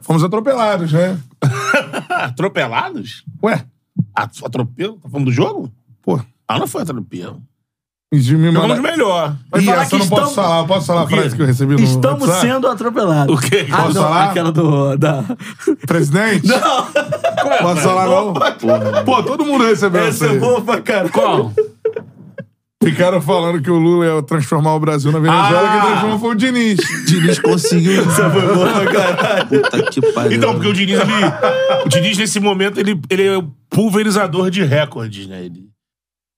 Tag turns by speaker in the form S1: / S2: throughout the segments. S1: Fomos atropelados, né?
S2: Atropelados?
S1: Ué,
S2: At- Atropelo? Tá falando do jogo?
S1: pô,
S2: Ah, não foi atropelo.
S1: isso me
S2: Jogamos
S1: manda...
S2: melhor.
S1: Ih,
S3: falar
S1: essa eu
S3: que
S1: não posso
S3: estamos-
S1: falar, eu posso falar a
S2: O quê?
S1: frase que eu recebi no
S3: Estamos
S1: WhatsApp?
S3: sendo atropelados.
S2: O quê?
S3: Ah,
S1: Posso
S3: não,
S1: falar?
S3: Aquela do. Da...
S1: Presidente? Não! Posso falar não? Pô, todo mundo recebeu essa aí.
S3: é pra caralho.
S2: Qual?
S1: Ficaram falando que o Lula ia transformar o Brasil na Venezuela,
S2: Ah!
S1: quem transformou foi o Diniz.
S4: Diniz conseguiu.
S3: Essa foi boa pra caralho.
S4: Puta que pariu.
S2: Então, porque o Diniz, ele, o Diniz, nesse momento, ele, ele é o pulverizador de recordes, né? Ele,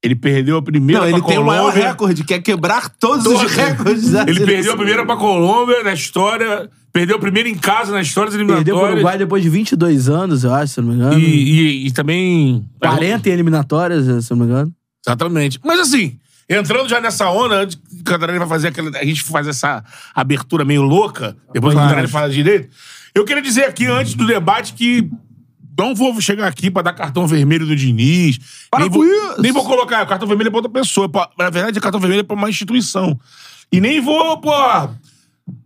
S2: ele perdeu a primeira
S4: Não, ele
S2: pra
S4: tem o maior
S2: Colômbia.
S4: recorde, quer quebrar todos
S2: Todo.
S4: os recordes da
S2: Ele perdeu a
S4: seleção.
S2: primeira pra Colômbia na história. Perdeu a primeira em casa na história das
S3: Perdeu pro
S2: eliminatórias.
S3: Uruguai depois de 22 anos, eu acho, se eu não me
S4: um
S3: engano.
S2: E, e, e também. tá
S3: 40 em eliminatórias, se eu não me engano.
S2: Exatamente. Mas assim, entrando já nessa onda, antes que o Cantarelli vai fazer aquela. A gente faz essa abertura meio louca, depois que o
S4: é.
S1: Vai.
S2: Cantarelli fala direito. Eu queria dizer aqui, antes do debate, que não vou chegar aqui pra dar cartão vermelho do Diniz.
S4: Para
S2: nem,
S4: com
S2: vou,
S4: isso.
S2: nem vou colocar cartão vermelho é pra outra pessoa. Pra- na verdade, é cartão vermelho é pra uma instituição. E nem vou, pô.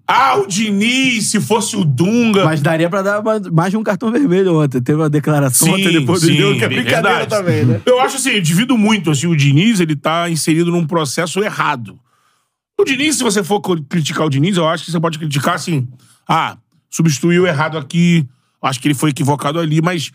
S2: Ah, o Diniz, se fosse o Dunga.
S3: Mas daria pra dar mais- mais de um cartão vermelho ontem. Teve uma declaração
S2: Sim,
S3: ontem depois do
S2: sim,
S3: jogo, que é
S2: verdade.
S3: brincadeira também, né?
S2: Eu acho assim, eu divido muito. Assim, o Diniz, ele tá inserido num processo errado. O Diniz, se você for co- criticar o Diniz, eu acho que você pode criticar assim. Ah, substituiu errado aqui, acho que ele foi equivocado ali, mas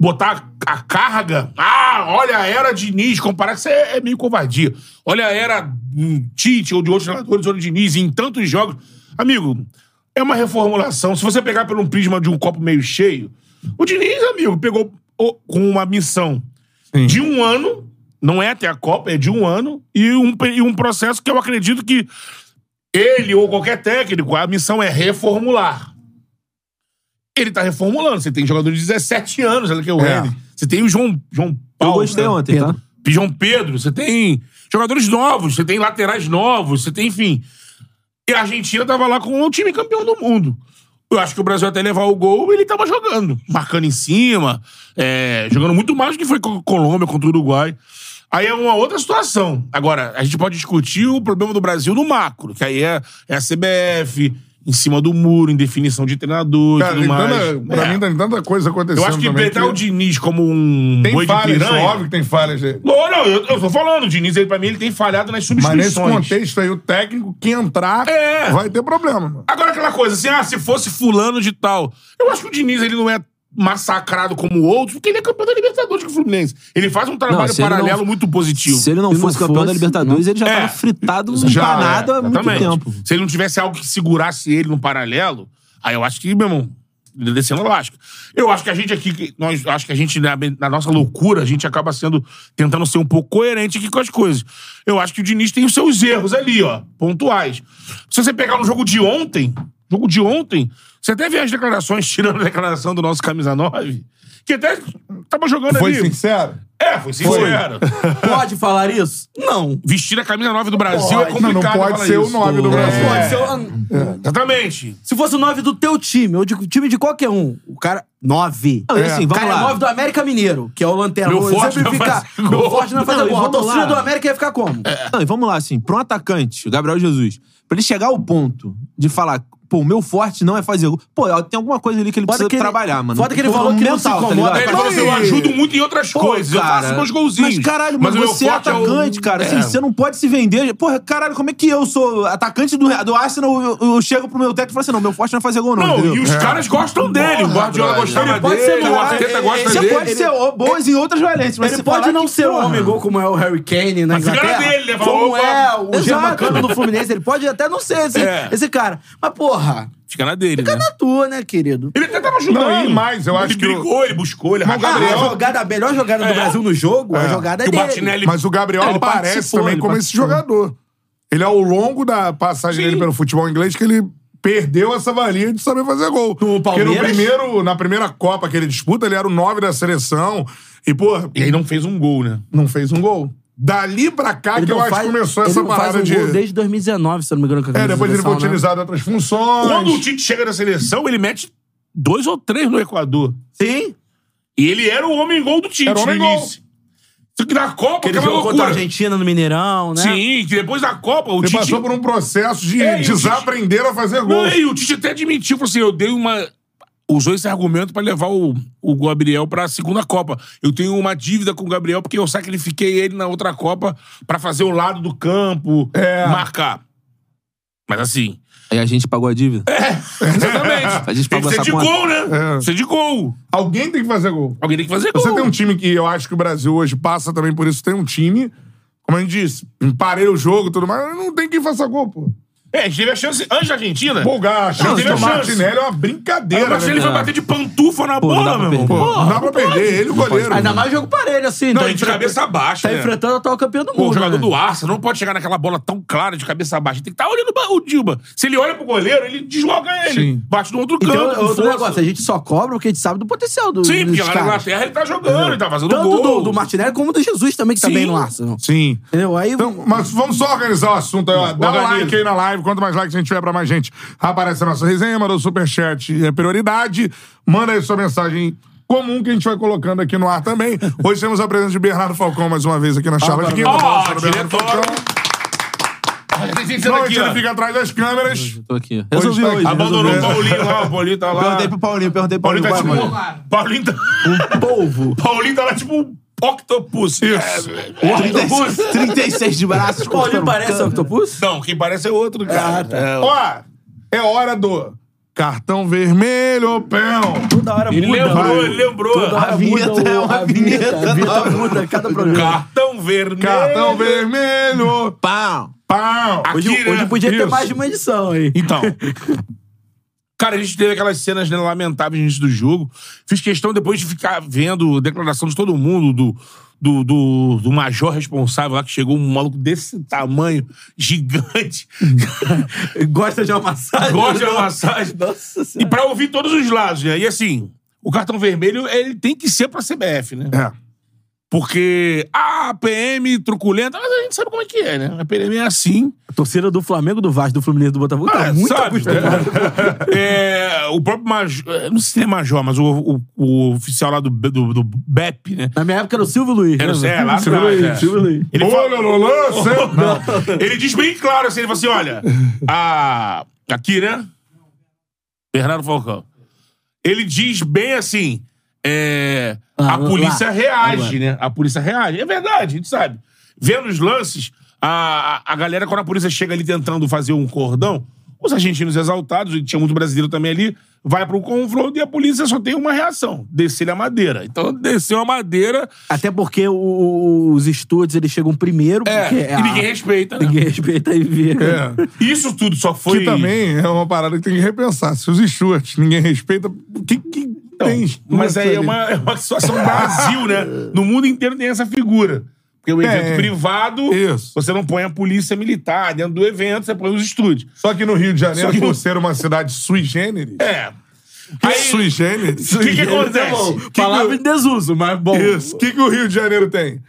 S2: botar a carga. Ah, olha a era Diniz, comparar que isso é, é meio covardia. Olha a era hum, Tite ou de outros jogadores, ou de Diniz em tantos jogos. Amigo, é uma reformulação. Se você pegar por um prisma de um copo meio cheio, o Diniz, amigo, pegou o- com uma missão de um ano, não é até a Copa, é de um ano, e um, pe- e um processo que eu acredito que ele ou qualquer técnico, a missão é reformular. Ele tá reformulando. Você tem jogador de 17 anos, olha que é o
S1: É.
S2: Renner. Você tem o João, João
S4: Eu
S2: Paulo.
S4: gostei
S2: né?
S4: ontem, tá?
S2: João Pedro, você tem jogadores novos, você tem laterais novos, você tem, enfim. E a Argentina tava lá com o time campeão do mundo. Eu acho que o Brasil até levar o gol, ele tava jogando, marcando em cima, é, jogando muito mais do que foi com a Colômbia, contra o Uruguai. Aí é uma outra situação. Agora, a gente pode discutir o problema do Brasil no macro, que aí é, é a CBF, em cima do muro, em definição de treinador e
S1: Cara,
S2: tudo
S1: tem
S2: mais.
S1: tanta, pra
S2: É.
S1: mim tem tanta coisa acontecendo
S2: Eu acho que
S1: também
S2: pegar o Diniz como um
S1: Tem
S2: boi de
S1: falhas,
S2: piranha...
S1: óbvio que tem falhas. né?
S2: Não, não, eu, eu tô falando, o Diniz, ele, pra mim, ele tem falhado nas
S1: Mas nesse
S2: substituições.
S1: contexto aí, o técnico que entrar
S2: É.
S1: vai ter problema. mano.
S2: Agora aquela coisa assim, ah, se fosse fulano de tal. Eu acho que o Diniz, ele não é massacrado como outros, porque ele é campeão da Libertadores com o Fluminense. Ele faz um trabalho
S4: Não, se ele
S2: paralelo
S4: não-
S2: muito positivo.
S4: Se ele não
S3: Se não
S4: fosse campeão da
S3: fosse,
S4: Libertadores, ele já
S2: É.
S4: tava fritado,
S1: Já,
S4: empanado
S1: é,
S4: há muito
S2: Exatamente.
S4: tempo.
S2: Se ele não tivesse algo que segurasse ele no paralelo, aí eu acho que, meu irmão, ele descendo a lasca. Eu acho que a gente aqui, que- nós acho que a gente, na, na nossa loucura, a gente acaba sendo, tentando ser um pouco coerente aqui com as coisas. Eu acho que o Diniz tem os seus erros ali, ó, pontuais. Se você pegar no jogo de ontem, jogo de ontem, você até vê as declarações, tirando a declaração do nosso camisa 9, que até tava jogando
S1: Foi
S2: ali.
S1: sincero?
S2: É, foi sincero.
S3: Pode falar isso? Não.
S2: Vestir a camisa 9 do Brasil é
S1: Não,
S2: complicado.
S1: não pode
S2: falar
S1: ser o
S2: isso. É.
S1: nome do Brasil.
S3: Pode ser. o-
S1: É.
S2: Exatamente.
S3: Se fosse o 9 do teu time, ou de time de qualquer um, o cara. 9.
S4: Não, e assim, vamos
S3: cara,
S4: lá.
S3: é 9 do América Mineiro, que é o Lanterna.
S2: Meu
S3: Eu
S2: forte
S3: sempre
S2: não
S3: fica-
S2: faz gol.
S3: Meu forte não vai fazer
S4: Não, e
S3: gol. A
S4: vamos
S3: torcida
S4: lá.
S3: do América ia ficar como?
S4: Não, e vamos lá, assim, pra um atacante, o Gabriel Jesus, pra ele chegar ao ponto de falar, Pô, o meu forte não é fazer gol. Pô, tem alguma coisa ali que ele
S3: Foda
S4: precisa
S3: que ele-
S4: trabalhar, mano.
S3: foda que ele
S4: Pô,
S3: falou que não se
S4: mental, tá
S3: incomoda.
S4: ligado?
S2: Ele falou assim, eu
S3: Mas-
S2: ajudo muito em outras
S4: Pô,
S2: coisas. eu faço
S4: cara,
S2: meus golzinhos.
S4: Mas caralho, mano,
S2: o meu
S4: você é
S2: forte o-
S4: atacante, cara. Assim,
S2: É.
S4: você não pode se vender. Porra, caralho, como é que eu sou atacante do, do Arsenal? Eu, eu chego pro meu técnico e falo assim, não, meu forte não é fazer gol, não.
S2: Não,
S4: entendeu?
S2: e os caras gostam dele. O Guardiola
S1: brother.
S2: gostava
S1: Ele pode
S2: dele,
S3: ser
S2: o
S3: moleque.
S2: Arteta gosta
S4: Você
S2: dele.
S4: é pode ser ó, boas em outras valências, mas
S3: Ele
S4: você
S3: pode
S4: falar
S3: não
S4: que,
S3: ser um
S4: porra,
S3: homem gol como é o Harry Kane na
S2: Mas fica na
S3: Inglaterra.
S2: dele, né? Fala,
S3: como
S2: opa.
S3: é o
S2: Exato.
S3: Germacano do Fluminense. Ele pode até não ser esse,
S2: É.
S3: esse cara. Mas, porra,
S2: Fica na dele,
S3: fica na tua, né, querido?
S2: Ele até tava ajudando.
S1: Não, e mais, eu
S2: ele
S1: acho que
S2: brigou, ele buscou, ele
S1: Mas o
S2: arrastou.
S1: Gabriel-
S3: Ah, a, jogada, a melhor jogada do
S2: É.
S3: Brasil no jogo, a
S1: É.
S3: jogada
S2: Que o
S3: dele.
S2: Martinelli...
S1: Mas o Gabriel
S4: Ele
S1: aparece
S4: participou,
S1: também
S4: ele
S1: como esse
S4: participou.
S1: jogador. Ele, ao longo da passagem dele pelo futebol inglês, que ele perdeu essa valia de saber fazer gol. Porque no
S3: Palmeiras?
S1: primeiro, na primeira Copa que ele disputa, ele era o nove da seleção. E, pô,
S2: E aí não fez um gol, né?
S1: não fez um gol. Dali pra cá
S3: Ele
S1: que eu
S3: não
S1: acho
S3: faz-
S1: que começou
S3: ele
S1: essa
S3: não faz
S1: parada
S3: um
S1: de...
S3: gol desde 2019, se eu não me engano. com a
S1: É,
S3: camisa
S1: depois
S3: da
S1: ele foi
S3: seleção, né?
S1: utilizado em outras funções.
S2: Quando o Tite chega na seleção, ele mete dois ou três no Equador.
S3: Sim.
S2: E ele era o homem gol do Tite
S1: Era o
S2: no
S1: homem gol.
S2: início. Só que na Copa, que
S3: Ele
S2: é uma
S3: jogou contra a
S2: loucura.
S3: Argentina no Mineirão, né?
S2: Sim, que depois da Copa, o
S1: Ele
S2: Tite...
S1: passou por um processo de
S2: É, e o Tite-
S1: desaprender a fazer gol.
S2: Não, é e o Tite até admitiu, falou assim, eu dei uma... Usou esse argumento pra levar o, o Gabriel pra segunda Copa. Eu tenho uma dívida com o Gabriel porque eu sacrifiquei ele na outra Copa pra fazer o lado do campo,
S1: É.
S2: marcar. Mas assim...
S4: Aí a gente pagou a dívida.
S2: Exatamente.
S4: A gente
S2: tem que
S4: pagou
S2: ser
S4: essa
S2: de
S4: conta.
S2: gol, né?
S1: É.
S2: Você de gol.
S1: Alguém tem que fazer gol.
S2: Alguém tem que fazer gol.
S1: Você tem um time que eu acho que o Brasil hoje passa também por isso, tem um time, como a gente disse, emparelha o jogo e tudo mais, não tem quem faça gol, pô.
S2: É, a gente teve a chance antes da Argentina.
S1: Polgar, a chance
S2: teve a
S1: do
S2: chance.
S1: Martinelli é uma
S2: Aí
S1: brincadeira,
S2: o Marcelo
S1: né,
S2: foi
S1: cara?
S2: bater de pantufa na
S4: Pô, não
S2: bola,
S4: dá pra
S2: meu irmão.
S4: perder.
S2: Pô,
S1: Não dá pra perder, ele é um e o goleiro.
S3: Ainda mais jogo parelho, assim.
S2: Não,
S3: tá
S2: e de
S3: enfrenta-
S2: cabeça baixa,
S3: Tá
S2: né?
S3: enfrentando o atual campeão do
S2: Pô,
S3: mundo.
S2: o jogador
S3: né?
S2: do Arsenal não pode chegar naquela bola tão clara de cabeça baixa. Tem que estar olhando o Dilma. Se ele olha pro goleiro, ele desloca ele.
S1: Sim.
S2: Bate no outro
S3: E tem
S2: canto. com
S3: Então, é outro
S2: força.
S3: negócio, a gente só cobra porque a gente sabe do potencial do
S2: Sim,
S3: dos
S2: porque lá na
S3: caras.
S2: Inglaterra ele tá jogando, ele tá fazendo
S3: Tanto
S2: gol.
S3: do, do Martinelli como do Jesus também, que tá
S2: Sim.
S3: bem no Arsenal.
S1: Sim.
S3: Entendeu? Aí,
S1: Então, mas vamos só organizar o assunto aí, ó. Dá um
S2: Organiza.
S1: like aí na live. Quanto mais likes a gente tiver pra mais gente, aparece a nossa resenha, manda o superchat, é prioridade. Manda aí sua mensagem comum que a gente vai colocando aqui no ar também. Hoje temos a presença de Bernardo Falcão mais uma vez aqui na Charla de Quinta.
S2: Ó,
S1: Vamos para o Bernardo
S2: diretor.
S1: Falcão.
S2: Tem gente
S1: Normalmente
S2: sendo tá aqui, ó.
S1: ele fica atrás das câmeras.
S4: Tô aqui.
S1: Hoje
S4: Resolvi
S1: tá
S4: hoje. né?
S1: aqui.
S2: Abandonou o
S1: Resolveu.
S2: Paulinho lá, o Paulinho tá lá.
S4: Perguntei pro Paulinho, perguntei pro
S2: Paulinho
S4: Paulinho.
S2: tá tipo.
S4: vai, vai.
S2: Paulinho tá.
S4: Um polvo.
S2: Paulinho tá lá tipo um octopus. É, Isso.
S4: 36, 36 de braços.
S3: Paulinho parece
S4: cortando
S3: Octopus?
S2: Não, quem parece é outro, cara.
S3: Ah, tá.
S2: É,
S1: Ó, é hora do cartão vermelho, pão.
S3: Toda hora
S2: Ele
S3: muda.
S2: lembrou, ele
S3: Toda
S2: lembrou.
S3: hora
S4: A vinheta
S3: muda, o-
S4: é uma
S3: a vinheta,
S4: vinheta
S3: a vinheta
S4: nova.
S3: muda cada programa.
S2: Cartão vermelho.
S1: Cartão vermelho,
S4: Pau.
S1: pão.
S3: Hoje,
S2: Aqui, né?
S3: hoje podia ter
S1: Isso.
S3: mais de uma edição aí.
S2: Então. Cara, a gente teve aquelas cenas né, lamentáveis no início do jogo. Fiz questão depois de ficar vendo a declaração de todo mundo, do, do, do, do major responsável lá, que chegou um maluco desse tamanho, gigante,
S3: Gosta de uma massagem?
S2: gosta de massagem.
S3: Nossa
S2: E
S3: senhora.
S2: pra ouvir todos os lados, né? E assim, o cartão vermelho, ele tem que ser pra CBF, né?
S1: É.
S2: Porque a PM truculenta, mas a gente sabe como é que é, né? A PM é assim.
S3: A torcida do Flamengo, do Vasco, do Fluminense, do Botafogo tá
S2: Ah,
S3: muito
S2: sabe?
S3: acostumada.
S2: É, o próprio Major. eu Não sei se ele é Major, mas o, o- o oficial lá do, B- do, do BEP, né?
S3: Na minha época era o Silvio Luiz.
S2: Era o
S3: lembra?
S2: Zé, lá
S3: Silvio
S2: atrás,
S3: Luiz,
S2: é.
S3: Silvio Luiz.
S2: Ele
S1: Olha
S2: fala-
S1: no lance. Não.
S2: Ele diz bem claro assim: ele fala assim, olha, a, aqui, né? Bernardo Falcão. Ele diz bem assim: é,
S3: Ah,
S2: a
S3: lá.
S2: polícia reage,
S3: Agora.
S2: né? A polícia reage. É verdade, a gente sabe. Vendo os lances, a, a, a galera, quando a polícia chega ali tentando fazer um cordão, os argentinos exaltados, e tinha muito brasileiro também ali, vai pro confronto e a polícia só tem uma reação: descer a madeira. Então, desceu a madeira,
S3: Até porque o- o- os estúdios eles chegam primeiro,
S2: é,
S3: porque
S2: e ninguém respeita, né?
S3: ninguém respeita e vira.
S1: É.
S2: Isso tudo só foi.
S1: Que também é uma parada que tem que repensar. Se os Stuart ninguém respeita, o que, que tem?
S2: Mas aí
S1: ali?
S2: é uma, é uma situação do Brasil, né? No mundo inteiro tem essa figura. Porque o evento
S1: Tem.
S2: privado,
S1: Isso.
S2: você não põe a polícia militar dentro do evento, você põe os estúdios.
S1: Só que no Rio de Janeiro,
S2: Só que-
S1: por ser uma cidade sui generis...
S2: É.
S1: sui
S2: Aí,
S1: generis?
S2: o que, que
S3: Tá bom.
S2: acontece?
S3: Palavra em desuso, mas bom.
S1: Isso. O que, que o Rio de Janeiro tem?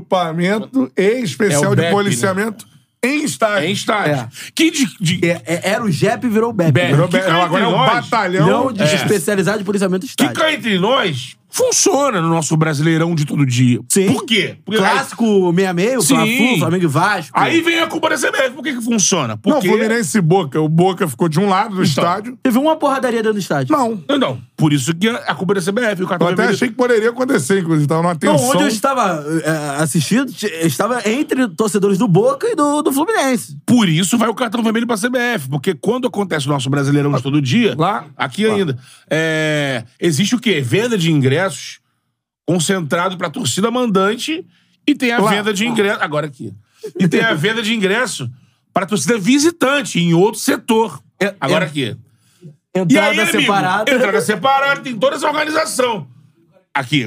S1: Grupamento e especial
S2: É o
S1: de
S2: BEP,
S1: policiamento em estádio.
S2: é Em estádio. Que de, de-
S3: É- é- era o JEP virou o BEP.
S2: Bep.
S3: né?
S1: Virou BEP.
S2: Que
S1: É, Agora é um
S2: nós-
S1: batalhão
S3: Não de especializado de policiamento de
S2: que
S3: estádio.
S2: cá entre nós, funciona no nosso brasileirão de todo dia.
S3: Sim.
S2: Por quê? Porque
S3: Clássico meia-meio,
S2: Sim.
S3: Fla-Flu, Flamengo e Vasco.
S2: Aí, aí vem a culpa da CBF. Por que, que funciona?
S1: Não,
S2: Porque. Então.
S1: Fluminense e Boca. O Boca ficou de um lado do estádio.
S3: Teve uma porradaria dentro do estádio.
S1: Não.
S2: Não, por isso que a culpa é da CBF. O
S1: Eu
S2: cartão
S1: até
S2: vermelho-
S1: achei que poderia acontecer, inclusive. Tava numa
S3: Não,
S1: tensão.
S3: onde eu estava eh, assistindo, t- eu estava entre torcedores do Boca e do, do Fluminense.
S2: Por isso vai o cartão vermelho pra CBF. Porque quando acontece o nosso brasileirão de todo dia,
S1: Lá.
S2: aqui ainda, é, existe o quê? Venda de ingressos concentrado pra torcida mandante e tem a
S1: Lá.
S2: venda de ingresso. Agora aqui. E tem a venda de ingresso pra torcida visitante em outro setor.
S3: É-
S2: Agora
S3: é-
S2: aqui. E
S3: Entrada
S2: aí, amigo,
S3: separada.
S2: Entrada separada, tem toda essa organização. Aqui.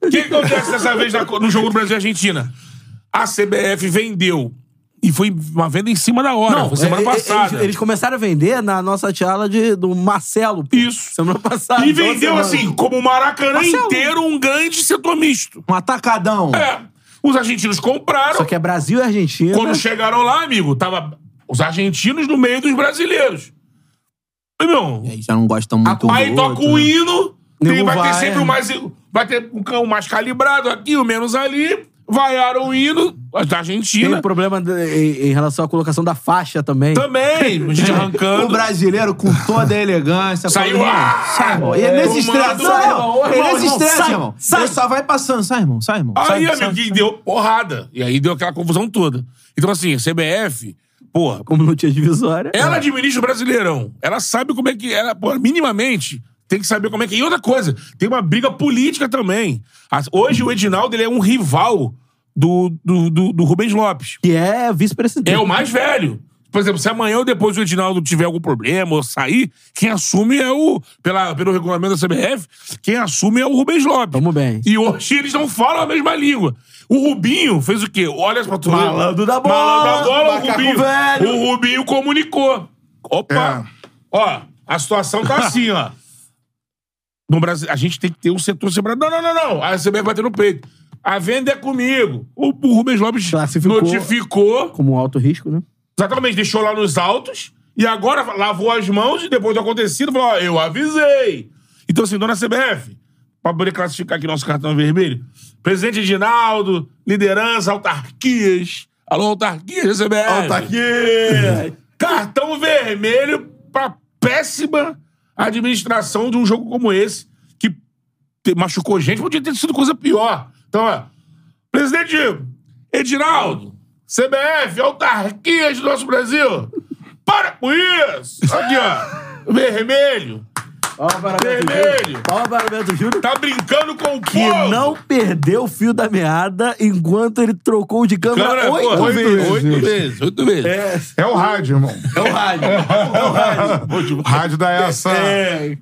S2: O que que acontece dessa vez na co- no jogo do Brasil e Argentina? A CBF vendeu. E foi uma venda em cima da hora. foi semana
S3: eh, eh,
S2: passada.
S3: Eles, eles começaram a vender na nossa tiala de, do Marcelo. pô.
S2: Isso.
S3: Semana passada. Então,
S2: E
S3: toda
S2: vendeu,
S3: semana.
S2: assim, como o Maracanã
S3: Marcelo.
S2: inteiro, um grande setor misto.
S4: Um atacadão.
S2: É. Os argentinos compraram.
S3: Só que é Brasil e Argentina.
S2: Quando chegaram lá, amigo, tava os argentinos no meio dos brasileiros. Meu irmão,
S4: Aí já não gostam muito um
S2: Aí
S4: do
S2: toca
S4: outro,
S2: o
S4: né?
S2: hino,
S3: Nego
S2: tem- vai,
S3: vai,
S2: ter sempre
S3: é.
S2: o mais. Vai ter um cão mais calibrado aqui, o menos ali. Vaiaram o hino as da
S3: Tem
S2: Argentina.
S3: um problema de- em, em relação à colocação da faixa também.
S2: Também, a gente arrancando.
S4: O brasileiro com toda a elegância.
S2: Saiu,
S4: falou, irmão,
S2: ah,
S4: Sai, irmão. E é nesse
S2: tomando-
S4: estresse,
S2: Sai,
S4: sai, irmão.
S3: irmão,
S4: É nesse
S3: irmão,
S4: estresse,
S3: sai,
S4: irmão.
S3: sai.
S4: Ele só vai passando. Sai, irmão. Sai, irmão. sai,
S2: Aí,
S4: irmão,
S2: amigo,
S4: sai.
S2: e deu porrada. E aí deu aquela confusão toda. Então, assim, a CBF, porra,
S3: Como não tinha divisória.
S4: É.
S2: ela administra o brasileirão. Ela sabe como é que. Ela, porra, minimamente. Tem que saber como é que. E outra coisa, tem uma briga política também. As- Hoje o Edinaldo ele é um rival do, do, do, do Rubens Lopes.
S3: Que é vice-presidente.
S2: É o mais velho. Por exemplo, se amanhã ou depois o Edinaldo tiver algum problema ou sair, quem assume é o. Pela, pelo regulamento da CBF, quem assume é o Rubens Lopes.
S3: Vamos bem.
S2: E hoje eles não falam a mesma língua. O Rubinho fez o quê? Olha pra tu.
S3: Malandro da bola,
S2: Malandro da bola, o
S3: macaco
S2: Rubinho.
S3: velho. É.
S2: O Rubinho comunicou. Opa! Ó, a situação tá assim, ó. No Brasil, a gente tem que ter um setor separado. Não, não, não, não. A CBF bateu no peito. A venda é comigo. O, o Rubens Lopes
S3: Classificou.
S2: notificou.
S3: Como alto risco, né?
S2: Exatamente, deixou lá nos altos e agora lavou as mãos e depois do acontecido falou: ó, eu avisei. Então, assim, dona CBF, pra poder classificar aqui nosso cartão vermelho, presidente Edinaldo, liderança, autarquias. Alô, autarquias, CBF. Autarquias! cartão vermelho pra péssima administração de um jogo como esse, que te- machucou gente, podia ter sido coisa pior. Então, ó, presidente Edinaldo, CBF, autarquias do nosso Brasil, para com isso! Aqui, ó, vermelho,
S3: Olha o parâmetro
S2: Vermelho.
S3: Júlio. Olha o parâmetro Júlio.
S2: tá brincando com o povo!
S3: Que não perdeu o fio da meada enquanto ele trocou de câmera,
S2: Câmera,
S3: oito
S2: pô, oito
S3: vezes.
S2: vezes. Oito vezes, oito vezes.
S1: É o rádio, irmão.
S3: É o rádio.
S1: O É rádio dá essa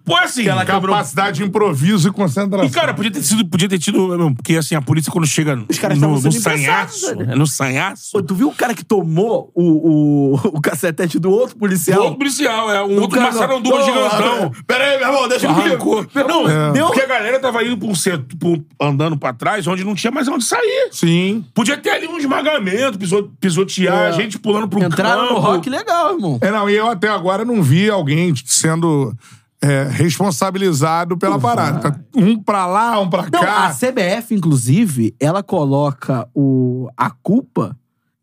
S2: Pô, assim,
S1: um capacidade de improviso e concentração.
S2: E, cara, podia ter, sido, podia ter tido. meu irmão, Porque, assim, a polícia, quando chega no,
S3: caras
S2: no,
S3: estavam
S2: no
S3: sendo emprestados,
S2: sanhaço.
S3: velho.
S2: é No sanhaço.
S3: Pô, tu viu o cara que tomou o, o, o cacetete do outro policial?
S2: Outro policial, é. Um outro
S3: cara-
S2: maçaranduba
S3: Pô,
S2: gigantão.
S3: Pera aí, meu irmão, deixa
S2: Arrancou. Não,
S1: É.
S3: Deu-
S2: porque a galera tava indo pra um setor, pra um- andando pra trás, onde não tinha mais onde sair.
S1: Sim.
S2: Podia ter ali um esmagamento, piso- pisotear, gente pulando pro
S3: É. Entraram
S2: campo.
S3: no rock legal, irmão.
S1: É, não, e eu até agora não vi alguém sendo é, responsabilizado pela parada. Tá Um pra lá, um pra
S3: Não,
S1: cá.
S3: a CBF, inclusive, ela coloca o, a culpa,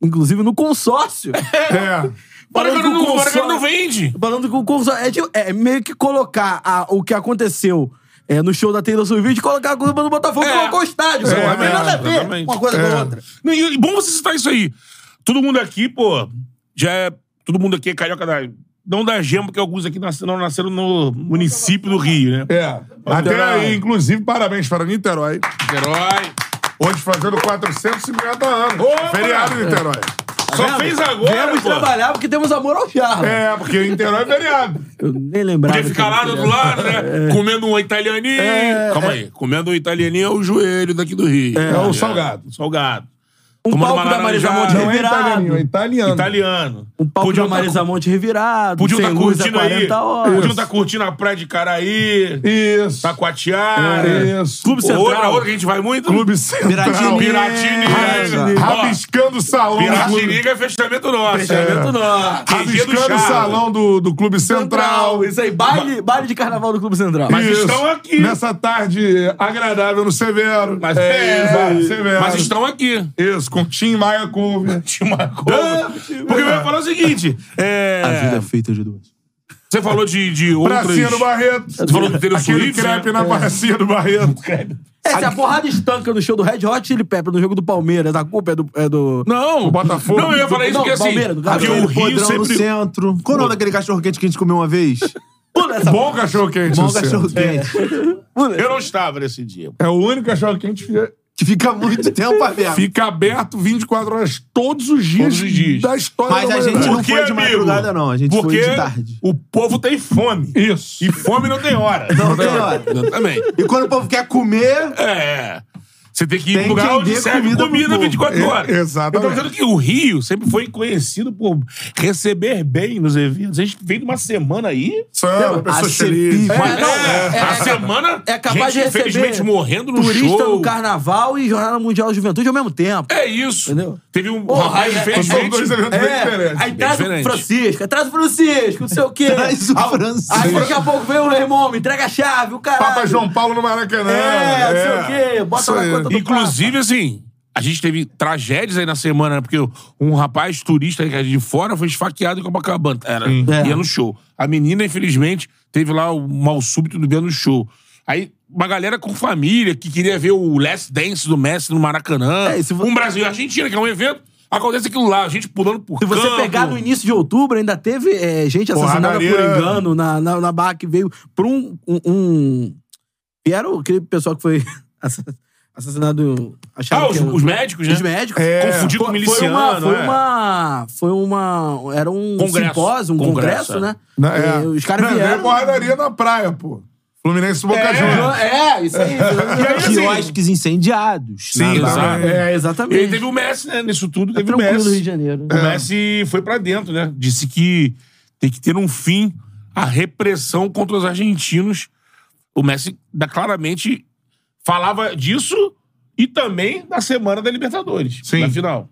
S3: inclusive, no consórcio.
S1: É.
S2: Bora que eu
S3: Falando
S2: não,
S3: com
S2: bora que eu não
S3: consórcio.
S2: vende.
S3: Falando com o consórcio. É, tipo- é meio que colocar a- o que aconteceu é, no show da Taylor Swift e colocar a culpa no Botafogo
S2: É.
S3: e colocou o estádio.
S2: É,
S3: pô. não tem
S2: é,
S3: nada a ver
S2: exatamente.
S3: uma coisa com
S1: É.
S3: a outra.
S2: Não, E e bom você citar isso aí. Todo mundo aqui, pô, já é. Todo mundo aqui é carioca da. Não da gema, porque alguns aqui nasceram, não nasceram no município do Rio, né?
S1: É. Até aí, inclusive, parabéns para Niterói.
S2: Herói.
S1: Hoje fazendo 450 anos.
S2: Opa!
S1: Feriado em Niterói.
S2: Só
S3: Tá Vendo?
S2: fez agora,
S3: Vamos
S2: pô.
S3: trabalhar porque temos amor ao charro.
S1: É, porque Niterói é feriado.
S3: Eu nem lembrava.
S2: Podia ficar
S3: que
S2: lá do outro lado, né? Comendo um italianinho. é Calma aí. Comendo um italianinho é o joelho daqui do Rio.
S1: É, o salgado.
S2: Salgado.
S3: Um
S2: Tomando
S3: palco
S2: uma
S3: da Marisa
S2: laranjada.
S3: Monte
S2: Não é
S3: revirado.
S1: italiano, é italiano.
S2: Italiano.
S3: Um palco
S2: Podiam
S3: da
S2: tá
S3: Marisa Monte revirado.
S2: Podiam
S3: sem
S2: estar
S3: luz a
S2: tá curtindo aí.
S3: 40 horas.
S2: Podiam estar curtindo a praia de Caraí, tá
S1: Isso.
S2: Taquatiara.
S1: Isso.
S3: Clube Central.
S2: Outra, outra que a gente vai muito.
S1: É. Clube Central.
S4: Piratini.
S2: Piratini.
S1: Rabiscando o salão. do
S2: Piratiniga é fechamento nosso. É.
S3: Fechamento nosso.
S2: Tem dia do
S1: Rabiscando o
S2: Charla.
S1: salão do, do Clube Central.
S3: Isso aí, baile, baile de carnaval do Clube Central.
S2: Mas estão aqui.
S1: Nessa tarde eh, agradável no Severo.
S2: Mas,
S1: é, vai, Severo.
S2: mas estão aqui.
S1: Isso, com Tim Maia Cover.
S2: Te marcou. Porque eu ia falar o seguinte: é,
S4: A vida é feita de duas.
S2: você falou de, de outras.
S1: Pracinha do Barreto. Você
S2: falou do Taylor
S1: Aquele
S2: Swift,
S1: crepe
S2: né?
S1: na pracinha do Barreto.
S3: É, se a porrada estanca no show do Red Hot Chili Pepper, no jogo do Palmeiras, a culpa é do... É do...
S2: Não,
S1: O Botafogo.
S2: Não, eu ia falar isso
S3: Não,
S2: porque assim.
S3: Palmeiras, do
S2: Porque
S3: Gabriel.
S2: o Rio
S4: Podrão no
S2: sempre.
S4: centro. Qual o nome daquele cachorro quente que a gente comeu uma vez?
S3: Pula essa
S1: Bom cachorro quente.
S4: Bom
S1: o seu.
S4: cachorro quente.
S2: Eu não estava nesse dia.
S1: É o único cachorro quente que
S4: Que fica muito tempo aberto.
S1: fica aberto 24 horas todos os dias,
S2: Todos os dias.
S1: da história
S4: Mas
S1: da
S4: a gente
S1: humanidade.
S4: não foi de madrugada, não. A gente foi
S2: porque
S4: de tarde.
S2: O povo tem fome.
S1: Isso.
S2: E fome não tem hora.
S4: Não tem hora.
S2: Exatamente.
S4: E quando o povo quer comer,
S2: É. Você tem que ir
S4: Tem
S2: pro lugar
S4: que
S2: onde
S4: ter
S2: serve
S4: comida
S2: comida,
S4: pro povo.
S2: 24
S1: É,
S2: horas.
S1: exatamente.
S2: Eu tô dizendo que o Rio sempre foi conhecido por receber bem nos eventos. A gente vem de uma semana aí.
S1: Samba, pessoas felizes.
S3: É, não, é,
S2: a
S3: é-
S2: semana.
S3: é capaz
S2: gente,
S3: de receber
S2: infelizmente, morrendo no
S3: turista
S2: show.
S3: no carnaval e jornada mundial de juventude ao mesmo tempo.
S2: É isso.
S3: Entendeu?
S2: Teve um
S3: Porra,
S2: rapaz
S3: é-
S2: fez
S3: é-
S1: São dois eventos bem diferentes.
S3: aí traz
S2: diferente.
S3: o Francisco, aí traz o Francisco, não sei o quê.
S4: Traz o
S3: Aí-
S4: Francisco.
S3: Aí daqui a pouco vem o irmão, me entrega a chave, o caralho.
S1: Papa João Paulo no Maracanã. né?
S3: É, não sei o quê, bota
S1: Isso
S3: na
S1: aí.
S3: conta do
S2: Inclusive, assim, a gente teve tragédias aí na semana, né? Porque um rapaz turista que era de fora foi esfaqueado em Copacabana. Era,
S3: É.
S2: Ia no show. A menina, infelizmente, teve lá o mal súbito do dia no show. Aí, uma galera com família que queria ver o Last Dance do Messi no Maracanã.
S3: É, e se vo-
S2: Um Brasil e Argentina, que é um evento. Acontece aquilo lá, a gente pulando por
S3: Se você
S2: campo.
S3: pegar no início de outubro, ainda teve é, gente assassinada por
S1: Porradaria.
S3: engano na, na, na barra que veio por um. um, um... Vieram aquele pessoal que foi assa- assassinado. acharam
S2: Ah, os,
S3: que era-
S2: os médicos, né?
S3: Os médicos.
S1: É.
S2: Confundido com
S3: Foi-
S2: miliciano.
S3: Foi
S2: é.
S3: uma. Foi uma. Foi uma era um
S2: Congresso.
S3: simpósio, um
S2: Congresso,
S3: congresso,
S2: é.
S3: né?
S1: Não, é.
S3: E os caras
S1: Não, veio
S3: vieram.
S1: porradaria na praia, pô. Fluminense e Boca Juniors.
S3: É, isso aí.
S1: assim,
S4: quiosques incendiados.
S2: Sim,
S4: Nada.
S2: exato.
S3: É,
S2: E
S3: exatamente. É
S2: aí teve o Messi, né? Nisso tudo teve o
S3: Tranquilo,
S2: Messi.
S3: Rio de Janeiro.
S1: É.
S2: O Messi foi pra dentro, né? Disse que tem que ter um fim à repressão contra os argentinos. O Messi da- claramente falava disso e também da semana da Libertadores,
S1: Sim.
S2: na final.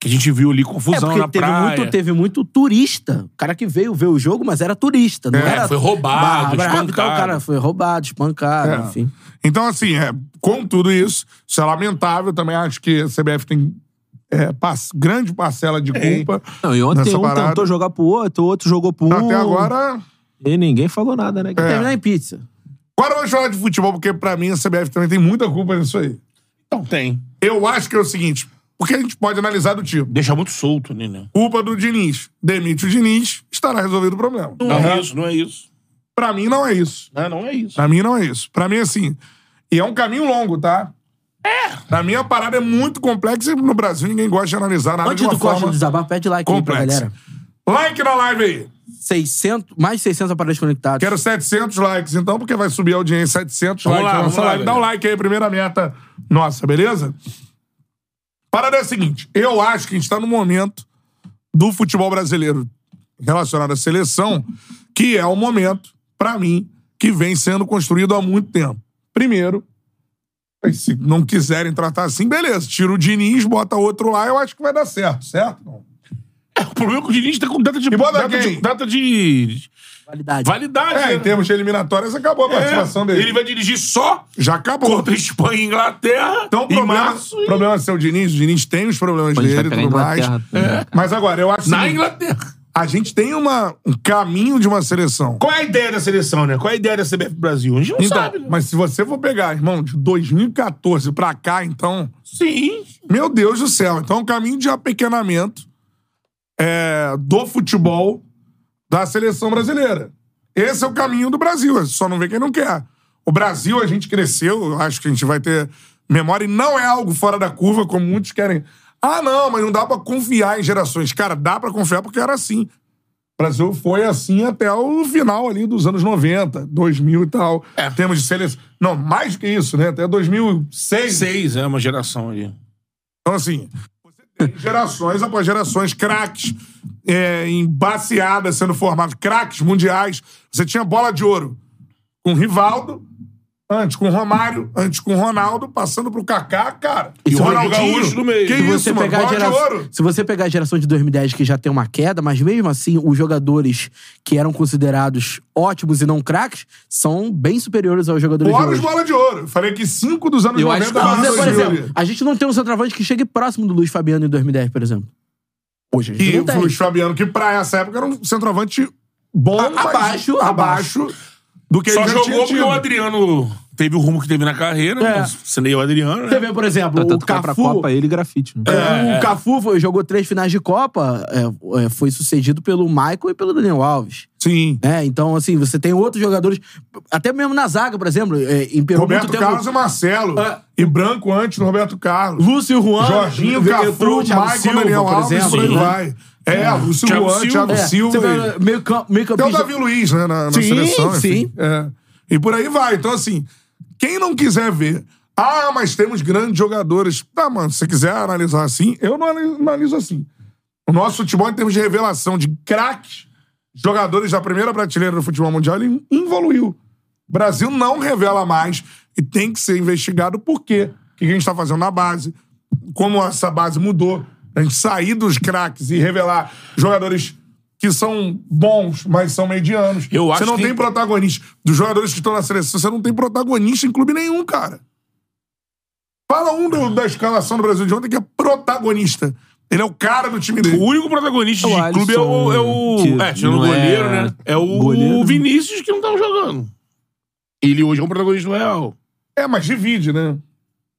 S2: Que a gente viu ali
S3: É
S2: confusão
S3: porque
S2: na
S3: teve
S2: praia.
S3: muito, teve muito turista. O cara que veio ver o jogo, mas era turista. Não
S2: É,
S3: era
S2: foi roubado,
S3: bravo,
S2: espancado.
S3: então, o cara foi roubado, espancado,
S1: É.
S3: enfim.
S1: Então, assim, é, com tudo isso, isso é lamentável. Também acho que a CBF tem é, pas- grande parcela de culpa.
S4: Não, e ontem
S1: nessa
S4: um
S1: parada.
S4: tentou jogar pro outro, o outro jogou pro um.
S1: Até agora.
S4: E ninguém falou nada, né?
S3: Vai Terminar em pizza.
S1: Agora vamos falar de futebol, porque pra mim a CBF também tem muita culpa nisso aí.
S2: Então tem.
S1: Eu acho que é o seguinte: porque a gente pode analisar do tipo.
S2: Deixa muito solto, né? né?
S1: Culpa do Diniz. Demite o Diniz, estará resolvido o problema.
S2: Não é isso, não é isso.
S1: Pra mim, não é isso.
S2: Não, não é isso.
S1: Pra mim, não é isso. Pra mim, assim. E é um caminho longo, tá? É! Pra mim, a parada é muito complexa e no Brasil ninguém gosta de analisar nada de
S3: Antes
S1: uma
S3: do corte
S1: forma
S3: do desabar, pede like aí pra
S1: complexa.
S3: galera.
S1: Like na live aí.
S3: 600, mais de 600 aparelhos conectados.
S1: Quero 700 likes, então, porque vai subir a audiência 700
S2: Vamos
S1: likes
S2: lá,
S1: na nossa
S2: vamos lá,
S1: live. Dá um
S2: galera.
S1: like aí, primeira meta nossa, beleza? Parada é a seguinte, eu acho que a gente tá num momento do futebol brasileiro relacionado à seleção, que é o momento, pra mim, que vem sendo construído há muito tempo. Primeiro, se não quiserem tratar assim, beleza, tira o Diniz, bota outro lá, eu acho que vai dar certo, certo?
S2: O problema é que o Diniz tá com data de...
S1: E bota
S2: data
S1: quem?
S2: de, data de
S3: Validade.
S2: validade.
S1: É, em
S2: né?
S1: termos de eliminatórias, acabou a participação dele.
S2: É. Ele vai dirigir só
S1: Já acabou.
S2: contra Espanha e Inglaterra
S1: Então, o
S2: em
S1: problema,
S2: março. e-
S1: problema é ser o Diniz. O Diniz tem os problemas
S4: Pô, a gente
S1: dele e
S4: vai pegar
S1: tudo
S4: a
S1: mais.
S4: Inglaterra.
S1: É. Mas agora, eu acho
S2: Na
S1: que
S2: Inglaterra.
S1: a gente tem uma, um caminho de uma seleção.
S2: Qual é a ideia da seleção, né? Qual é a ideia da CBF Brasil? A gente não
S1: Então,
S2: sabe. né?
S1: mas se você for pegar, irmão, de 2014 pra cá, então...
S2: Sim.
S1: Meu Deus do céu. Então, é um caminho de apequenamento é, do futebol da seleção brasileira. Esse é o caminho do Brasil. Só não vê quem não quer. O Brasil, a gente cresceu. eu Acho que a gente vai ter memória. E não é algo fora da curva, como muitos querem. Ah, não, mas não dá pra confiar em gerações. Cara, dá pra confiar porque era assim. O Brasil foi assim até o final ali dos anos 90, 2000 e tal. Em Temos de seleção. Não, mais do que isso, né? Até 2006.
S2: Seis, é uma geração ali.
S1: Então, assim, você Gerações após gerações, craques é, em baseada sendo formados, craques mundiais. Você tinha bola de ouro com Rivaldo, antes com Romário, antes com Ronaldo, passando pro Kaká, cara. E
S2: o Ronaldinho?
S1: Que
S2: Se
S1: isso, mano? Bola
S3: gera-
S1: de ouro.
S3: Se você pegar a geração de 2010 que já tem uma queda, mas mesmo assim, os jogadores que eram considerados ótimos e não craques são bem superiores aos jogadores de
S1: Fora os
S3: hoje.
S1: bola de ouro. Falei que cinco dos anos
S5: Eu acho
S1: 90
S5: que-
S1: eram
S3: Você, por
S1: bola de ouro.
S3: exemplo, a gente não tem um centroavante que chegue próximo do Luiz Fabiano em 2010, por exemplo. Hoje a gente
S1: E
S3: não tem.
S1: o Luiz Fabiano, que pra essa época era um centroavante bom,
S3: A-
S1: mas
S3: abaixo,
S1: abaixo do que
S2: Só
S1: ele já tinha
S2: jogou porque
S1: tido.
S2: o Adriano teve o rumo que teve na carreira.
S3: É.
S2: É. Assinei o Adriano,
S3: Você
S2: né?
S3: vê, por exemplo, o
S5: tanto que vai
S4: Pra
S3: Cafu...
S4: Copa, ele e grafite. né?
S1: É.
S3: O Cafu foi- jogou três finais de Copa, é, é, foi sucedido pelo Michael e pelo Daniel Alves.
S1: Sim.
S3: né? Então, assim, você tem outros jogadores, até mesmo na zaga, por exemplo, é, imperou
S1: Roberto
S3: muito tempo.
S1: Carlos e Marcelo.
S3: É.
S1: E branco antes do Roberto Carlos.
S3: Lúcio Juan,
S1: Jorginho,
S3: veio-
S1: Cafu,
S3: Ah, entrou o Thiago
S1: Michael,
S3: Silva,
S1: Daniel
S3: por
S1: Alves,
S3: exemplo,
S1: por aí
S3: né?
S1: vai. É, Lúcio
S2: Thiago
S1: Guan,
S2: Silva.
S1: Thiago
S2: É,
S3: você
S1: Silva. e-
S3: vê, meio, cam- meio
S1: Tem o
S3: campista.
S1: Davi Luiz, né, na, na
S3: Sim,
S1: seleção.
S3: sim.
S1: É. E por aí vai. Então, assim, quem não quiser ver, ah, mas temos grandes jogadores. Tá, mano, se você quiser analisar assim, eu não analiso- analiso assim. O nosso futebol, em termos de revelação de craques, jogadores da primeira prateleira do futebol mundial, ele evoluiu. O Brasil não revela mais e tem que ser investigado por quê. O que a gente está fazendo na base, como essa base mudou. A gente sair dos craques e revelar jogadores que são bons, mas são medianos.
S2: Eu acho
S1: você não
S2: que-
S1: tem protagonista. Dos jogadores que estão na seleção, você não tem protagonista em clube nenhum, cara. Fala um do- da escalação do Brasil de ontem que é protagonista. Ele é o cara do time dele.
S2: O único protagonista
S4: É o
S2: de
S4: Alisson,
S2: clube é o. É,
S4: que
S2: o, é tirando o
S4: não é
S2: goleiro, né? É o
S4: goleiro.
S2: Vinícius que não tava jogando. Ele hoje é um protagonista real.
S1: É, mas divide, né?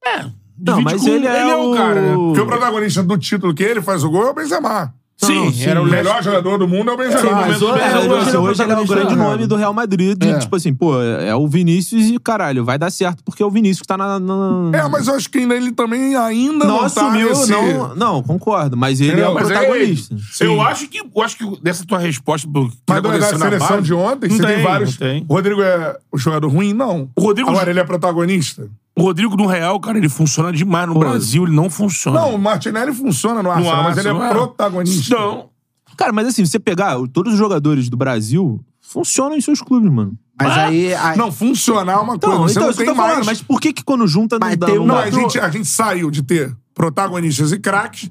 S2: É.
S4: Não,
S2: divide
S4: mas
S2: com-
S4: ele é o-
S2: cara. né?
S1: Porque o protagonista do título que ele faz o gol é o Benzema. Então, assim,
S2: Sim, era o
S1: O melhor jogador do mundo é o Benzema.
S2: mas
S4: É,
S2: Mas
S4: hoje,
S2: hoje ele
S4: hoje,
S2: é o
S4: ele é o grande nome do Real Madrid. de, Tipo assim, pô, é o Vinícius e caralho, vai dar certo porque é o Vinícius que tá na. na-
S1: É, mas eu acho que ainda ele também ainda não,
S4: não
S1: tá
S4: assumiu,
S1: nesse-
S4: não. Não, concordo, mas ele é
S1: Entendeu?
S4: o
S1: Mas
S2: é
S4: protagonista.
S2: Eu acho que. Eu acho que dessa tua resposta pro que
S1: Mas na
S2: aconteceu
S1: verdade, a
S2: na
S1: seleção
S2: base,
S1: de ontem,
S2: não
S1: você tem, vários.
S2: não tem.
S1: O Rodrigo é o jogador ruim? Não.
S2: O Rodrigo-
S1: Agora, ele é protagonista?
S2: O Rodrigo no Real, cara, ele funciona demais. No Brasil, ele não funciona.
S1: Não, o Martinelli funciona no
S2: No
S1: Arsenal, mas ele é
S2: Arsenal,
S1: protagonista.
S2: Não.
S4: Cara, mas assim, você pegar o- todos os jogadores do Brasil, funcionam em seus clubes, mano.
S3: Mas aí, aí-
S1: Não, funcionar é uma
S4: Então,
S1: coisa. Você
S4: então é
S1: não
S4: isso que
S1: tem
S4: eu tô
S1: mais.
S4: falando, mas por que que quando junta não
S3: Mas
S4: dá?
S3: tem
S4: não
S3: um-
S1: Não,
S4: dá?
S1: a gente, a gente saiu de ter protagonistas e craques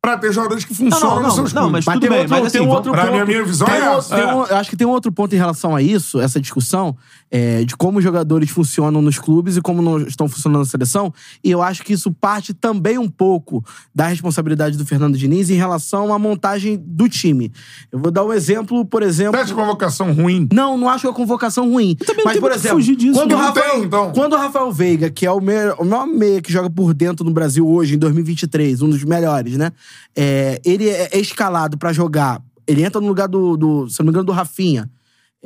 S1: pra ter jogadores que
S4: Não,
S1: funcionam
S4: não,
S1: nos
S4: não,
S1: seus
S4: não,
S1: clubes.
S4: mas
S3: Mas
S4: tudo
S3: tem
S4: bem,
S3: outro-
S4: mas
S3: tem
S4: assim,
S3: um outro
S4: vamos-
S1: Pra mim, a minha visão
S3: Tem
S1: é
S3: um-
S1: essa.
S3: tem um- eu acho que tem um outro ponto em relação a isso, essa discussão é, de como os jogadores funcionam nos clubes e como não estão funcionando na seleção. E eu acho que isso parte também um pouco da responsabilidade do Fernando Diniz em relação à montagem do time. Eu vou dar um exemplo, por exemplo.
S1: Teste de convocação ruim.
S3: Não, não acho a convocação ruim.
S4: também não
S3: Mas,
S4: tem
S3: por
S4: muito que
S3: exemplo,
S4: fugir disso,
S3: quando, o
S1: não
S3: Rafael,
S1: tem, então.
S3: quando o Rafael Veiga, que é o, me- o maior meia que joga por dentro no Brasil hoje, em 2023, um dos melhores, né? É, ele é é escalado pra jogar. Ele entra no lugar do, do se não me engano, do Rafinha.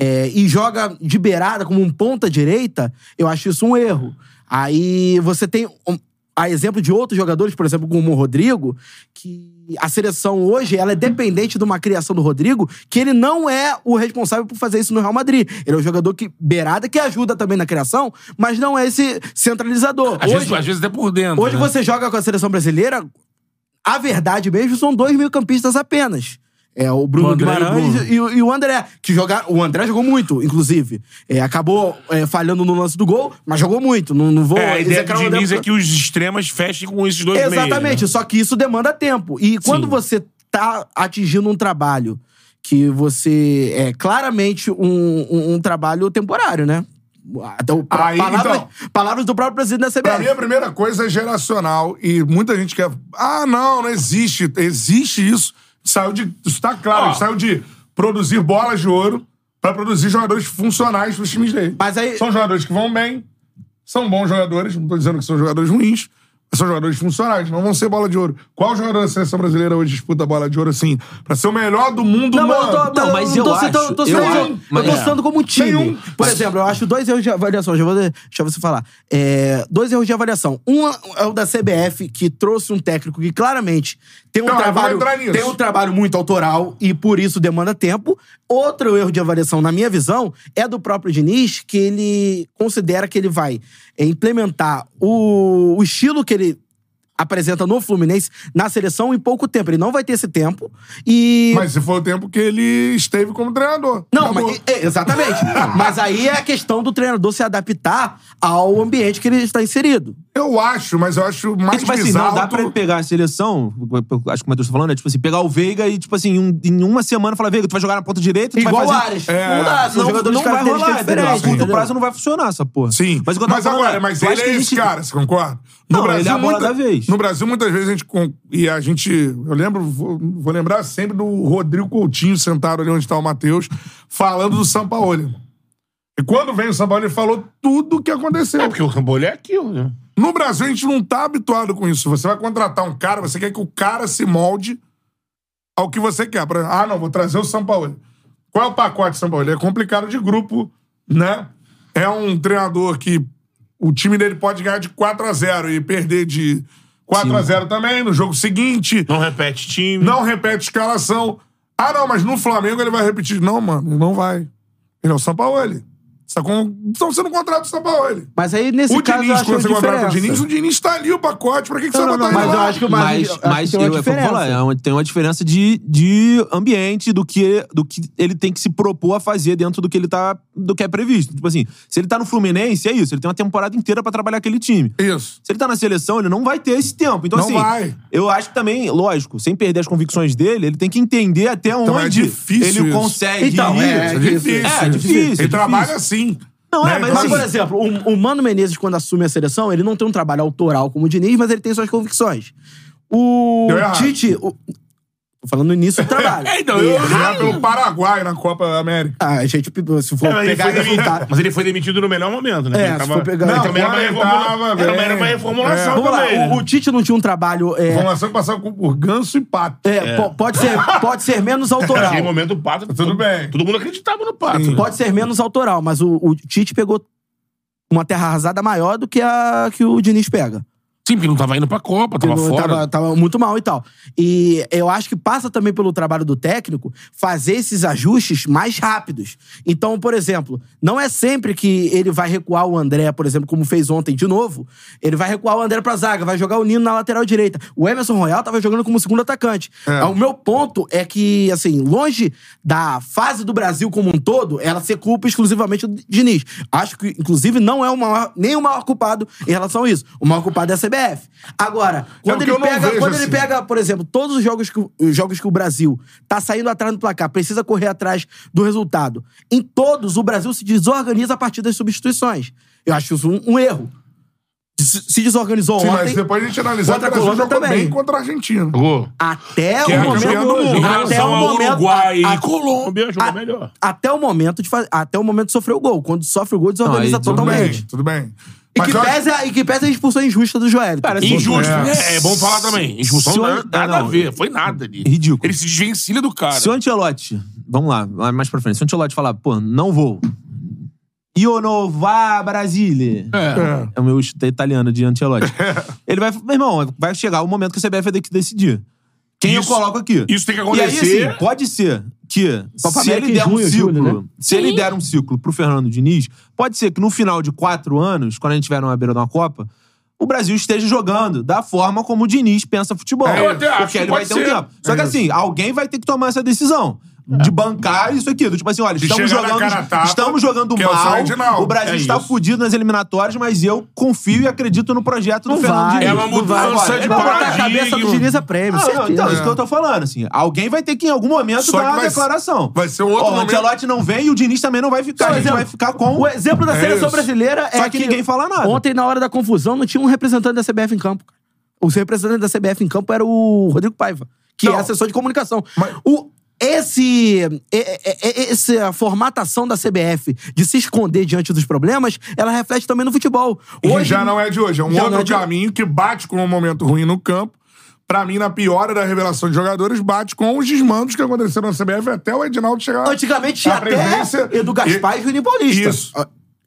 S3: é, e joga de beirada como um ponta direita, eu acho isso um erro. Aí você tem um- a exemplo de outros jogadores, por exemplo, como o Rodrigo, que a seleção hoje ela é dependente de uma criação do Rodrigo, que ele não é o responsável por fazer isso no Real Madrid. Ele é um jogador que beirada que ajuda também na criação, mas não é esse centralizador.
S2: Às,
S3: hoje
S2: vezes, às vezes até por dentro.
S3: hoje
S2: né?
S3: você joga com a seleção brasileira, a verdade mesmo são dois meio-campistas apenas. É o Bruno
S2: O André e o
S3: Guimarães
S2: Bruno.
S3: e, o- e o André, que joga, o André jogou muito, inclusive. É, acabou é, falhando no lance do gol, mas jogou muito. Não, não vou
S2: É, a ideia do
S3: execrar o André
S2: Diniz é
S3: porque-
S2: que os extremos fechem com esses dois meios, né?
S3: Exatamente, só que isso demanda tempo. E quando você tá atingindo um trabalho que você é claramente um, um, um trabalho temporário, né? Até o-
S1: Aí,
S3: palavras,
S1: então.
S3: palavras do próprio presidente da
S1: Pra mim,
S3: CBF.
S1: a primeira coisa é geracional. E muita gente quer. Ah, não, não existe. Existe isso. Saiu de. Isso tá claro.
S2: Ó.
S1: Ele Saiu de produzir bolas de ouro pra produzir jogadores funcionais pros times dele.
S3: Mas aí-
S1: São jogadores que vão bem, são bons jogadores. Não tô dizendo que são jogadores ruins. mas São jogadores funcionais, não vão ser bola de ouro. Qual jogador da seleção brasileira hoje disputa bola de ouro assim? Pra ser o melhor do mundo,
S3: Não, mas
S1: mano.
S3: eu tô,
S4: Não, mas eu
S3: tô
S4: acho,
S3: citando, tô
S4: eu
S3: citando,
S4: acho,
S3: eu tô
S5: mas-
S3: citando como um time.
S1: Tem um-
S3: Por exemplo, eu acho dois erros de avaliação, já vou de- deixar você falar. É, dois erros de avaliação. Um é o da CBF, que trouxe um técnico que claramente tem um,
S1: Não, eu vou
S3: trabalho,
S1: entrar nisso.
S3: tem um trabalho muito autoral e por isso demanda tempo. Outro erro de avaliação, na minha visão, é do próprio Diniz, que ele considera que ele vai é, implementar o, o estilo que ele apresenta no Fluminense na seleção em pouco tempo. Ele não vai ter esse tempo e...
S1: Mas se foi o tempo que ele esteve como treinador.
S3: Não,
S1: Acabou.
S3: mas, é, exatamente. mas aí é a questão do treinador se adaptar ao ambiente que ele está inserido.
S1: Eu acho, mas eu acho
S4: É,
S1: mais
S4: tipo assim,
S1: bizarro...
S4: não dá pra ele
S1: tu-
S4: pegar a seleção, acho que o Matheus tá falando, é tipo assim, pegar o Veiga e, tipo assim, um- em uma semana falar, Veiga, tu vai jogar na ponta direita, tu vai
S3: Igual o
S4: fazer...
S3: Ares.
S1: É,
S3: não
S1: são
S3: dá, um- são
S4: Não,
S3: jogadores
S4: não
S3: de
S4: vai
S3: características
S4: rolar, entendeu? A
S3: diferentes.
S4: curto
S3: entendeu?
S4: prazo não vai funcionar essa porra.
S1: Sim, mas,
S4: o que eu tava falando
S1: agora,
S4: é,
S1: mas
S4: eu
S1: ele
S4: acho que
S1: é
S4: a
S1: esse
S4: gente-
S1: cara, você concorda?
S4: Não, ele é a bola da vez.
S1: No Brasil, muitas vezes a gente... con- E a gente... Eu lembro, vou, vou lembrar sempre do Rodrigo Coutinho sentado ali onde está o Matheus, falando do Sampaoli. E quando vem o Sampaoli, ele falou tudo o que aconteceu.
S2: É porque o Rambolé é aquilo, né?
S1: No Brasil, a gente não tá habituado com isso. Você vai contratar um cara, você quer que o cara se molde ao que você quer. Por exemplo, Ah, não, vou trazer o São Paulo. Qual é o pacote de São Paulo? É complicado de grupo, né? É um treinador que o time dele pode ganhar de 4 a 0 e perder de 4 a 0 também no jogo seguinte.
S2: Não repete time.
S1: Não repete escalação. Ah, não, mas no Flamengo ele vai repetir. Não, mano, ele não vai. Ele é o São Paulo. Sacou? Então você não contrata o São Paulo.
S3: Mas aí, nesse
S1: O
S3: caso, eu
S1: Diniz,
S3: acho
S1: quando
S3: que
S1: você
S3: é uma
S1: contrata o
S3: diferença.
S1: Diniz, o Diniz tá ali o pacote. Pra que, que
S3: Não,
S1: você vai
S3: não,
S1: botar
S3: não,
S1: ele lá?
S3: mas eu acho que o Mas-
S4: Mas,
S3: acho que
S4: mas
S3: tem uma
S4: eu, é o que eu
S3: diferença.
S4: vou falar, é uma- tem uma diferença de, de ambiente, do que, do que ele tem que se propor a fazer dentro do que ele tá. do que é previsto. Tipo assim, se ele tá no Fluminense, é isso, ele tem uma temporada inteira pra trabalhar aquele time.
S1: Isso.
S4: Se ele tá na seleção, ele não vai ter esse tempo. Então,
S1: Não
S4: assim,
S1: vai.
S4: eu acho que também, lógico, sem perder as convicções dele, ele tem que entender até
S1: é
S4: onde
S1: difícil
S4: ele
S1: isso.
S4: consegue
S3: Então,
S4: ir.
S1: É
S3: é
S1: difícil.
S4: É, difícil,
S1: Ele
S4: difícil.
S1: trabalha assim.
S4: Não,
S3: Né?
S4: é,
S3: Mas,
S1: Então,
S3: por
S1: assim,
S3: exemplo, o, o Mano Menezes, quando assume a seleção, ele não tem um trabalho autoral como o Diniz, mas ele tem suas convicções. O
S1: Deu errado.
S3: Tite. o- tô falando no início do trabalho.
S2: então, eu-
S1: jogar pelo Paraguai na Copa América.
S3: Ah, a gente, se for
S2: É, mas, ele
S3: pegar
S2: foi
S1: tá-
S3: resultado.
S2: demitido, mas ele foi demitido no melhor momento, né?
S3: É,
S2: ele
S3: se for pegar-
S2: Não,
S3: Não,
S2: também era uma,
S1: agora ele
S2: reformula...
S1: tava
S2: era uma,
S1: bem.
S2: era uma reformulação
S1: É.
S3: Vamos lá,
S2: também. né?
S3: o, o Tite não tinha um trabalho. é,
S1: Informação que passava com- por ganso e pato.
S3: é, po- pode, ser, pode ser menos autoral.
S2: Naquele momento, o Pato...
S1: Tudo bem.
S2: Todo mundo acreditava no Pato.
S1: Sim.
S3: Pode ser menos autoral, mas o, o Tite pegou uma terra arrasada maior do que a que o Diniz pega.
S2: Sim, porque não tava indo pra Copa, tava
S3: Porque não-
S2: fora.
S3: Tava, tava muito mal e tal. E eu acho que passa também pelo trabalho do técnico fazer esses ajustes mais rápidos. Então, por exemplo, não é sempre que ele vai recuar o André, por exemplo, como fez ontem de novo. Ele vai recuar o André pra zaga, vai jogar o Nino na lateral direita. O Emerson Royal tava jogando como segundo atacante. O meu ponto é que, assim, longe da fase do Brasil como um todo, ela ser culpa exclusivamente do Diniz. Acho que, inclusive, não é o maior, nem o maior culpado em relação a isso. O maior culpado é a CBF. Agora, quando,
S1: o que
S3: ele
S1: eu não
S3: pega,
S1: vejo,
S3: quando ele
S1: assim.
S3: pega, por exemplo, todos os jogos, que, o- os jogos que o Brasil tá saindo atrás do placar, precisa correr atrás do resultado. Em todos, o Brasil se desorganiza a partir das substituições. Eu acho isso um, um erro. Se se desorganizou
S1: Sim,
S3: ontem.
S1: mas depois a gente analisar que o
S3: Contra a
S1: Brasil
S3: Colômbia
S1: jogou
S3: também.
S1: bem contra a Argentina.
S2: Jogou.
S3: Até
S1: Que
S3: o
S1: era é campeão do mundo. né?
S3: momento.
S2: Em
S3: Até
S2: relação
S3: o
S2: ao
S3: momento.
S2: Uruguai
S3: a-
S2: e Colômbia, jogou
S3: a-
S2: melhor.
S3: Até o momento de fazer. Até o momento de sofrer o gol. Quando sofre o gol, desorganiza
S4: Não, aí, tudo
S1: Tudo
S3: totalmente.
S1: bem, tudo bem.
S3: E
S1: Mas
S3: que,
S1: eu acho-
S3: pese a, e que pese a expulsão injusta do Joel.
S4: Cara, assim,
S2: Injusto.
S1: É.
S2: É, é bom falar também. Injunção
S4: Se
S2: não,
S4: eu-
S2: nada
S4: não,
S2: a ver. Foi nada ali.
S4: Ridículo.
S2: Ele se desvencilha do cara.
S4: Se o Antelote, vamos lá, vai mais pra frente, se o Antelote falar, pô, não vou. Ionovar Brasile.
S2: É.
S4: É o meu chute italiano de Antelote. Ele vai, meu irmão, vai chegar o momento que a CBF vai ter que decidir. Quem
S2: Isso-
S4: eu coloco aqui?
S2: Isso tem que
S4: E aí,
S2: acontecer.
S4: assim, pode ser que
S3: Copa
S4: se
S3: América
S4: ele
S3: em
S4: der um
S3: junho,
S4: ciclo,
S3: julho, né?
S4: se ele der um ciclo pro Fernando Diniz, pode ser que no final de quatro anos, quando a gente tiver numa beira de uma Copa, o Brasil esteja jogando da forma como o Diniz pensa futebol.
S2: É, eu até acho
S4: porque
S2: que
S4: ele vai
S2: pode
S4: ter um
S2: ser. É
S4: tempo. Só que assim, alguém vai ter que tomar essa decisão. De bancar isso aqui. do Tipo assim, olha,
S1: De
S4: estamos
S1: chegar na
S4: jogando,
S1: cara a tapa,
S4: estamos jogando
S1: que é o
S4: mal.
S1: sonho de não.
S4: o Brasil
S2: É
S4: está
S2: isso.
S4: fudido nas eliminatórias, mas eu confio e acredito no projeto do
S3: Não
S4: Fernando
S3: vai,
S4: Diniz.
S2: É uma
S4: Não vai.
S2: mudança
S4: Agora,
S2: de
S4: ele vai botar a
S3: a
S2: paradigma.
S3: cabeça do Diniz é prêmio.
S4: ah, não,
S3: certeza.
S4: então, isso que eu tô falando, assim. Alguém vai ter que, em algum momento,
S1: Só que
S4: dar uma
S1: vai-
S4: declaração.
S1: vai ser um outro
S4: Ó, O
S1: momento.
S4: Ancelotti não vem e o Diniz também não vai ficar.
S3: Só
S4: a gente
S3: exemplo.
S4: vai ficar com...
S3: O exemplo da
S1: É
S3: seleção
S1: isso.
S3: brasileira é
S4: Só que ninguém fala nada.
S3: Ontem, na hora da confusão, não tinha um representante da CBF em campo. Os representantes da CBF em campo era o Rodrigo Paiva, que
S1: Não.
S3: é assessor de comunicação.
S1: Mas-
S3: O, esse, e- e- e- esse- a formatação da CBF de se esconder diante dos problemas, ela reflete também no futebol.
S1: Hoje já não é de hoje, é um
S3: Já não
S1: outro
S3: é de-
S1: caminho que bate com um momento ruim no campo. Pra mim, na piora da revelação de jogadores, bate com os desmandos que aconteceram na CBF até o Edinaldo chegar.
S3: Antigamente tinha
S1: A presença-
S3: até Edu Gaspar e, Juninho Paulista. Ah,
S1: Isso.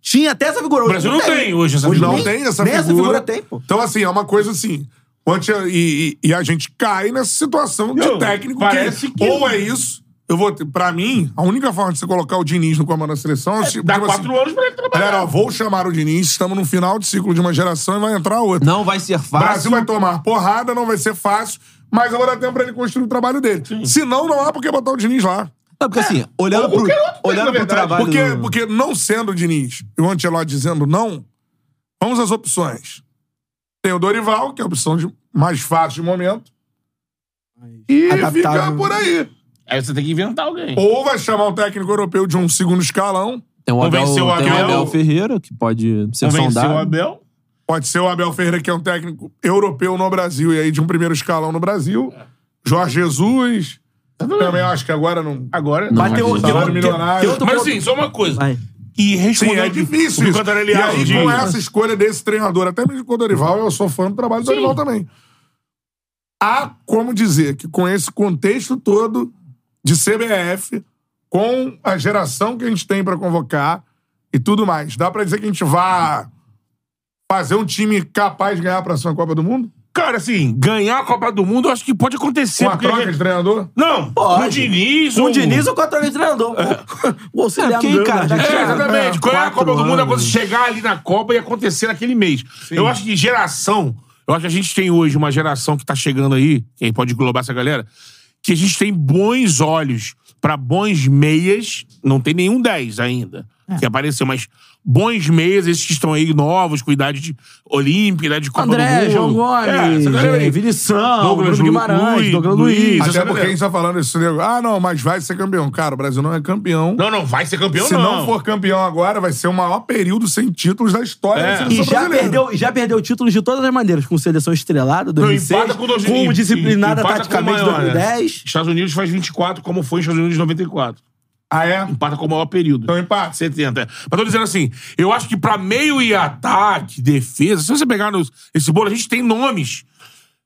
S3: Tinha até essa figura.
S2: O Brasil não tem hoje essa
S1: Hoje
S2: figura.
S1: não
S3: nem-
S1: tem essa
S3: nem
S1: figura.
S3: essa figura tem, pô.
S1: Então, assim, é uma coisa assim. antes- E, e- e a gente cai nessa situação de
S2: Eu-
S1: técnico
S2: parece que-
S1: ou é isso, Eu vou, ter- pra mim, a única forma de você colocar o Diniz no comando da seleção é, tipo,
S2: Dá
S1: tipo
S2: quatro
S1: assim,
S2: anos pra ele trabalhar.
S1: Galera, ó, vou chamar o Diniz, estamos no final de ciclo de uma geração e vai entrar outra.
S4: Não vai ser
S1: O
S4: fácil.
S1: Brasil vai tomar porrada, não vai ser fácil, mas eu vou dar tempo pra ele construir o trabalho dele. Senão, não há por que botar o Diniz lá.
S4: Não, porque assim,
S3: É,
S4: olhando pro,
S3: um.
S2: qualquer outro tem, na
S4: olhando pro
S2: verdade.
S4: trabalho...
S1: Porque,
S4: do-
S1: porque não sendo o Diniz e o Ancelotti dizendo não, vamos às opções. Tem o Dorival, que é a opção de mais fácil de momento. E
S3: Adaptável.
S1: ficar por aí.
S2: Aí você tem que inventar alguém.
S1: Ou vai chamar um técnico europeu de um segundo escalão.
S4: Tem o Abel,
S2: Convenceu o
S4: tem o
S2: Abel.
S4: Abel Ferreira, que pode ser
S2: Convenceu o
S4: sondado.
S2: Abel.
S1: Pode ser o Abel Ferreira, que é um técnico europeu no Brasil, e aí de um primeiro escalão no Brasil. Jorge Jesus. Também acho que agora não.
S2: Agora...
S4: Não,
S2: Bateu é
S4: mas-
S2: o
S1: Salário
S2: tem-
S1: milionário.
S2: tem- Mas assim, só uma coisa.
S3: Vai.
S2: E
S1: Sim,
S2: respondendo...
S1: é difícil.
S2: o
S1: Isso.
S2: que o Cantarelli
S1: E
S2: acha
S1: aí,
S2: de-
S1: com essa escolha desse treinador, até mesmo com o Dorival, eu sou fã do trabalho do Dorival também. Há como dizer que, com esse contexto todo de CBF, com a geração que a gente tem pra convocar e tudo mais, dá pra dizer que a gente vá fazer um time capaz de ganhar a próxima Copa do Mundo?
S2: Cara, assim, ganhar a Copa do Mundo, eu acho que pode acontecer.
S1: Com a
S2: porque-
S1: troca de treinador?
S2: Não,
S3: Pode.
S2: o Diniz...
S3: Um
S2: ou-
S3: Diniz ou quatro anos de treinador? O
S4: É,
S3: auxiliar
S4: porque,
S3: Miranda,
S4: cara,
S3: tá
S2: É,
S4: gente,
S3: cara.
S2: exatamente. Ganhar a
S4: quatro
S2: Copa do Mundo é
S4: anos.
S2: quando você chegar ali na Copa e acontecer naquele mês. Eu acho que geração. Eu acho que a gente tem hoje uma geração que tá chegando aí, que aí pode englobar essa galera, que a gente tem bons olhos pra bons meias. Não tem nenhum 10 ainda que apareceu, mas bons meias, esses que estão aí novos, com idade de Olímpia, idade de Copa do
S3: André,
S2: Mundo.
S3: João Gomes,
S2: essa galera aí.
S3: é, Vinição,
S2: Douglas
S3: Bruno
S2: Lu-
S3: Guimarães,
S2: Luiz-
S3: Douglas
S2: Luiz,
S3: Luiz.
S2: essa
S1: Até
S2: galera.
S1: porque a gente tá falando isso, nego. Ah, não, mas vai ser campeão. Cara, o Brasil não é campeão.
S2: Não, não, vai ser campeão,
S1: Se não for campeão agora, vai ser o maior período sem títulos da história
S2: É.
S1: da seleção
S3: E já
S1: brasileira.
S3: perdeu, e já perdeu títulos de todas as maneiras, com seleção estrelada, 2006,
S2: empata com 2000,
S3: como disciplinada
S2: empata com o
S3: taticamente
S2: maior, né?
S3: 2010.
S2: Estados Unidos faz 24, como foi Estados Unidos em 94.
S1: Ah, é?
S2: Empata com o maior período.
S1: Então empate.
S2: 70. é. Mas tô dizendo assim, eu acho que pra meio e ataque, defesa, se você pegar nos- esse bolo, a gente tem nomes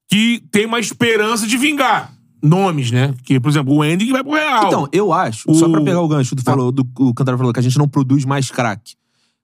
S2: que tem uma esperança de vingar. Nomes, né? Que, por exemplo, o Andy que vai pro Real.
S4: Então, eu acho, só
S2: O- Ah.
S4: pra pegar o gancho do, falou, do o Cantarão falou que a gente não produz mais craque.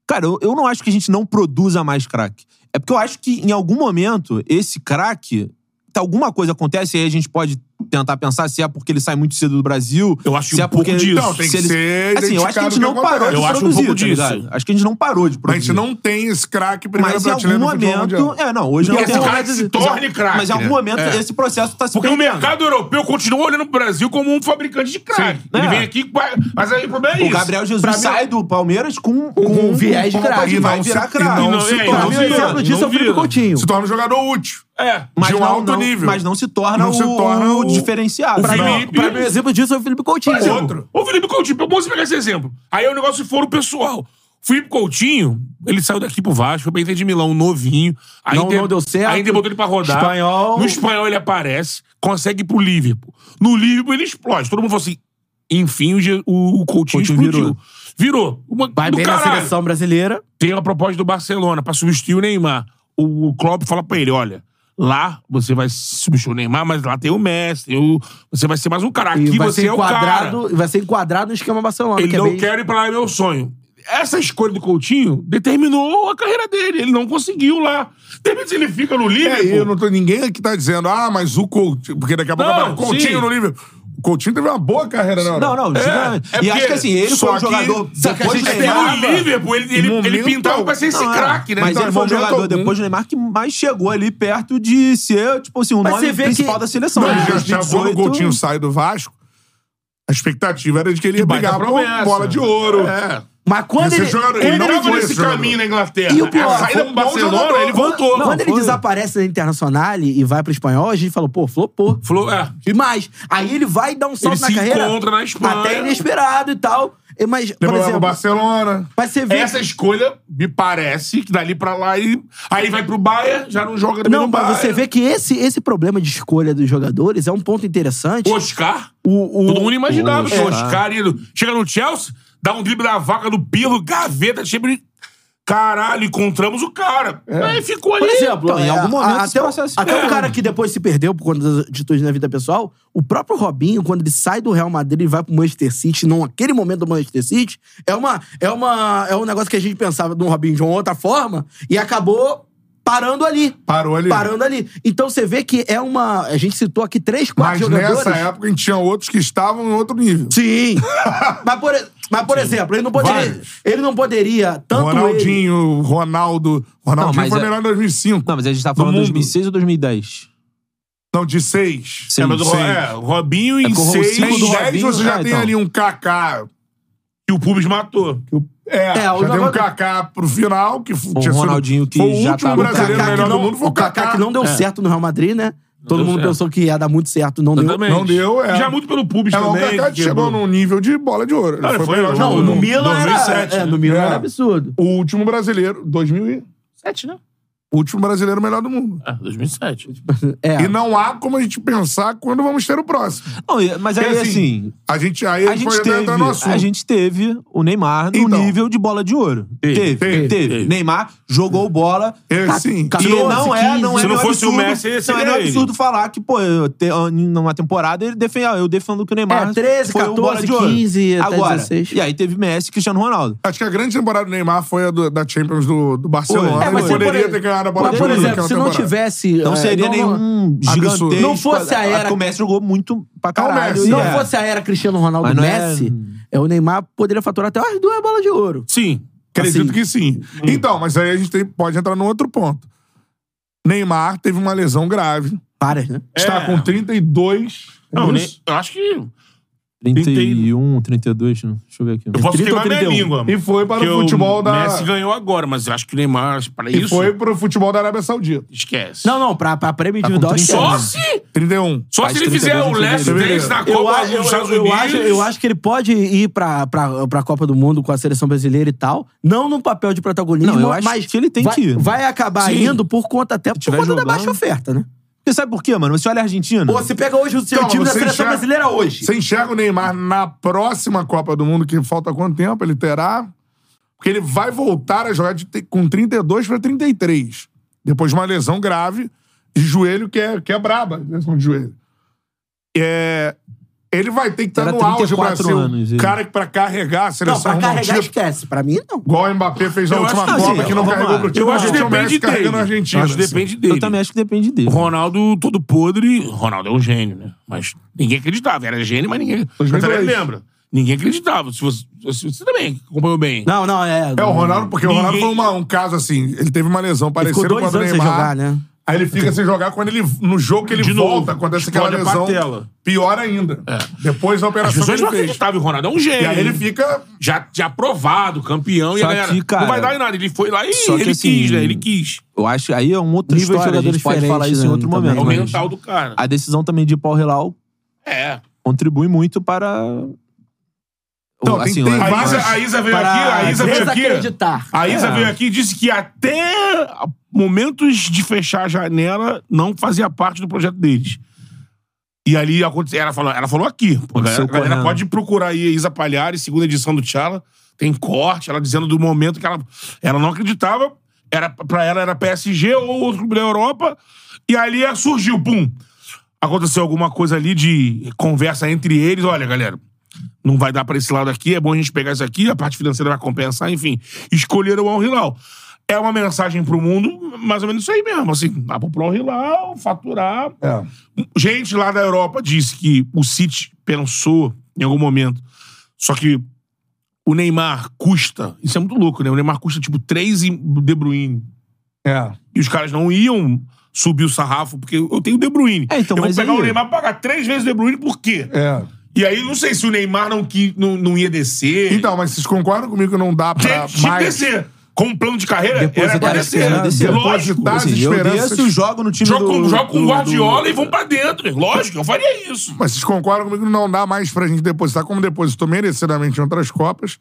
S4: Cara, eu, eu não acho que a gente não produza mais craque. É porque eu acho que em algum momento esse craque, tá, alguma coisa acontece e aí a gente pode tentar pensar se é porque ele sai muito cedo do Brasil.
S2: Eu acho
S4: se é
S2: um pouco
S4: porque
S2: disso.
S1: Não, tem
S4: se
S1: que
S4: ele-
S1: ser
S4: assim, eu acho que a
S1: identificado
S4: gente
S1: o que
S4: não parou
S1: acontece.
S4: de
S2: Eu acho um
S4: produzir,
S2: pouco
S4: tá
S2: disso.
S4: ligado? Acho que a gente não parou de
S1: A
S4: produzir.
S1: gente não tem esse craque primeiro
S4: Mas em algum
S1: prateleira no futebol mundial.
S4: momento. É, não, hoje
S2: Porque
S4: não
S2: esse
S4: tem
S2: cara
S4: mais
S2: se
S4: esse-
S2: torne craque,
S4: Mas em algum
S2: né?
S4: momento
S2: É.
S4: esse processo tá se
S2: Porque o
S4: perdendo.
S2: mercado europeu continua olhando o Brasil como um fabricante de crack. Ele
S4: É.
S2: vem aqui, mas aí o problema é
S4: O
S2: isso.
S4: Gabriel Jesus
S2: Pra mim-
S4: sai do Palmeiras com, com,
S3: um viés de
S4: com-
S3: craque.
S4: e vai
S1: E não
S4: virar
S1: se-
S4: craque.
S1: e
S2: não
S4: Não
S2: se
S4: é,
S2: torna.
S3: Pra mim, o
S2: vira,
S3: exemplo disso é
S2: não
S3: o Felipe
S2: vira.
S3: Coutinho.
S1: Se torna um jogador útil.
S2: É.
S4: Mas
S1: de um
S4: não,
S1: alto
S4: não-
S1: nível.
S4: Mas não se torna,
S1: Não se
S4: o,
S1: torna
S4: o
S1: o-
S4: diferenciado.
S2: o
S4: Pra mim,
S2: Felipe-
S3: Pra mim, o exemplo disso é o Felipe Coutinho.
S2: Mas, Ô, ô, Felipe Coutinho, eu posso pegar esse exemplo. Aí é um negócio foro pessoal. O Felipe Coutinho, ele saiu daqui pro Vasco, foi pra Inter de Milão, novinho. A
S3: Não-
S2: Inter-
S3: não deu certo.
S2: A Inter botou ele pra rodar.
S3: Espanhol.
S2: No espanhol ele aparece, consegue ir pro Liverpool. No Liverpool ele explode. Todo mundo falou assim, enfim, o, Ge- o- o Coutinho,
S4: Coutinho
S2: explodiu. Virou. Uma,
S3: Vai
S2: do
S3: bem na
S2: caralho.
S3: seleção brasileira.
S2: Tem a proposta do Barcelona pra substituir o Neymar. O, o Klopp fala pra ele, olha... Lá você vai substituir o Neymar, mas lá tem o Messi, tem o- você vai ser mais um cara.
S3: E
S2: Aqui
S3: vai
S2: você
S3: ser
S2: é o cara.
S3: enquadrado, e vai ser enquadrado no esquema Barcelona.
S2: Ele
S3: que é
S2: não
S3: bem-
S2: quer ir pra lá, é meu sonho. Essa escolha do Coutinho determinou a carreira dele. Ele não conseguiu lá. De repente ele fica no
S1: É, e eu
S2: Liverpool.
S1: não tô, ninguém aqui tá dizendo, ah, mas o Coutinho. Porque daqui a pouco
S2: Não,
S1: aparece o Coutinho
S2: sim.
S1: no nível. O Coutinho teve uma boa carreira né, na
S4: Não,
S1: Europa.
S4: não, gigante.
S2: é
S4: e acho
S2: porque-
S4: que assim, ele foi
S1: só
S4: um
S1: que-
S4: jogador.
S1: só que a
S4: depois
S1: gente
S4: do
S1: tem
S2: Ele
S1: um
S4: Neymar-
S2: pegou
S1: esperava.
S2: o Liverpool, ele, ele,
S1: Momento-
S2: ele pintava pra ser esse
S4: Não, é.
S2: craque, né?
S4: Mas
S2: Então,
S4: ele foi um
S1: momento
S4: jogador
S1: algum.
S4: depois do Neymar que mais chegou ali perto de ser, tipo assim, o
S3: Mas você
S4: nome
S3: vê
S4: principal
S3: que-
S4: da seleção. né? Ele
S1: Ele
S4: em
S1: já tinha- Quando o
S4: 2018,
S1: Coutinho sai do Vasco, a expectativa era de que ele ia
S2: baita
S1: brigar por
S2: promessa.
S1: bola de ouro.
S2: É.
S3: Mas quando
S1: Esse
S3: ele.
S1: jogador-
S2: Ele
S1: Ele não
S2: tava
S1: foi
S2: nesse
S1: esse jogador.
S2: caminho na Inglaterra.
S3: E o pior,
S2: a saída
S1: foi
S2: pro
S1: um bom
S2: Barcelona,
S1: jogador.
S2: ele voltou.
S3: Quando ele
S4: foi.
S3: desaparece da Internacional e vai pro espanhol, a gente falou, pô, flopou.
S2: Falou, é.
S3: Demais. Aí ele vai dar um salto
S2: Ele
S3: na
S2: se
S3: carreira.
S2: encontra na Espanha.
S3: Até inesperado e tal. E- Mas, por
S1: Depois vai pro
S3: exemplo,
S1: Barcelona.
S3: mas você vê.
S2: Essa escolha, me parece, que dali pra lá, ele... aí vai pro Bayern, já não joga também
S3: Não,
S2: no
S3: mas
S2: Bayern.
S3: você vê que esse, esse problema de escolha dos jogadores é um ponto interessante.
S2: Oscar.
S3: O- o-
S2: Todo mundo imaginava que o
S4: Oscar.
S2: Oscar ia... Chega no Chelsea, dá um drible na vaca do Pirro, gaveta, sempre... Caralho, encontramos o cara.
S1: É.
S2: Aí ficou ali.
S3: Por exemplo,
S4: Então, em
S3: é,
S4: algum momento esse
S3: até, o-
S4: processo se
S3: até
S4: perdeu.
S3: o cara que depois se perdeu por conta das atitudes na vida pessoal, o próprio Robinho, quando ele sai do Real Madrid e vai pro Manchester City, não aquele momento do Manchester City, é uma é uma é um negócio que a gente pensava de um Robinho de uma outra forma e acabou parando ali.
S1: Parou ali.
S3: Parando ali. Então você vê que é uma. A gente citou aqui três,
S1: Mas
S3: quatro jogadores.
S1: nessa época a gente tinha outros que estavam em outro nível.
S3: Sim! mas por, mas, por exemplo, ele não poderia.
S1: Vários.
S3: Ele não poderia, tanto ele.
S1: Ronaldinho, Ronaldo. Ronaldinho
S4: mas
S1: foi
S4: é-
S1: melhor em 2005.
S4: Não, mas a gente tá
S1: Do
S4: falando
S1: mundo.
S4: 2006 ou 2010?
S1: Não, de 6.
S4: Sim,
S2: é, mas o Ro-
S4: sim.
S2: é, o Robinho em
S4: porque o
S2: seis,
S4: Rocinho
S1: Em
S4: do
S1: 10
S4: Robinho-
S1: você já
S4: Ah,
S1: tem
S4: então.
S1: ali um Kaká.
S2: que o Pubis matou.
S1: É,
S3: É,
S1: já
S3: o
S1: tem um
S3: jogador-
S1: Kaká pro final, que f-
S4: O
S1: tinha sido-
S4: Ronaldinho que
S1: foi o
S4: já
S1: último
S4: tava-
S1: brasileiro
S4: Kaká que
S1: melhor do
S3: não,
S1: mundo foi
S3: o Kaká que não deu certo no Real Madrid, né? Todo
S2: deu
S3: mundo
S2: certo.
S3: pensou que ia dar muito certo, não deu.
S2: Exatamente.
S1: Não deu, é.
S2: Já muito pelo Pubis
S1: É, o
S2: também.
S1: Kaká
S2: que
S1: chegou
S2: quebrou.
S1: num nível de bola de ouro. Ele
S2: Não, ele
S1: foi o
S2: foi-
S1: melhor
S2: não,
S1: do
S3: No
S1: mundo.
S3: Milan
S2: 2007,
S3: era, é,
S2: né?
S3: no Milan
S1: É.
S3: era absurdo.
S1: O último brasileiro, 2007, né? O último brasileiro melhor do mundo.
S2: É, 2007.
S3: É.
S4: Tá.
S1: E não há como a gente pensar quando vamos ter o próximo.
S4: Não, e- mas aí,
S1: Porque,
S4: assim,
S1: a gente aí
S4: a gente,
S1: foi
S4: teve,
S1: entrando no assunto.
S4: a gente teve o Neymar no
S1: Então.
S4: nível de bola de ouro. Teve, teve.
S1: teve,
S2: teve.
S4: Neymar jogou bola.
S1: É,
S4: Ca-
S1: sim.
S4: E
S3: 14,
S4: não é, não é.
S2: Se não
S4: nenhum
S2: fosse o
S4: absurdo-
S2: Messi, esse
S4: não é
S2: seria
S4: nenhum
S2: ele.
S4: absurdo falar que, pô, eu te- numa temporada ele defende, eu defendo que o Neymar.
S3: É, 13,
S4: foi um bola
S3: 14,
S4: de ouro.
S3: 15 até
S4: Agora,
S3: 16.
S4: E aí teve Messi e Cristiano Ronaldo.
S1: Acho que a grande temporada do Neymar foi a do- da Champions do, do Barcelona.
S4: Foi. É,
S1: Ele
S4: mas se
S1: poderia
S3: por-
S1: ter ganhado a bola
S3: Mas,
S1: de
S3: por
S1: ouro
S3: exemplo,
S1: naquela
S3: se não
S1: temporada.
S3: tivesse.
S4: Não
S3: é,
S4: Então seria nenhum
S1: Absurdo.
S4: gigantesco.
S3: Não fosse a era-
S4: O Messi jogou muito pra
S1: o
S4: caralho.
S1: Messi,
S4: e
S3: Não
S4: é.
S3: fosse a era Cristiano Ronaldo e
S4: Mas não é-
S3: Messi, é... o Neymar poderia faturar até umas duas bolas de ouro.
S2: Sim.
S1: Acredito
S3: Assim.
S1: que sim.
S2: Hum.
S1: Então, mas aí a gente tem- pode entrar num outro ponto. Neymar teve uma lesão grave.
S3: Várias, né?
S4: É.
S1: Está com 32.
S2: Não,
S1: anos.
S2: nem, eu acho que. Eu
S4: 31, 32, né? deixa eu ver aqui.
S2: posso
S3: 30 ou
S2: queimar minha
S3: 31.
S2: língua.
S1: E foi para
S2: porque
S1: o futebol da.
S2: Messi ganhou agora, mas eu acho que o Neymar, para
S1: E
S4: É
S2: isso,
S1: foi pro futebol da Arábia Saudita.
S2: esquece.
S3: Não, não, pra, pra prêmio
S4: Tá com
S3: individual.
S4: 30
S2: Só
S3: esquece.
S4: anos.
S2: se,
S1: 31.
S2: só se ele fizer o
S4: 32,
S2: last dance na
S3: Eu,
S2: Copa
S3: a- eu,
S2: dos Estados
S3: eu
S2: Unidos.
S3: acho, eu acho que ele pode ir pra, pra, pra Copa do Mundo com a seleção brasileira e tal. Não num papel de protagonismo,
S4: Não, eu acho
S3: mas
S4: que ele tem
S3: vai,
S4: que ir.
S3: vai acabar
S4: Sim.
S3: indo por conta até por
S4: tiver
S3: conta da
S4: jogando.
S3: baixa oferta, né?
S4: Você sabe por quê, mano? Você olha a Argentina.
S3: Pô, você pega hoje o seu
S1: Então,
S3: time da
S1: você
S3: seleção
S1: enxerga-
S3: brasileira
S4: Tipo,
S3: hoje.
S1: Você enxerga o Neymar
S4: né?
S1: na próxima Copa do Mundo, que falta quanto tempo ele terá? Porque ele vai voltar a jogar de te- com 32 para 33. Depois de uma lesão grave de joelho, que é, que é braba, lesão de joelho. É, ele vai ter que estar
S4: Era
S1: no auge, o
S4: 34
S1: Brasil.
S4: anos, ele.
S1: cara que pra carregar a
S3: Não,
S1: seleção
S3: pra
S1: arruma um
S3: carregar,
S1: título.
S3: esquece. Pra mim, não.
S1: Igual o Mbappé fez na
S2: é- Eu
S1: última
S2: acho
S4: que-
S1: Copa,
S4: assim,
S1: que não
S4: vamos
S1: carregou
S4: lá.
S1: pro time.
S2: Eu acho que
S1: mas o
S2: depende
S1: Messi
S2: dele.
S1: carrega na
S2: Eu
S1: Argentina.
S2: acho que
S1: assim.
S2: depende dele.
S4: Eu também acho que depende dele.
S2: O Ronaldo todo podre. O Ronaldo é um gênio, né? Mas ninguém acreditava. Era gênio, mas ninguém.
S1: Os
S2: Mas
S4: é
S1: dois.
S2: lembra. Ninguém acreditava. Se você, se você também acompanhou bem.
S3: Não, não, é.
S1: É, o Ronaldo, porque o Ronaldo
S2: Ninguém-
S1: foi uma- um caso assim, ele teve uma lesão parecida
S3: ficou
S1: com
S3: dois
S1: a do
S3: anos
S1: Neymar.
S3: sem jogar, né?
S1: Aí ele fica sem jogar quando ele. No jogo que ele
S2: De novo,
S1: volta, acontece aquela
S2: explode a
S1: lesão.
S2: patela.
S1: Pior ainda. Depois da
S2: As
S1: operação que
S2: pessoas
S1: ele
S2: não
S1: fez.
S2: acreditavam. O Ronaldo é um
S1: E
S2: gênio.
S1: aí ele fica.
S2: já, já aprovado, campeão. e a
S4: Só
S2: galera,
S4: que, cara,
S2: não vai dar em nada. Ele foi lá e
S4: só que
S2: ele
S4: assim,
S2: quis, né? Ele quis.
S4: Eu acho aí é um outro
S3: Nível de
S4: história, a gente
S3: jogadores
S4: pode falar
S3: diferentes,
S4: isso em
S3: né,
S4: outro
S3: também.
S2: É o
S4: momento. mas
S2: mental do cara.
S4: A decisão também de Paul Hilal
S2: É.
S4: contribui muito para
S1: Então,
S4: o- assim,
S1: tem-
S4: o
S1: tem
S4: Neymar-
S2: A
S1: várias-
S2: Isa, a Isa veio
S3: Para
S2: aqui, a Isa veio aqui.
S3: desacreditar.
S2: A Isa
S4: É.
S2: veio aqui e disse que até momentos de fechar a janela não fazia parte do projeto deles. E ali aconteceu. Ela falou, ela falou aqui. Pô, a galera,
S4: Aconteceu
S2: a galera
S4: correndo.
S2: pode procurar aí a Isa Palhares, segunda edição do Tchala. Tem corte, ela dizendo do momento que ela, ela não acreditava. Era, pra ela era PSG ou outro clube da Europa. E ali é, surgiu, pum. Aconteceu alguma coisa ali de conversa entre eles. Olha, galera, não vai dar pra esse lado aqui, é bom a gente pegar isso aqui, a parte financeira vai compensar, enfim. Escolheram o Al-Hilal. É uma mensagem pro mundo, mais ou menos isso aí mesmo. Assim, dá pro Al-Hilal faturar.
S1: É.
S2: Gente lá da Europa disse que o City pensou em algum momento. Só que o Neymar custa. Isso é muito louco, né? O Neymar custa tipo 3 De Bruyne.
S1: É.
S2: E os caras não iam subir o sarrafo, porque eu tenho o De Bruyne.
S4: É, então,
S2: eu vou
S4: mas
S2: pegar
S4: aí-
S2: o Neymar e pagar três vezes o De Bruyne, por quê?
S1: É.
S2: E aí, não sei se o Neymar não, qui- não, não ia descer.
S1: Então, mas vocês concordam comigo que não dá pra
S2: tinha tinha que
S1: mais.
S2: descer. Com um plano de carreira,
S4: Depois
S2: era
S4: eu
S2: pra
S4: tava
S2: descer.
S4: esperando descer.
S2: Lógico.
S1: Depositar as
S4: Assim, eu
S1: esperanças-
S4: desço, jogo no time
S2: Joga com,
S4: do...
S2: joga com
S4: do-
S2: o
S4: do-
S2: Guardiola e vão pra dentro. Lógico, eu faria isso.
S1: Mas vocês concordam comigo que não dá mais pra gente depositar, como depositou merecidamente em outras Copas.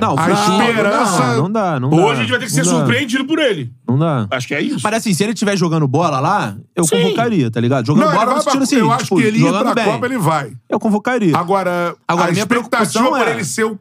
S4: Não,
S1: A
S4: futebol-
S1: esperança-
S4: Não, não dá, não dá.
S2: Hoje a gente vai ter que ser
S4: não dá,
S2: surpreendido por ele.
S4: Não dá.
S2: Acho que é isso.
S4: Mas assim, se ele estiver jogando bola lá, eu
S2: Sim.
S4: convocaria, tá ligado? Jogando
S1: Não, ele
S4: bola,
S1: vai
S4: você
S1: pra-
S4: tira assim,
S1: eu acho
S4: tipo,
S1: que ele ir
S4: jogando
S1: pra
S4: bem.
S1: Copa, ele vai.
S4: Eu convocaria.
S1: Agora,
S4: Agora,
S1: a
S4: minha
S1: expectativa
S4: preocupação
S1: por
S4: é-
S1: ele ser o,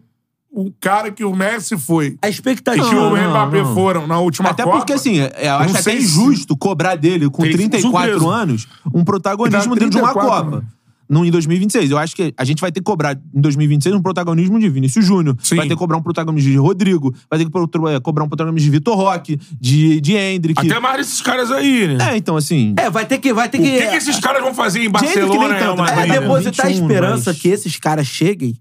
S1: o cara que o Messi foi.
S3: A
S1: E
S3: expectativa.
S1: que o
S4: não,
S1: Mbappé
S4: não.
S1: foram na última
S4: Até
S1: Copa.
S4: porque, assim, é- eu acho até
S1: sei se-
S4: injusto cobrar dele, com
S2: Ele fica
S4: 34
S2: surpreso.
S4: anos, um
S1: Ele
S4: protagonismo
S1: tá
S4: dentro de uma
S1: 34,
S4: Copa.
S1: mano.
S4: no, em 2026. Eu acho que a gente vai ter que cobrar em 2026 um protagonismo de Vinícius Júnior.
S2: Sim.
S4: Vai ter que cobrar um protagonismo de Rodrigo. Vai ter que pro- tro- cobrar um protagonismo de Vitor Roque, de, de Hendrick.
S2: Até mais desses caras aí, né?
S4: É, então assim.
S3: É, vai ter que. Vai ter
S2: O
S3: que,
S2: que, que esses caras vão fazer em
S4: Gente, que nem
S2: Barcelona?
S4: tanto,
S2: Real
S4: né?
S2: Madrid?
S3: É, depositar a
S4: 21,
S3: esperança
S4: mas-
S3: que esses caras cheguem.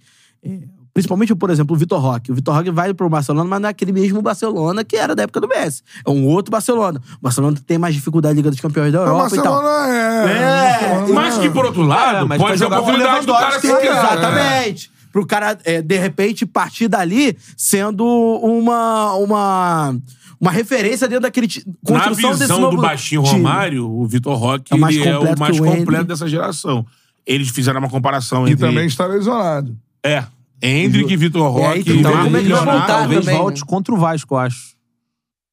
S3: é, principalmente, por exemplo, o Vitor Roque. O Vitor Roque vai pro Barcelona, mas não é aquele mesmo Barcelona que era da época do Messi. É um outro Barcelona. O Barcelona tem mais dificuldade na Liga dos Campeões da
S1: O
S3: Europa e tal.
S1: Barcelona é.
S3: É,
S1: o Barcelona
S2: Mas que, por outro
S4: É,
S2: lado,
S4: mas pra
S2: pode ser a
S4: jogar com o
S2: oportunidade do cara
S4: Lewandowski,
S2: se criar. né?
S3: Exatamente. Pro cara, é, de repente, partir dali sendo uma. uma uma referência dentro daquele ti-
S2: Na
S3: construção desse
S2: visão
S3: novo
S2: do baixinho
S3: time.
S2: Romário, o Vitor Roque
S3: É o mais
S2: ele é o
S3: completo
S2: mais
S3: que o Henry.
S2: completo dessa geração. Eles fizeram uma comparação
S1: E
S2: entre...
S1: também está lesionado.
S2: É. Hendrick e Vitor
S3: E aí,
S2: Roque.
S3: então,
S2: Marcos
S3: como é que eles
S2: Leonardo,
S3: voltaram
S2: talvez
S4: talvez
S3: também,
S4: volte
S3: né?
S4: contra o Vasco, eu acho.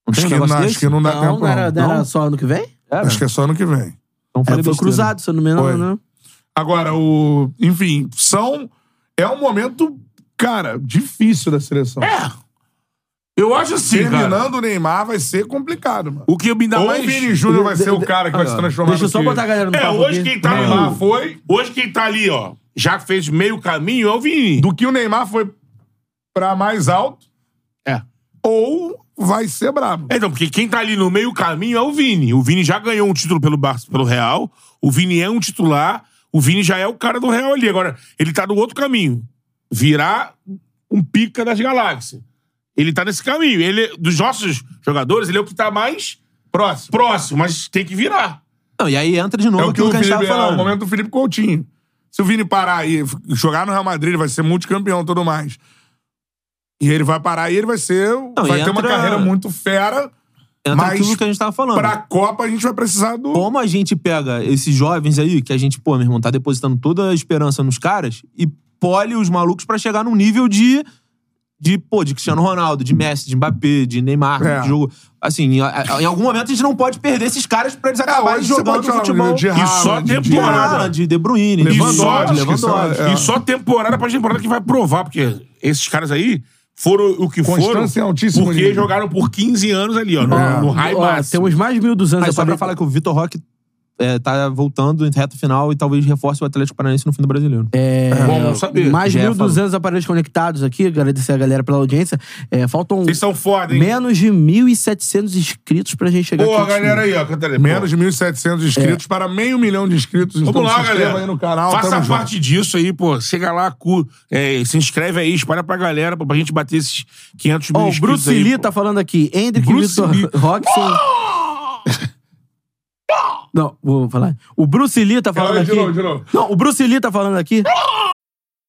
S4: Não
S1: Acho
S4: tem um
S1: que,
S4: negócio
S1: não, acho
S4: desse?
S1: que não dá
S3: Não,
S1: tempo,
S3: não era,
S1: não.
S3: não era
S4: Não?
S3: só ano que vem?
S4: É,
S1: Acho que é só ano que vem.
S4: então
S3: É,
S4: falei
S3: foi
S4: besteira.
S3: cruzado, se eu não me
S1: Foi.
S3: engano, né?
S1: Agora, o. Enfim, são. É um momento, cara, difícil da seleção.
S2: É. Eu acho assim, cara.
S1: Terminando o Neymar vai ser complicado, mano.
S2: O que me dá
S1: Ou
S2: mais...
S1: o Vini Júnior vai ser o cara que vai se transformar
S3: Deixa eu
S1: no
S3: só
S1: que-
S3: botar a galera no
S2: É,
S3: papo
S2: hoje
S3: aqui.
S2: quem tá
S1: Neymar
S2: lá...
S1: foi
S2: Hoje quem tá ali, ó, já fez meio caminho é o Vini.
S1: do que o Neymar foi pra mais alto
S2: É.
S1: ou vai ser brabo.
S2: É, Então, porque quem tá ali no meio caminho é o Vini. O Vini já ganhou um título pelo, Bar pelo Real. O Vini é um titular. O Vini já é o cara do Real ali. Agora, ele tá do outro caminho. Virar um pica das galáxias. Ele tá nesse caminho. Ele, dos nossos jogadores, ele é o que tá mais
S1: Próximo.
S2: próximo, mas tem que virar.
S4: Não, e aí entra de novo
S1: É o que
S4: aquilo
S1: o
S4: que a gente
S1: Felipe
S4: tava
S1: é o
S4: falando.
S1: momento do Felipe Coutinho. Se o Vini parar e f- jogar no Real Madrid, ele vai ser multicampeão e tudo mais. E ele vai parar e ele vai ser.
S4: Não,
S1: vai
S4: e
S1: ter uma
S4: entra-
S1: carreira muito fera.
S4: entra
S1: mas
S4: aquilo que a gente tava falando.
S1: Pra Copa a gente vai precisar do.
S4: Como a gente pega esses jovens aí, que a gente, pô, meu irmão, tá depositando toda a esperança nos caras e pole os malucos pra chegar num nível de. De, pô, de Cristiano Ronaldo, de Messi, de Mbappé, de Neymar,
S1: É.
S4: de jogo. Assim, em, em algum momento a gente não pode perder esses caras pra eles acabarem
S1: hoje você
S4: jogando
S1: pode falar
S4: futebol.
S1: de
S2: E só
S1: Haaland, de-
S2: temporada.
S4: Haaland, De Bruyne,
S1: Lewandowski,
S4: Lewandowski, Lewandowski.
S1: É.
S2: E só temporada pra temporada que vai provar, porque esses caras aí foram o que
S1: Constância em
S2: foram.
S1: altíssimo
S2: porque
S1: nível.
S2: jogaram por 15 anos ali, ó, no,
S1: É.
S2: no high
S3: Ó, um
S2: máximo.
S3: temos mais 1.200
S4: Mas só pra
S3: aparelhos.
S4: falar que o Vitor Roque é, tá voltando em reta final e talvez reforce o Atlético Paranaense no fim do Brasileiro.
S2: É Bom, vamos saber.
S3: É, Mais
S4: Já ia
S3: 1.200 aparelhos conectados aqui. Agradecer a galera pela audiência. É, faltam
S2: Vocês são foda, hein?
S3: menos de 1.700 inscritos pra gente chegar
S2: Boa,
S3: aqui.
S2: galera aí, ó. Cantarelli.
S1: Menos de 1.700 inscritos para meio milhão de inscritos. Então
S2: Vamos lá,
S1: se inscreva
S2: galera.
S1: aí no canal.
S2: Faça
S1: tamo
S2: parte disso aí, pô. Chega lá, cu, é, se inscreve aí, espalha pra galera, pô, pra gente bater esses 500 mil
S3: Ó, o
S2: inscritos
S3: Bruce
S2: aí,
S3: Lee
S2: pô.
S3: tá falando aqui. Hendrick e
S2: Bruce
S3: Vitor
S2: Lee.
S3: Roque são... Não, vou falar. O Bruce Lee tá falando
S1: Galera, de
S3: aqui.
S1: novo, de novo.
S3: Não, o Bruce Lee tá falando aqui.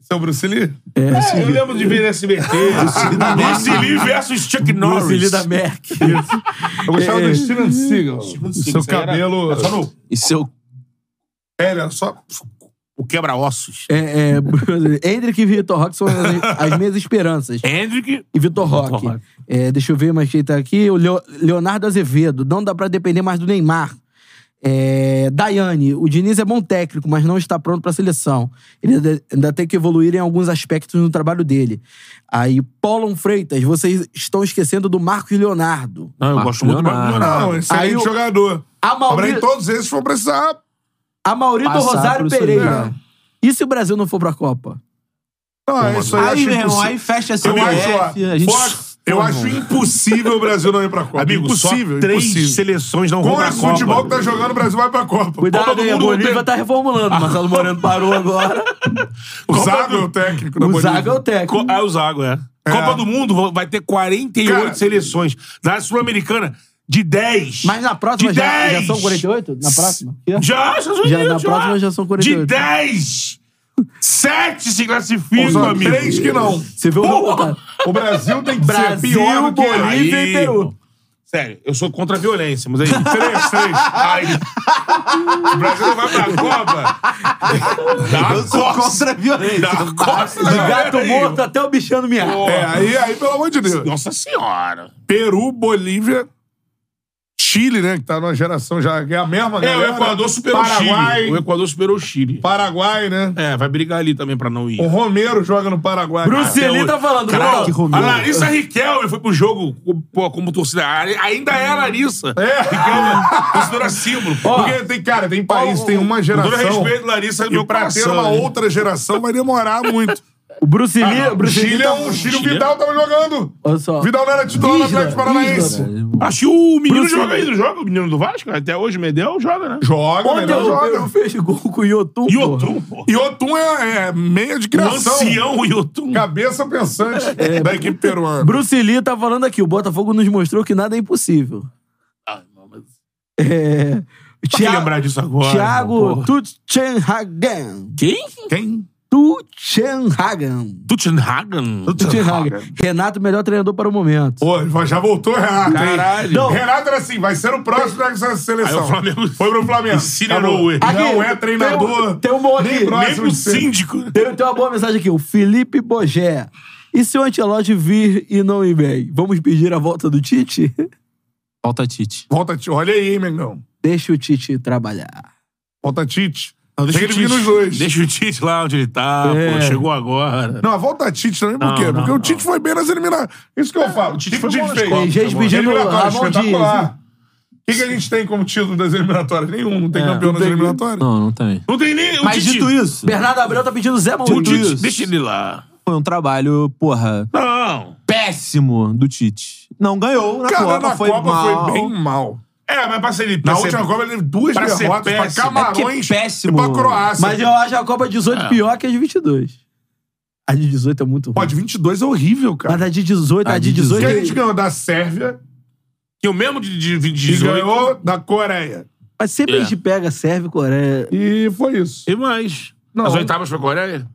S1: Esse é o Bruce Lee?
S2: É, eu lembro de ver nesse SBT. Bruce Lee versus Chuck Norris.
S3: Bruce Lee da Merck.
S1: Eu gostava
S3: É.
S1: do Steven Seagal.
S2: Seagal,
S1: Seu
S2: isso aí era-
S1: cabelo.
S2: era só no-
S4: E seu
S1: É, era só.
S2: O quebra-ossos.
S3: É, é, Bruce- Hendrick e Vitor Roque são as, as minhas esperanças.
S2: Hendrick.
S3: E Vitor Roque.
S2: Roque.
S3: É, deixa eu ver mais quem tá aqui. O Leo- Leonardo Azevedo. Não dá pra depender mais do Neymar. É, Daiane. O Diniz é bom técnico, mas não está pronto pra seleção. Ele ainda- ainda tem que evoluir em alguns aspectos no trabalho dele. Aí, Paulon Freitas. Vocês estão esquecendo do Marcos Leonardo.
S2: Não, eu
S4: Marcos
S2: gosto muito do Marcos
S4: Leonardo.
S2: Leonardo.
S1: Não, excelente
S3: Aí o-
S1: jogador.
S3: A
S1: Porém,
S3: Maurício,
S1: todos esses vão precisar.
S3: a Maurício
S4: Passar
S3: Rosário
S4: por isso aí,
S3: Pereira.
S1: né?
S3: E se o Brasil não for pra Copa?
S1: Não, é isso aí.
S4: Aí,
S1: acho
S4: meu irmão,
S1: impossível.
S4: aí fecha
S1: Eu
S4: a
S1: acho,
S4: CBF,
S1: ó,
S4: a gente...
S1: fora- Eu
S2: Pô,
S1: acho
S2: irmão.
S1: impossível o Brasil não ir pra
S3: é
S1: Copa.
S2: Amigo,
S1: impossível,
S2: só três
S1: impossível.
S2: seleções não vão
S1: Com
S2: pra
S1: esse futebol que
S2: Copa.
S1: tá jogando, o Brasil vai pra Copa. Copa
S2: Cuidado,
S1: do
S2: hein,
S1: Mundo
S2: a Bolívia
S1: não tem-
S3: tá reformulando. Marcelo Moreno parou agora.
S1: O Zago é o técnico da
S3: O
S1: Bolívia.
S3: Zaga é o técnico.
S2: Co ah, o Zago, é. Copa do Mundo vo- vai ter 48
S1: Cara.
S2: seleções. Na Sul-Americana, de 10.
S3: Mas na próxima
S2: de
S3: já,
S2: 10.
S3: já são 48? Na próxima?
S2: Já, Estados
S3: Já,
S2: Unidos,
S3: na próxima já são 48.
S2: De 10, 7 se classificam,
S1: Só
S2: amigo.
S1: três que não.
S3: Você viu o
S2: Porra!
S3: jogo?
S1: O Brasil tem que ser
S3: Brasil,
S1: pior do que ele.
S3: Bolívia. e
S2: Aí,
S3: Peru.
S2: irmão. Sério, eu sou contra a violência, mas aí.
S1: Três, três.
S2: Ai, o Brasil não vai pra Copa. Dá eu
S4: sou contra a violência.
S2: Dá costa,
S3: De
S2: galera,
S3: gato
S2: aí.
S3: morto até o bichano miado.
S1: É, aí, aí, pelo amor de Deus.
S2: Nossa senhora.
S1: Peru, Bolívia, Chile, né? Que tá numa geração já que é a mesma
S2: É, o
S1: galera.
S2: Equador superou o
S1: Paraguai,
S2: Chile. O Equador superou o Chile.
S1: Paraguai, né?
S2: É, vai brigar ali também pra não ir.
S1: O Romero joga no Paraguai.
S3: Bruce
S2: Até
S3: Lee
S2: hoje.
S3: tá falando.
S2: Caraca,
S3: Bruno.
S2: que Romero. A Larissa Riquelme foi pro jogo pô, como torcida. A- Ainda é a Larissa.
S1: É.
S2: Riquelme, torcedora símbolo.
S1: Porque tem, cara, tem país,
S2: Ó,
S1: tem uma
S2: Com
S1: geração.
S2: todo respeito, Larissa, do
S1: E
S2: meu
S1: pra
S2: coração.
S1: ter uma
S2: né?
S1: outra geração vai demorar muito.
S3: O Bruce Lee, o
S1: O
S3: Bruce Lee
S1: Chile é
S3: tá...
S1: um. O Chile, o
S2: Ah, Chile é-
S1: Vidal tava jogando.
S3: Olha só.
S1: Vidal não era titular do Atlético Paranaense.
S3: Isla. né?
S2: Acho que o menino
S3: Bruce
S2: joga
S3: Lee.
S2: aí, não joga? O menino do Vasco? Até hoje, o Medel joga, né?
S1: Joga,
S3: Ontem
S1: melhor
S3: eu, eu
S1: joga.
S3: fez gol com o Yotun.
S2: E
S3: pô.
S2: o Tum, pô.
S1: E Otum é, é meia de
S2: O
S1: criação.
S2: ancião e o Tum.
S1: Cabeça pensante
S3: É,
S1: da equipe peruana.
S3: Bruce Lee tá falando aqui. O Botafogo nos mostrou que nada é impossível. É...
S2: que
S3: Thiago-
S2: lembrar disso agora.
S3: Thiago Tuchenhagen.
S2: Quem? Quem?
S3: Tuchenhagen.
S2: Tuttenhagen.
S3: Tuchenhagen. Renato, melhor treinador para o momento.
S1: Pô, já voltou o Renato,
S2: Caralho.
S1: hein? Não. Renato era assim, vai ser o próximo da seleção.
S2: Aí o Flamengo-
S1: Foi pro Flamengo.
S2: Incinerou
S1: Acabou.
S2: ele.
S1: Não
S3: Aqui,
S1: é treinador.
S3: tem um- tem um bom
S1: nem
S3: aqui.
S1: próximo
S2: Mesmo
S1: de ser.
S2: síndico.
S3: Tem, tem uma boa mensagem aqui. O Felipe Bogé. E se o Antelote vir e não ir bem? Vamos pedir a volta do Tite?
S4: Falta Tite.
S1: Volta, Tite. Olha aí, hein, Mengão.
S3: Deixa o Tite trabalhar.
S1: Volta, Tite.
S2: Não,
S1: Tem que dividir nos dois.
S2: Deixa o Tite lá onde ele tá,
S3: É.
S2: pô, chegou agora.
S1: Não, a volta Tite também, por
S2: Não,
S1: quê?
S2: não,
S1: Porque
S2: não. É,
S1: o Tite foi bem nas eliminatórias. Isso que eu falo. O Tite
S2: foi bom nas
S1: feio.
S2: Copas,
S3: Tem gente
S2: tá bom.
S3: pedindo
S1: Eliminatória,
S3: a mão de...
S1: espetacular. O que, que a gente tem como título das eliminatórias? Nenhum. Não tem campeão das eliminatórias?
S4: Não, não tem.
S2: Não tem nem. o
S4: É. Mas
S2: Tite-
S4: dito isso,
S3: Bernardo Abreu tá pedindo Zé
S2: O
S3: Mourinho.
S2: Tite,
S4: isso.
S2: deixa ele lá.
S4: foi um trabalho, porra,
S2: Não.
S4: péssimo do Tite. Não ganhou na
S1: Cara,
S4: Copa,
S1: na
S4: foi
S1: Copa
S4: mal.
S1: foi bem mal.
S2: É, mas pra ser ele. pra
S1: Na
S2: ser-
S1: última Copa ele teve duas
S2: pra ser
S1: derrotas pra
S2: péssimo.
S4: É
S1: Camarões
S4: que é péssimo.
S1: e pra Croácia.
S3: Mas eu acho a Copa 18
S2: É.
S3: pior que a de 22. A de 18 é muito ruim.
S1: Pode 22 é horrível,
S3: Mas
S1: cara.
S3: a de 18, a, de 18...
S1: Porque a gente ganhou da Sérvia
S2: Que o mesmo de, de, de
S1: e
S2: 18.
S1: ganhou da Coreia.
S3: Mas sempre
S2: É.
S3: a gente pega Sérvia e
S4: é
S3: Coreia.
S1: E foi isso.
S2: E mais.
S1: Não.
S2: As oitavas pra Coreia?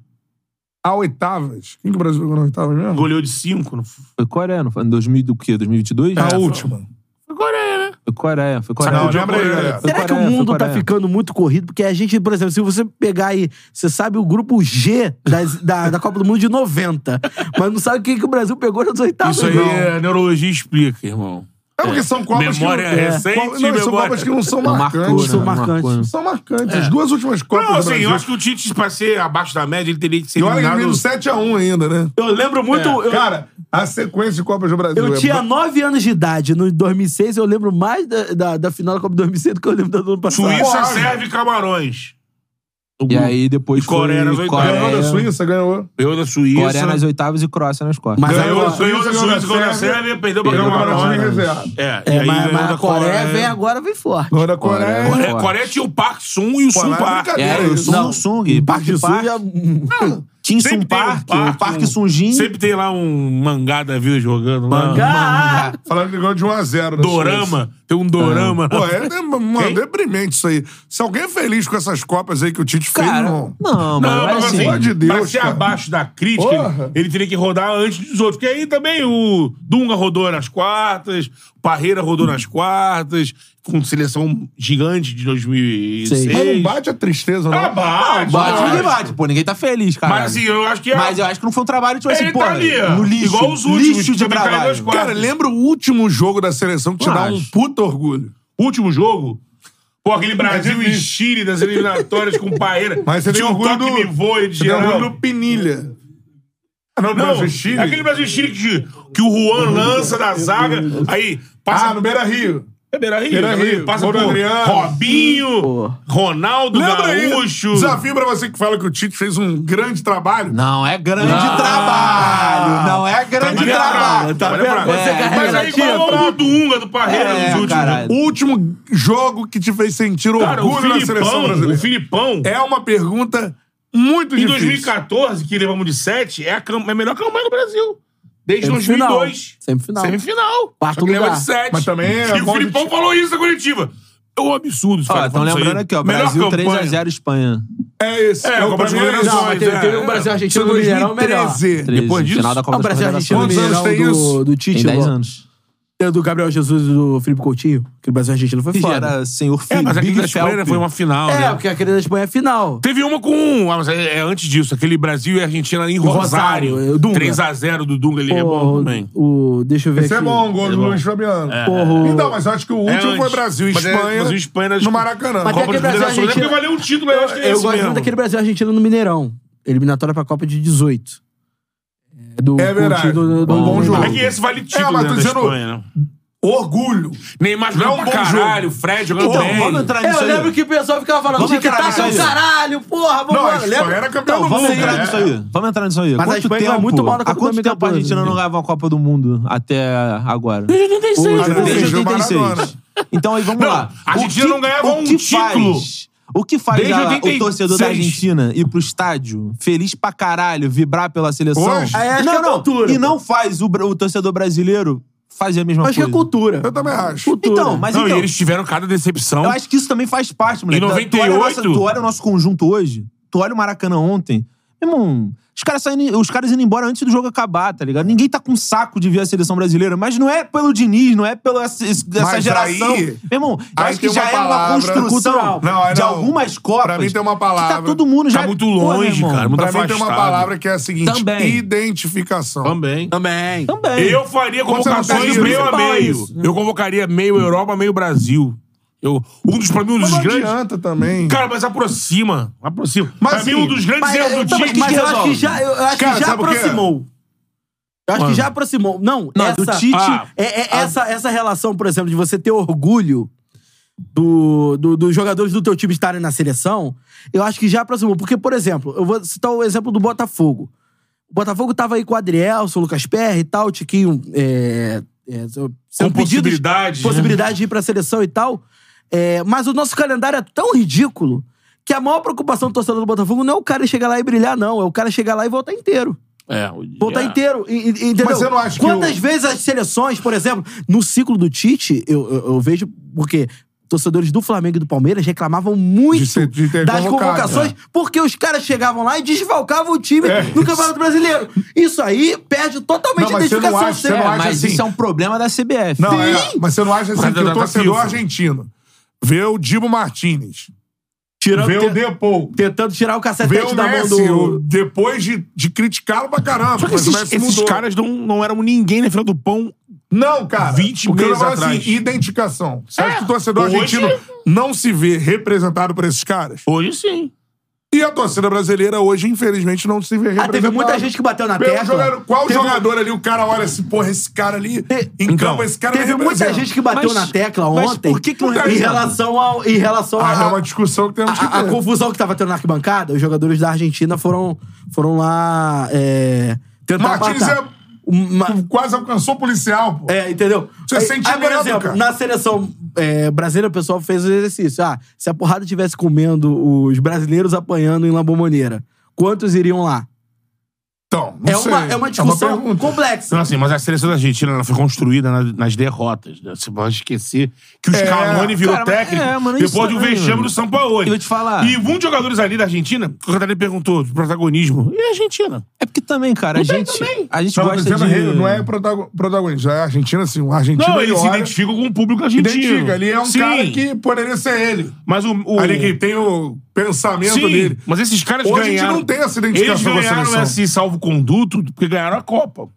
S1: A oitavas. Quem que o Brasil jogou na oitava mesmo?
S2: Goleou de 5.
S4: Foi Coreia, não foi? Em 2000 do quê?
S2: É,
S4: 2022?
S1: A última.
S2: Foi Coreia, né?
S4: Foi Coreia, é, foi Coreia.
S2: é?
S1: Não, lembra aí, galera.
S3: Será
S4: Foi
S3: que o
S4: Coreia, foi
S3: mundo tá
S4: Coreia.
S3: ficando muito corrido? Porque a gente, por exemplo, se você pegar aí, você sabe o grupo G das- da, da Copa do Mundo de 90, mas não sabe quem que o Brasil pegou nas oitavas,
S2: Isso aí
S3: não.
S2: a neurologia explica, irmão.
S1: É porque são Copas
S2: Memória é
S1: que não...
S2: recente,
S1: Co- não, são
S2: memória- É.
S1: Copas que não são
S4: Não
S1: marcantes.
S3: são
S4: né? Não
S3: marcantes.
S4: marcou, né?
S1: São marcantes. As duas últimas Copas
S2: Não,
S1: do
S2: assim,
S1: Brasil.
S2: eu acho que o Tite, pra ser abaixo da média, ele teria que ser
S1: E olha que
S2: eliminado.
S1: menos 7x1 ainda, né?
S3: Eu lembro muito. eu-
S1: Cara, a sequência de Copas do Brasil.
S3: Eu
S1: é
S3: tinha
S1: ba-
S3: 9 anos de idade no 2006, eu lembro mais da, da, da final da Copa de 2006 do que eu lembro da do ano passado.
S2: Suíça, Sérvia e Camarões.
S4: E aí depois
S2: E Coreia nas
S4: foi
S2: oitavas.
S4: Coreia,
S1: Ganhou da Suíça, ganhou.
S2: Ganhou da Suíça.
S4: Coreia nas oitavas e Croácia nas quartas.
S3: Mas
S2: Ganhou,
S3: agora-
S2: da Suíça, ganhou da Suíça, ganhou da Sérvia, perdeu pra
S1: Ganhou da Coreia
S2: Camarões.
S1: reserva.
S2: É,
S3: É,
S2: e aí
S3: mas,
S2: ganhou
S3: mas
S2: da
S3: a Coreia, vem agora, vem forte.
S1: Ganhou da Coreia.
S4: Coreia.
S2: Coreia, Coreia tinha o Park Sung e o Sun
S1: lá é
S2: Park.
S1: brincadeira.
S4: É,
S1: Não,
S4: o Sung
S3: não.
S4: Sung.
S3: Parque do Sul já...
S4: Kim
S2: Sempre
S4: Sung
S2: tem um
S4: Park,
S2: parque,
S4: o Parque
S2: um-
S4: Sunjin.
S2: Sempre tem lá um mangá da vida jogando. lá. Um
S3: Ah,
S1: Falaram que ganhou de 1x0.
S2: Dorama. Tem um dorama.
S1: Pô, é, de- mano,
S2: Quem?
S1: deprimente isso aí. Se alguém é feliz com essas Copas aí que o Tite fez,
S4: Cara,
S1: irmão.
S4: não,
S2: Não,
S4: não,
S2: mas assim,
S4: assim,
S1: amor de Deus,
S2: pra ser
S1: cara.
S2: abaixo da crítica,
S1: Porra.
S2: ele, ele teria que rodar antes dos outros. Porque aí também o Dunga rodou nas quartas, o Parreira rodou nas quartas, com seleção gigante de 2006.
S1: Mas não bate a tristeza, não.
S2: Ah, bate,
S4: bate,
S2: bate.
S4: ninguém bate. Pô, ninguém tá feliz, cara.
S2: Mas assim, eu acho que é...
S4: Mas eu acho que não foi um trabalho, tipo assim,
S2: Ele
S4: pô,
S2: tá ali, ó.
S4: no lixo.
S2: Igual os últimos,
S4: lixo de
S2: também caiu nas
S4: trabalho.
S2: quartas.
S1: Cara, lembra o último jogo da seleção que te
S4: Eu
S1: dá um
S4: acho.
S1: puto orgulho. É
S2: último jogo. Pô, aquele Brasil e
S1: difícil.
S2: Chile das eliminatórias com o Paeira.
S1: Mas você tem
S2: Tinha um
S1: orgulho
S2: toque
S1: do...
S2: me voe de
S1: você tem orgulho
S2: geral.
S1: do Pinilha. Ah, Não, do
S2: Não,
S1: Brasil e Chile?
S2: aquele Brasil e Chile que, que o Juan lança da zaga, aí passa...
S1: Ah, no Beira-Rio.
S2: É Beira Rio.
S1: Beira
S2: também.
S1: Rio,
S2: Passa
S1: Gol do
S2: por
S1: Adriano.
S2: Robinho, Ronaldo
S1: Lembra aí,
S2: Gaúcho.
S1: desafio pra você que fala que o Tite fez um grande trabalho.
S4: Não é grande trabalho. Não
S2: Tá
S4: é grande
S2: Olha pra lá,
S4: trabalho.
S2: olha pra lá.
S4: Você carrega
S2: Tá Mas aí
S4: aqui,
S2: igual
S4: ó.
S2: o Dunga do Parreira
S4: É,
S2: nos últimos.
S4: caralho.
S1: O último jogo que te fez sentir
S2: Cara, o
S1: orgulho na seleção
S2: Filipão, o
S1: brasileira.
S2: Filipão,
S1: É uma pergunta muito
S2: em
S1: difícil.
S2: 2014, que levamos de 7, é a, cam- é a melhor campanha do Brasil. Desde
S3: Semifinal.
S2: 2002.
S3: Semifinal.
S2: Semifinal.
S3: Quarto
S2: Só que leva
S3: lugar.
S2: de 7.
S1: Mas também é
S2: E o
S1: bom
S2: Filipão
S1: de-
S2: falou isso na coletiva. É um absurdo isso.
S4: Ó,
S2: cara,
S4: estão
S2: falando isso
S4: lembrando
S2: aí.
S4: aqui, ó.
S2: Melhor
S4: Brasil
S2: campanha.
S4: 3x0 Espanha.
S1: É esse.
S2: É,
S1: o
S2: Copa das
S1: brasileiro
S2: Confederações,
S3: Não, mas teve,
S2: é.
S3: teve o Brasil Argentino no
S1: Isso é
S3: Mineirão melhor.
S1: 2013.
S2: Depois disso-
S4: Final da Copa
S3: o Brasil
S4: das
S3: Argentino no
S1: Quantos anos
S3: Mineirão
S1: tem isso?
S3: do, do Tite,
S4: Tem 10
S3: do-
S4: anos.
S3: do Gabriel Jesus e do Felipe Coutinho. Que o Brasil Argentino foi
S4: Que
S3: fora.
S4: era senhor
S2: É,
S4: Felipe
S2: mas aquele da
S4: Felpe.
S2: Espanha foi uma final,
S3: É,
S2: né?
S3: porque aquele da Espanha é final.
S2: Teve uma com. ah, mas É é antes disso, aquele Brasil e Argentina em
S3: Rosário,
S2: Rosário.
S3: o Dunga.
S2: 3x0 do Dunga, ele é bom também.
S3: o, o- deixa eu ver
S1: Esse é
S3: aqui.
S1: bom, o gol do Luiz Fabiano.
S3: Porra.
S1: Então, mas eu acho que o
S2: É
S1: último
S2: antes.
S1: foi Brasil e
S2: Mas é
S1: Espanha.
S2: Brasil e Espanha nas-
S1: no Maracanã.
S3: Mas
S2: Copa das
S3: é que Brasil e
S2: Confederações, é porque
S3: Argentina-
S2: valeu um título, mas eu acho que é
S3: Eu
S2: esse
S3: gosto muito
S2: mesmo.
S3: daquele Brasil Argentina no Mineirão. Eliminatória pra Copa de 18. É, do
S1: É verdade.
S3: Coutinho, do- do-
S1: Um bom
S3: do-
S1: jogo.
S2: É que esse vale título,
S1: É, mas
S2: né,
S1: tô
S2: da
S1: dizendo-
S2: Espanha, né?
S1: Orgulho.
S2: Neymar
S1: Não é
S2: jogando
S1: um
S2: pra
S1: bom jogo.
S2: caralho, Fred jogando
S4: Então,
S2: bem.
S4: vamos entrar
S3: É,
S4: nisso
S3: Eu
S4: aí.
S3: lembro que o pessoal ficava falando,
S4: Vamos
S3: tic
S4: entrar
S3: tac
S4: nisso
S3: é
S4: aí.
S3: um caralho, porra, vamos
S1: Não, a
S3: lá.
S1: Espanha
S3: Lembra?
S1: era campeão do
S4: Vamos
S1: mundo.
S4: entrar
S1: né?
S4: nisso aí. Vamos entrar nisso aí.
S3: Mas a
S4: Quanto
S3: Espanha ganhou
S4: tempo,
S3: muito bola na
S4: há
S3: Copa
S4: quanto tempo a
S3: 2014,
S4: Argentina não
S3: né?
S4: ganhava uma Copa do Mundo até agora?
S1: Cara,
S4: Desde
S1: desde o
S4: 86.
S1: Maradona.
S4: Então aí vamos
S2: Não,
S4: lá.
S2: a Argentina
S4: O
S2: não ganhava
S4: o
S2: um
S4: que
S2: título.
S4: Faz, o que faz
S2: Desde
S4: a- o
S2: 86.
S4: torcedor da Argentina ir pro estádio, feliz pra caralho, vibrar pela seleção?
S1: Hoje?
S3: Aí acho que é
S4: não, não.
S3: cultura,
S4: e
S3: pô.
S4: não faz o, bra- o torcedor brasileiro fazer a mesma
S3: Acho que
S4: coisa.
S3: é cultura.
S1: Eu também acho.
S3: Cultura.
S4: Então, mas
S2: Não,
S4: então,
S2: e eles tiveram cada decepção.
S4: eu acho que isso também faz parte, moleque.
S2: Em
S4: Da- Tu olha, a nossa-
S2: 98?
S4: tu olha o nosso conjunto hoje, tu olha o Maracanã ontem, meu irmão, os caras, saindo, os caras indo embora antes do jogo acabar, tá ligado? Ninguém tá com saco de ver a seleção brasileira, mas não é pelo Diniz, não é pela essa, essa
S1: Mas
S4: geração.
S1: aí-
S4: meu irmão, eu
S1: aí
S4: acho que
S1: tem
S4: já
S1: uma
S4: é uma
S1: palavra
S4: construção
S1: cultural. Não, é
S4: de
S1: não.
S4: algumas copas.
S1: Pra mim tem uma
S4: que Tá
S1: palavra.
S4: todo mundo já...
S2: Tá muito
S4: Pô, meu
S2: longe,
S4: irmão,
S2: cara, muito
S1: Pra mim tem uma
S2: afastado.
S1: palavra que é a seguinte:
S4: Também.
S1: identificação.
S2: Também.
S3: Também.
S4: Também.
S2: Eu faria
S1: Quando você não tá
S2: convocações
S1: livre,
S2: meio a
S1: principal é
S2: meio.
S1: isso, né?
S2: Eu convocaria meio Europa, meio Brasil. Eu, um dos, pra mim, um
S1: Mas
S2: dos
S1: não
S2: grandes.
S1: adianta também.
S2: Cara, mas aproxima. Aproxima.
S1: Mas,
S2: pra mim,
S1: assim,
S2: um dos grandes
S3: Mas,
S2: erros do
S3: então, mas
S2: time.
S4: que
S3: mas eu acho
S4: resolve?
S3: que já, eu acho
S1: Cara,
S3: que já
S1: sabe o quê?
S3: aproximou. Eu acho que já aproximou. Não,
S4: Não,
S3: essa,
S4: do Tite...
S2: Ah,
S3: É, é essa, essa relação, por exemplo, de você ter orgulho do, do- dos jogadores do teu time estarem na seleção, eu acho que já aproximou. Porque, por exemplo, eu vou citar o exemplo do Botafogo. O Botafogo tava aí com o Adrielson, o Lucas Perry e tal, o Tiquinho. É, é, sendo
S2: Com
S3: pedidos-
S2: possibilidade, né?
S3: Possibilidade de ir pra seleção e tal. É, mas o nosso calendário é tão ridículo que a maior preocupação do torcedor do Botafogo não é o cara chegar lá e brilhar, não. É o cara chegar lá e voltar inteiro.
S2: É, o-
S4: tá
S3: Voltar
S2: é.
S3: inteiro. e- e- entendeu?
S1: Mas você não acha que
S3: Quantas
S1: o-
S3: vezes as seleções, por exemplo, no ciclo do Tite, eu, eu, eu vejo porque torcedores do Flamengo e do Palmeiras reclamavam muito
S1: De ser- de ter
S3: das
S1: convocado,
S3: convocações
S1: é.
S3: porque os caras chegavam lá e desfalcavam o time no Campeonato Brasileiro. Isso aí perde totalmente
S1: Não,
S3: a
S1: mas você não
S3: identificação.
S1: acha- você
S3: dele.
S1: não
S4: mas
S1: acha assim-
S4: isso é um problema da CBF.
S1: Não, é,
S3: Sim.
S1: mas você não acha assim
S2: Mas
S1: que o
S2: da
S1: torcedor
S2: FIFA.
S1: argentino vê o Dibo Martinez,
S3: Tirando-
S1: vê
S2: é
S1: o
S3: te-
S1: Depou,
S3: Tentando tirar o
S1: vê
S3: cacetete
S1: o
S3: da
S1: Messi,
S3: mão
S1: o-
S2: é
S3: do...
S1: depois de, de criticá-lo pra caramba.
S2: Só que
S1: mas o
S2: esses,
S1: Messi
S2: esses
S1: mudou.
S2: caras não, não eram ninguém na fila do pão.
S1: Não, cara.
S2: 20
S1: Porque eu
S2: meses
S1: falo
S2: atrás.
S1: assim, identificação. Você acha
S2: É.
S1: que o torcedor
S2: Hoje-
S1: argentino não se vê representado por esses caras?
S2: Hoje sim.
S1: E a torcida brasileira hoje, infelizmente, não se vê
S3: Ah,
S1: representada.
S3: teve muita gente que bateu na
S1: Pelo
S3: tecla.
S1: jogador- qual
S3: Teve- um-
S1: jogador ali, o cara olha assim, porra, esse cara ali, em
S2: Então,
S1: campo, esse cara
S3: Teve
S1: me
S3: muita
S1: representa.
S3: gente que bateu
S4: Mas-
S3: na tecla
S4: mas
S3: ontem
S4: por que que não
S3: em
S4: representa?
S3: relação ao em relação
S1: Ah, é
S3: a,
S1: uma discussão que temos que ter.
S3: a, a confusão que tava tendo na arquibancada, os jogadores da Argentina foram, foram lá é, tentar
S1: Martins
S3: matar.
S1: é-
S3: Uma-
S1: Quase alcançou o policial, pô.
S3: é, entendeu?
S1: Você sente
S3: por
S1: medo,
S3: exemplo,
S1: cara.
S3: na seleção é, brasileira, o pessoal fez o exercício. Ah, se a porrada tivesse comendo os brasileiros apanhando em Lambomoneira, quantos iriam lá?
S1: Então, não
S3: É
S1: sei.
S3: uma, é uma discussão
S1: pergunta.
S3: complexa.
S2: Não, assim, mas a seleção da Argentina ela foi construída na- nas derrotas. Né? Você pode esquecer que o
S1: É,
S2: Scaloni virou
S4: cara, mas-
S2: técnico
S4: é, mano, isso
S2: depois do
S4: também,
S2: vexame
S4: mano.
S2: do São Paulo.
S4: Eu vou te falar.
S2: E um dos jogadores ali da Argentina, que o Catarina perguntou do protagonismo, e a Argentina?
S4: É porque também, cara, a gente, a gente
S1: Não,
S4: gosta
S1: dizendo,
S4: de...
S1: ele não é protago- protagonista. É argentino, assim, um argentino.
S2: Não,
S1: ele
S2: ele se
S1: olha,
S2: identifica com o público argentino.
S1: identifica. Ele é um
S2: Sim,
S1: cara que poderia ser ele.
S2: Mas o. o-
S1: Ali que tem o pensamento
S2: Sim,
S1: dele.
S2: mas esses caras
S1: Hoje a gente
S2: ganharam.
S1: não tem essa
S2: Eles
S1: identificação com a
S2: ganharam
S1: seleção.
S2: esse salvo-conduto porque ganharam a Copa.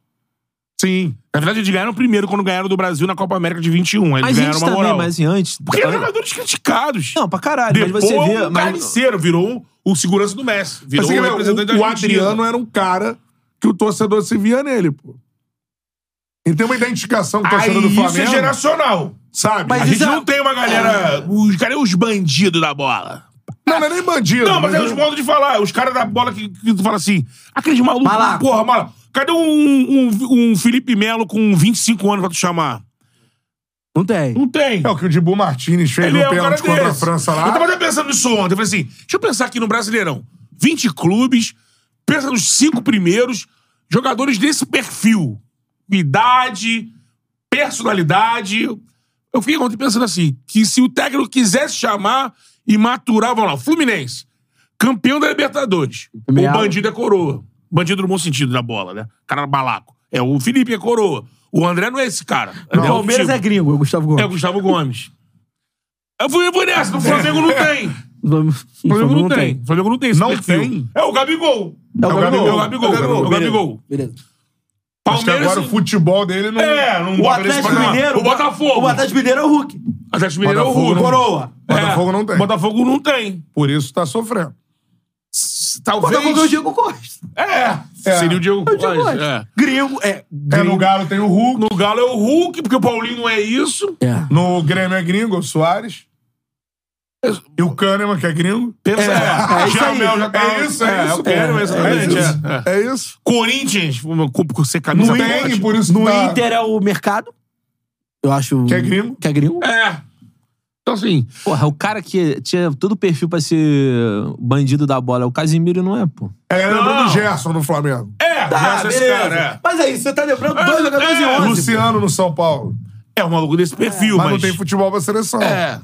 S1: Sim.
S2: Na verdade, eles ganharam primeiro quando ganharam do Brasil na Copa América de 21. Aí Eles
S4: Mas
S2: ganharam
S4: antes
S2: uma
S4: também,
S2: moral.
S4: mas assim, antes...
S2: Porque eram jogadores criticados.
S4: Não, pra caralho, mas
S2: Depois
S4: você vê...
S2: o
S4: mas-
S2: carniceiro virou um, o segurança do Messi.
S1: Mas
S2: Virou
S1: você
S2: o
S1: quer ver,
S2: representante
S1: o,
S2: da
S1: o
S2: Argentina.
S1: Adriano era um cara que o torcedor se via nele, pô. E tem uma identificação com o
S2: Aí
S1: um torcedor do
S2: isso é
S1: Flamengo.
S2: geracional.
S1: Sabe?
S2: A
S3: Mas
S2: gente
S3: isso é-
S2: não tem uma
S1: É.
S2: galera. Os, cadê os bandidos da bola?
S1: Não, não é nem bandido.
S2: Não, mas é
S1: eu-
S2: os modos de falar. Os caras da bola que, que tu fala assim. Aqueles malucos.
S3: Malaco.
S2: Porra, mala. Cadê um, um, um Felipe Melo com 25 anos pra tu chamar?
S3: Não tem.
S2: Não tem.
S1: É o que o Dibu Martinez fez
S2: Ele
S1: no
S2: é um cara
S1: pênalti
S2: desse.
S1: contra a França lá.
S2: Eu tava até pensando nisso ontem. Eu falei assim, deixa eu pensar aqui no Brasileirão. 20 clubes, pensa nos cinco primeiros, jogadores desse perfil. Idade, personalidade. Eu fiquei ontem pensando assim, que se o técnico quisesse chamar e maturar, vamos lá, Fluminense, campeão da Libertadores.
S3: Primeiro.
S2: O bandido é coroa. Bandido no bom sentido da bola, né? Cara balaco. É, o Felipe é coroa. O André não é esse cara.
S3: O
S2: É outro
S3: Palmeiras
S2: tipo.
S3: é gringo, o Gustavo
S2: É
S3: Gomes.
S2: o Gustavo Gomes. Eu fui, eu fui nessa, mas o Flamengo não tem. O
S3: É O
S2: Flamengo não tem. O Flamengo não tem esse
S1: Não
S2: perfil.
S1: tem?
S2: É o Gabigol.
S3: É o Gabigol.
S2: É o Gabigol. É o Gabigol. É o Gabigol.
S3: Beleza.
S1: Acho que
S2: Palmeiras...
S1: agora o futebol dele não.
S2: É, não
S3: O
S2: bota nesse
S3: Atlético
S2: patamar.
S3: Mineiro.
S2: O Botafogo.
S3: O Atlético Mineiro é o Hulk.
S2: Atlético Mineiro é o
S1: Botafogo
S2: Hulk.
S1: não-
S3: Coroa.
S1: Botafogo não tem.
S2: Botafogo não tem.
S1: Por isso tá sofrendo.
S2: Talvez...
S3: Botafogo é o Diego Costa.
S2: É.
S1: É.
S2: Seria o Diego
S3: É o Diego
S2: Costa.
S3: Costa. Gringo é.
S1: É, no Galo tem o Hulk,
S2: No Galo é o Hulk, porque o Paulinho não é isso.
S3: É.
S1: no Grêmio é gringo, o Soares. E o Kahneman, que é gringo.
S2: Pensa, é,
S3: é isso aí.
S2: Jeromel já tá-
S1: É isso, é isso.
S2: o Pedro, exatamente. é, é.
S1: É isso.
S2: Corinthians, uma culpa por ser camisa
S1: Não
S2: forte.
S1: tem, por isso
S3: No
S1: tá-
S3: Inter é o mercado. Eu acho.
S1: Que é gringo.
S3: Que é gringo.
S2: É. Então, assim,
S4: Porra, o cara que tinha todo o perfil pra ser bandido da bola é o Casimiro e não é, pô.
S1: É, lembra
S2: Não.
S1: do Gerson no Flamengo.
S2: é,
S3: Tá,
S2: essa esse
S3: beleza.
S2: cara,
S3: Mas é isso, você tá lembrando dois
S2: É,
S3: jogadores
S2: é,
S3: em onze.
S1: Luciano no São Paulo.
S2: é. É um maluco desse perfil,
S1: Mas,
S2: mas.
S1: não tem futebol pra seleção.
S2: É.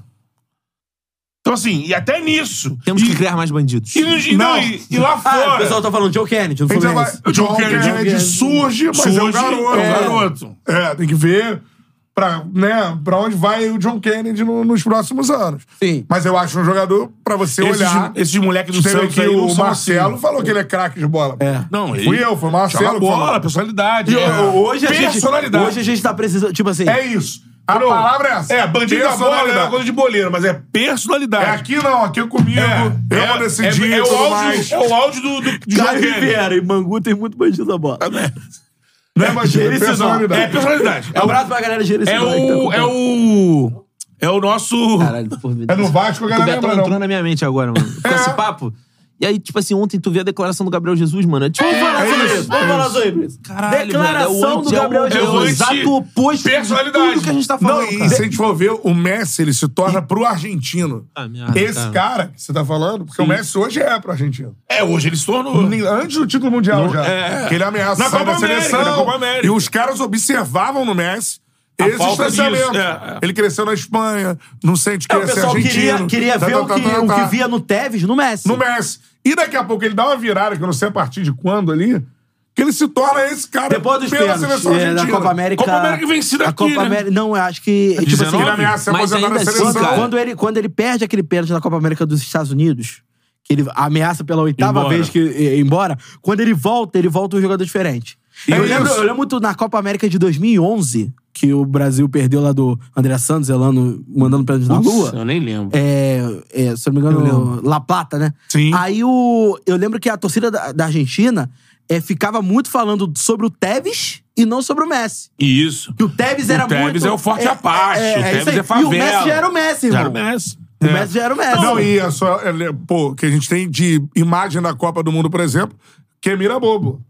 S2: Então, assim, e até nisso.
S4: Temos
S2: e,
S4: que criar mais bandidos.
S2: E, no- e
S1: Não.
S2: não, e, e lá
S3: Ah,
S2: fora.
S3: o pessoal tá falando Joe Kennedy, não
S1: A gente já
S3: Fluminense.
S1: vai...
S2: O John Kennedy
S1: surge, mas é um
S2: surge,
S1: garoto.
S2: É um garoto.
S1: É, tem que ver pra, né, pra onde vai o John Kennedy no- nos próximos anos.
S3: Sim.
S1: Mas eu acho um jogador pra você
S2: Esses,
S1: olhar.
S2: esses moleques do
S1: Teve
S2: Santos
S1: aqui
S2: aí não
S1: o
S2: são
S1: Marcelo
S2: assim.
S1: falou que ele é craque de bola.
S3: É.
S2: Não, ele.
S1: Fui eu, foi o Marcelo
S2: Joga
S1: que falou.
S2: bola, personalidade.
S3: E
S2: é.
S3: ho- hoje, a gente,
S2: personalidade.
S3: hoje a gente tá precisando. Tipo assim.
S1: É isso. A palavra é essa.
S2: É, bandido da bola é
S1: Personalidade.
S2: uma coisa de boleiro, mas é personalidade.
S1: É aqui não, aqui é comigo. eu vou decidir.
S2: É, é,
S1: e
S2: o
S1: tudo
S2: áudio,
S1: mais.
S2: é o áudio do, do, do
S3: Caio
S2: João Kennedy.
S3: Ribeira e Mangu tem muito bandido da bola.
S1: Não é bandido,
S3: Ele
S1: é
S3: se não.
S2: Né? É
S1: personalidade.
S2: personalidade.
S3: É um abraço pra galera
S2: É
S3: gerenciadora. que tá
S2: o. É
S3: acompanhando.
S2: o. É o nosso.
S4: Caralho, por
S1: É no Vasco, a
S4: O
S1: galera
S4: Betão
S1: lembra,
S4: entrou
S1: não.
S4: na minha mente agora, mano. Com
S1: É.
S4: esse papo. E aí, tipo assim, ontem tu vê a declaração do Gabriel Jesus, mano. Tipo, vamos falar
S1: é
S4: sobre
S1: isso,
S4: isso. Vamos
S1: é
S4: falar
S1: isso.
S4: sobre isso. Caralho,
S3: Declaração
S4: mano, é o anti-
S3: do Gabriel
S4: é o-
S2: Jesus.
S4: É o exato oposto
S2: Personalidade.
S4: de tudo que a gente tá
S1: Não,
S4: falando,
S1: e
S4: cara.
S1: se a gente for ver, o Messi, ele se torna pro argentino.
S4: Ah, merda,
S1: Esse
S4: cara.
S1: cara que você tá falando, porque o Messi hoje é pro argentino.
S2: É, hoje ele se tornou.
S1: Antes do título mundial já.
S2: é.
S1: Que ele ameaça
S2: Na
S1: sair
S2: Copa
S1: da
S2: América,
S1: seleção.
S2: na Copa América.
S1: E os caras observavam no Messi
S2: A
S1: esse
S2: falta disso,
S1: distanciamento.
S2: é, é.
S1: Ele cresceu na Espanha, não sente que
S3: É,
S1: ia
S3: o
S1: ser
S3: pessoal queria,
S1: argentino.
S3: queria
S1: tá,
S3: ver
S1: tá,
S3: o,
S1: tá,
S3: que,
S1: tá,
S3: o
S1: tá.
S3: que via no Tevez no Messi.
S1: no Messi. E daqui a pouco ele dá uma virada, que eu não sei a partir de quando ali, que ele se torna esse cara
S3: Depois dos
S1: pela
S3: pênaltis
S1: seleção
S3: é, da
S1: argentina.
S3: Copa América.
S2: Copa América vencida
S3: a
S2: aqui,
S3: Copa
S2: né?
S3: América, não, eu acho que. é, Tipo assim,
S4: 19?
S1: ele ameaça a
S4: Mas
S1: aposentar
S4: ainda
S1: na
S4: assim,
S1: seleção.
S4: cara.
S3: quando, ele, quando ele perde aquele pênalti na Copa América dos Estados Unidos, que ele ameaça pela oitava
S2: Embora.
S3: vez que e- embora, quando ele volta, ele volta um jogador diferente.
S1: É
S3: eu, lembro,
S1: isso.
S3: eu lembro muito na Copa América de 2011, que o Brasil perdeu lá do André Santos, elando, mandando pênalti na lua.
S2: Eu nem lembro.
S3: É, é, se eu não me engano, La Plata, né?
S2: Sim.
S3: Aí o, eu lembro que a torcida da, da Argentina é, ficava muito falando sobre o Tevez e não sobre o Messi.
S2: E isso.
S3: Que o Tevez era
S2: Tevez
S3: muito...
S2: é o forte Apache, o
S3: isso
S2: Tevez
S3: aí.
S2: é
S3: E o Messi
S2: favela.
S3: já era o Messi,
S2: Já
S3: irmão.
S2: era o Messi.
S3: O
S2: É.
S3: Messi já era o Messi.
S1: Não, e é só, é, le- pô, que a gente tem de imagem da Copa do Mundo, por exemplo, que é mira bobo.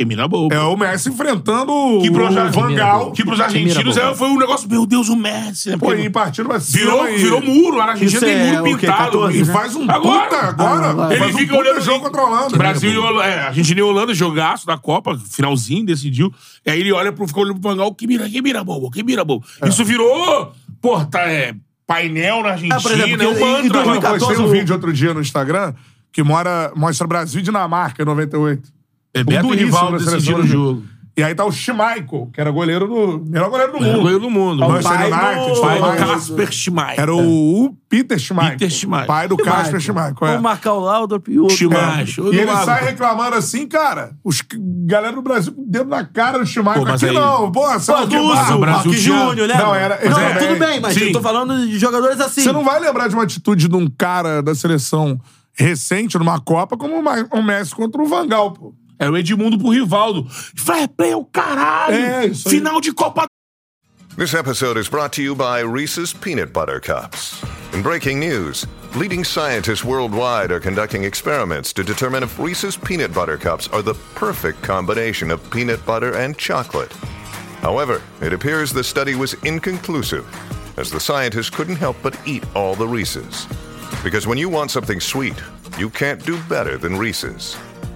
S2: Emina boa.
S1: É o Messi enfrentando
S2: Que pros,
S1: o Van Gaal. um
S2: que pros argentinos
S4: Mirabobo.
S2: é, foi um negócio, meu Deus, o Messi. né?
S1: Pô,
S2: Porque
S1: e partindo pra cima.
S2: virou,
S1: e,
S2: virou muro lá na Argentina,
S3: Isso
S2: tem
S3: é
S2: muro
S3: o quê?
S2: pintado.
S3: 14,
S1: E
S3: né?
S1: faz um
S2: Agora?
S1: puta agora.
S3: Agora.
S2: Ele
S1: faz um
S2: fica
S1: puta
S2: olhando
S1: jogo controlando.
S2: Brasil e Holanda. É, Argentina e Holanda, jogaço da Copa, finalzinho, decidiu. E aí ele olha pro, fica olhando pro Vangal, que mira, que mira, bobo, que mira, bobo. Isso virou, pô, tá, é, painel na Argentina,
S3: Ah, por exemplo,
S2: é
S3: em-
S2: um
S3: em
S2: mantra.
S1: Eu
S3: 2014,
S1: postei um
S3: o-
S1: vídeo outro dia no Instagram que mora, mostra Brasil e Dinamarca em 98.
S2: Bebeto
S1: duríssimo
S2: e É Rivaldo
S1: da seleção
S2: decidiram o
S1: brasileira.
S2: jogo.
S1: E aí tá o Schmeichel, que era goleiro do. Melhor goleiro do mundo.
S2: Goleiro do mundo.
S1: Manchester
S2: pai
S1: United,
S2: do,
S1: tudo
S2: pai do
S1: mais.
S2: Casper Schmeichel.
S1: Era o, o Peter Schmeichel.
S2: Peter Schmeichel.
S1: Pai do Casper Schmeichel. é.
S3: Um marcar o Laudrup e o outro.
S2: Schmeichel.
S1: E ele
S2: Eduardo.
S1: sai reclamando assim, cara. Os c- galera do Brasil com o dedo na cara do Schmeichel.
S2: Pô, mas
S1: Aqui
S2: aí-
S1: não. Pô,
S3: Pô,
S1: sabe o que
S3: Dúcio,
S1: passa?
S2: o Brasil
S3: Roque
S2: já-
S3: Júnior, né?
S1: Não, era-
S3: Não,
S1: era-
S3: tudo bem, mas
S2: Sim.
S3: eu tô falando de jogadores assim.
S1: Você não vai lembrar de uma atitude de um cara da seleção recente numa Copa como o Ma- o Messi contra o Vangal, pô.
S2: Era o Edmundo pro Rivaldo. Fair play é o caralho.
S1: É, isso aí.
S2: Final de Copa
S6: This episode is brought to you by Reese's Peanut Butter Cups. In breaking news, leading scientists worldwide are conducting experiments to determine if Reese's Peanut Butter Cups are the perfect combination of peanut butter and chocolate. However, it appears the study was inconclusive, as the scientists couldn't help but eat all the Reese's. Because when you want something sweet, you can't do better than Reese's.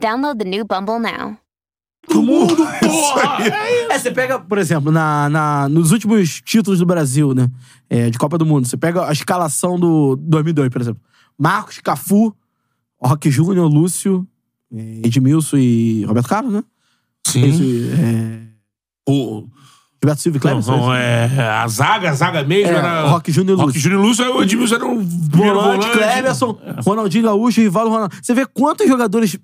S7: Download the new Bumble now.
S3: É, você pega, por exemplo, na, na- nos últimos títulos do Brasil, né? é, de Copa do Mundo, você pega a escalação do 2002, por exemplo. Marcos, Cafu, Roque Júnior, Lúcio, é, Edmilson e Roberto Carlos, né?
S2: Sim.
S3: Esse, é,
S2: O,
S3: Gilberto Silva e
S2: Uhum. não,
S3: Cleves.
S2: não, é, a zaga, a zaga mesmo
S3: É,
S2: era.
S3: Roque Júnior e
S2: Roque
S3: Lúcio.
S2: Júnior e Lúcio, aí o Edmilson era um primeiro
S3: Volante,
S2: volante.
S3: Cleverson,
S2: É.
S3: Ronaldinho Gaúcho, Rivaldo Ronaldo. Você vê quantos jogadores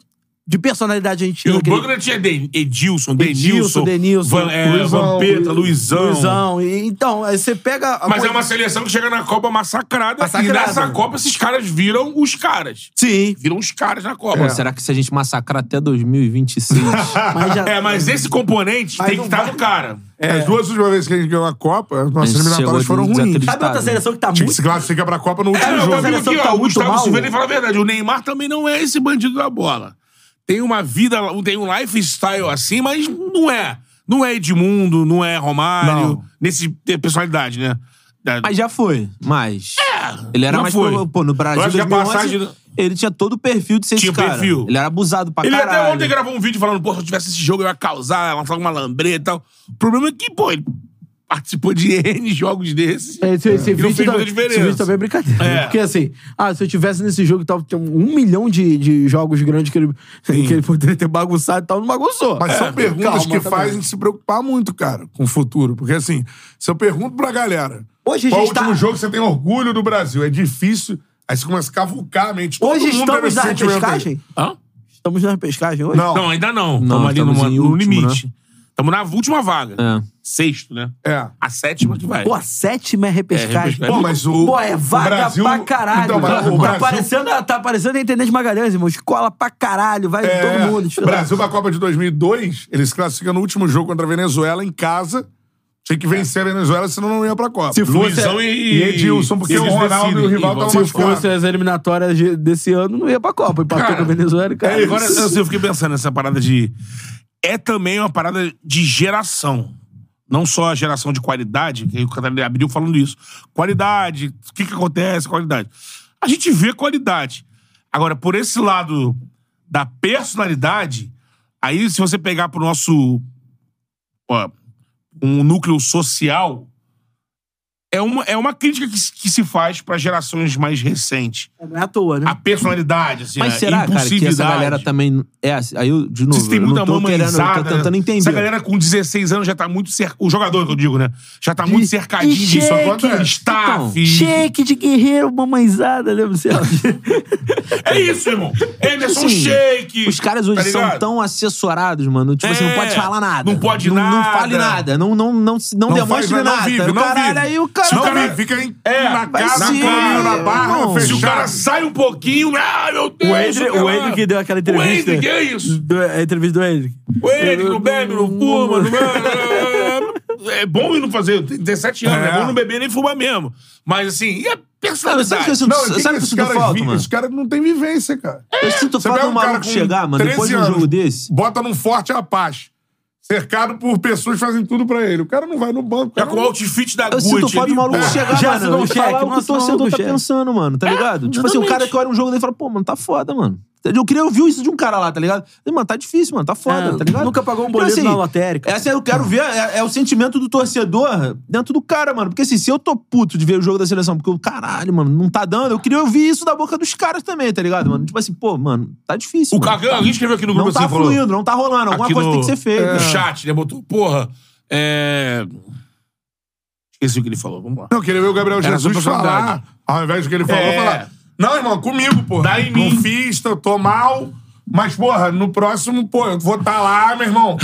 S3: de personalidade a gente
S2: E
S3: tinha.
S2: o
S3: naquele-
S2: banco não tinha Den- Edilson, Denilson,
S3: Edilson, Denilson,
S2: Van, é,
S1: Luizão,
S2: Vampeta, Luizão.
S3: Luizão. E, então, aí você pega. a
S2: Mas
S3: coisa-
S2: é uma seleção que chega na Copa massacrada. E
S3: Massacrada.
S2: nessa Copa esses caras viram os caras.
S3: Sim.
S2: Viram os caras na Copa.
S4: Pô, será que se a gente massacrar até e 2026...
S3: É. Mas já-
S2: É, mas esse componente
S3: Mas
S2: tem que
S3: não
S2: estar
S3: vai-
S2: no cara.
S1: As duas últimas vezes que a gente ganhou a Copa, as nossas
S4: Esse
S1: eliminatórias
S4: chegou
S1: foram ruins.
S4: desacreditado.
S3: Sabe outra seleção que tá
S1: Tinha que se
S3: muito.
S1: classificar pra Copa no último
S2: É, eu
S1: jogo.
S2: tava vendo
S3: seleção
S2: aqui,
S3: tá
S2: ó, o
S3: muito
S2: Gustavo
S3: mal.
S2: Silveira ele fala a verdade. O Neymar também não é esse bandido da bola. Tem uma vida, tem um lifestyle assim, mas não é. Não é Edmundo, não é Romário.
S1: Não.
S2: Nesse tem personalidade, né? Da-
S4: Mas já foi. Mas. Ele era
S2: É. já
S4: mais.
S2: foi.
S4: pro- Pô, no Brasil.
S2: Eu acho que a
S4: 2011,
S2: passagem-
S4: Ele tinha todo o perfil de ser
S2: Tinha
S4: esse cara.
S2: perfil.
S4: Ele era abusado pra
S2: Ele
S4: caralho.
S2: até ontem gravou um vídeo falando, pô, se eu tivesse esse jogo eu ia causar, lançar uma lambreta e tal. O problema é que, pô, ele participou de N jogos desses.
S3: É, Esse, esse
S2: E não fez
S3: vídeo
S2: muita
S3: também,
S2: diferença.
S3: esse vídeo também é brincadeira.
S2: É.
S3: Porque assim, ah, se eu tivesse nesse jogo e tal, tem um milhão de, de jogos grandes que ele, que ele poderia ter bagunçado e tal, não bagunçou.
S1: Mas são perguntas
S3: Calma,
S1: que
S3: tá
S1: fazem a
S3: bem.
S1: gente se preocupar muito, cara, com o futuro. Porque, assim, se eu pergunto pra galera,
S3: Hoje a
S1: qual o
S3: gente tá-
S1: último jogo que você tem orgulho do Brasil? É difícil. Aí você começa a cavucar a mente. Todo
S3: Hoje
S1: mundo deve
S3: estamos
S1: esse
S3: na
S1: sentimento aí.
S3: repescagem?
S2: Hã?
S3: Estamos na repescagem hoje?
S1: Não,
S2: Não, ainda não.
S4: Não,
S2: Estamos ali
S4: estamos
S2: numa-
S4: em
S2: no
S4: último,
S2: limite.
S3: né?
S2: Estamos na última vaga.
S4: É.
S2: Sexto, né?
S1: É.
S2: A sétima que vai.
S3: Pô, a sétima é repescagem.
S2: É,
S1: Pô, mas o.
S3: Pô, é vaga
S1: o Brasil,
S3: pra caralho.
S1: Então, mas o
S3: tá,
S1: Brasil,
S3: parecendo, tá parecendo a internet de Magalhães, irmão. Escola pra caralho, vai
S1: é,
S3: todo mundo.
S1: O Brasil pra Copa de 2002, eles se classificam no último jogo contra a Venezuela em casa. Tinha que vencer a Venezuela, senão não ia pra Copa.
S3: Se fosse-
S2: Luizão e,
S1: E Edilson, porque
S2: é- eles
S1: o Ronaldo
S2: decidem.
S1: e o rival
S2: vão-
S1: tavam
S3: Se
S1: Mas, cara-
S3: fosse as eliminatórias de- desse ano, não ia pra Copa. Empatou
S2: Cara,
S3: com a Venezuela e cara.
S2: É, agora assim, eu fiquei pensando nessa parada de. É também uma parada de geração. Não só a geração de qualidade, que o Catarina abriu falando isso. Qualidade, o que, que acontece, qualidade. A gente vê qualidade. Agora, por esse lado da personalidade, aí se você pegar pro nosso. ó, um núcleo social, é uma, é uma crítica que, se- que se faz para gerações mais recentes.
S3: Não é à toa, né?
S2: A personalidade, assim,
S4: Mas
S2: a
S4: será, cara, que essa
S2: impulsividade.
S4: galera também. É, aí eu, de novo,
S2: Vocês têm
S4: eu
S2: muita
S4: não tô
S2: mão
S4: querendo, eu tô
S2: manizada,
S4: tentando
S2: né?
S4: entender.
S2: Essa galera com 16 anos já tá muito cerca... O jogador, que eu digo, né? Já tá muito
S3: E-
S2: cercadinho
S3: e
S2: disso.
S3: cheque.
S4: Então,
S2: Agora, staff...
S3: Shake de guerreiro, mamãezada, né, lembra? Você?
S2: é isso, irmão. Emerson
S4: Assim,
S2: Shake.
S4: Os caras hoje
S2: tá ligado?
S4: são tão assessorados, mano. Tipo assim,
S2: É.
S4: não pode falar nada.
S2: Não pode
S4: não, Não
S2: nada.
S4: fale nada. Não, não, não, se- não,
S1: Não
S4: demonstre
S1: faz, mas não
S4: nada.
S1: vive,
S4: o
S1: não
S4: caralho,
S1: vive.
S4: aí o
S1: Se
S4: cara.
S1: o cara fica em,
S2: É,
S1: na
S2: vai
S1: casa,
S4: se-
S1: na praia, na barra,
S4: Não.
S2: Se o cara
S1: fechado.
S2: sai um pouquinho... Ai, meu Deus.
S3: O Henry,
S2: cara-
S3: o Henry que deu aquela
S2: O
S3: entrevista.
S2: Henry, que é isso?
S3: Do- a entrevista do Henry.
S2: O Henry não bebe, não fuma, não... É bom não fazer, tem 17 anos, é.
S1: É.
S2: bom não beber nem fumar mesmo. Mas assim, e a
S4: Não, sabe o que eu
S2: personalidade?
S4: sinto-
S1: Não, e
S4: sabe o que eu
S1: esses
S4: sinto
S2: é
S1: caras
S4: falta,
S1: vivem?
S4: mano?
S1: Os caras não têm vivência, cara.
S4: Eu sinto
S1: Você
S4: falta
S1: pega
S4: um maluco
S1: com
S4: chegar, mano,
S1: 13
S4: depois de um
S1: anos,
S4: jogo desse.
S1: Bota num forte Apache, cercado por pessoas que fazem tudo pra ele. O cara não vai no banco. o
S2: Já
S1: cara
S2: É com o
S1: não-
S2: outfit da
S4: Eu
S2: Gucci.
S4: sinto falta do
S2: ali, É.
S4: maluco
S2: pô.
S4: chegar,
S3: Já assinou
S4: mano,
S3: um
S4: e
S3: cheque,
S4: falar o
S3: não
S4: que o
S3: assinou
S4: torcedor
S3: um
S4: tá
S3: cheque.
S4: pensando, mano, tá ligado? Tipo assim, o cara que olha um jogo dele e fala, pô, mano, tá foda, mano. Eu queria ouvir isso de um cara lá, tá ligado? Mano, tá difícil, mano, tá foda,
S3: É,
S4: tá ligado?
S3: nunca pagou um
S4: Então,
S3: boleto na lotérica.
S4: Essa eu quero ver, é, é o sentimento do torcedor dentro do cara, mano. Porque assim, se eu tô puto de ver o jogo da seleção, porque eu, caralho, mano, não tá dando, eu queria ouvir isso da boca dos caras também, tá ligado, mano? Tipo assim, pô, mano, tá difícil.
S2: O
S4: mano.
S2: Cagão, alguém escreveu aqui no grupo
S4: Não
S2: assim,
S4: tá
S2: falou.
S4: fluindo, não tá rolando, alguma
S2: aqui É.
S4: coisa
S2: no- né?
S4: tem que ser feita.
S2: No chat, né? Botou, porra, é... Esqueci o que ele falou. Vamos lá.
S1: Não, eu queria ver o Gabriel
S2: Era
S1: Jesus
S2: sua
S1: falar,
S2: personalidade.
S1: ao invés do que ele falou,
S2: É.
S1: falar. Não, irmão, comigo, pô.
S2: Dá em
S1: não
S2: mim."
S1: fiz, tô, tô mal. Mas, porra, no próximo, pô, eu vou estar lá, meu irmão.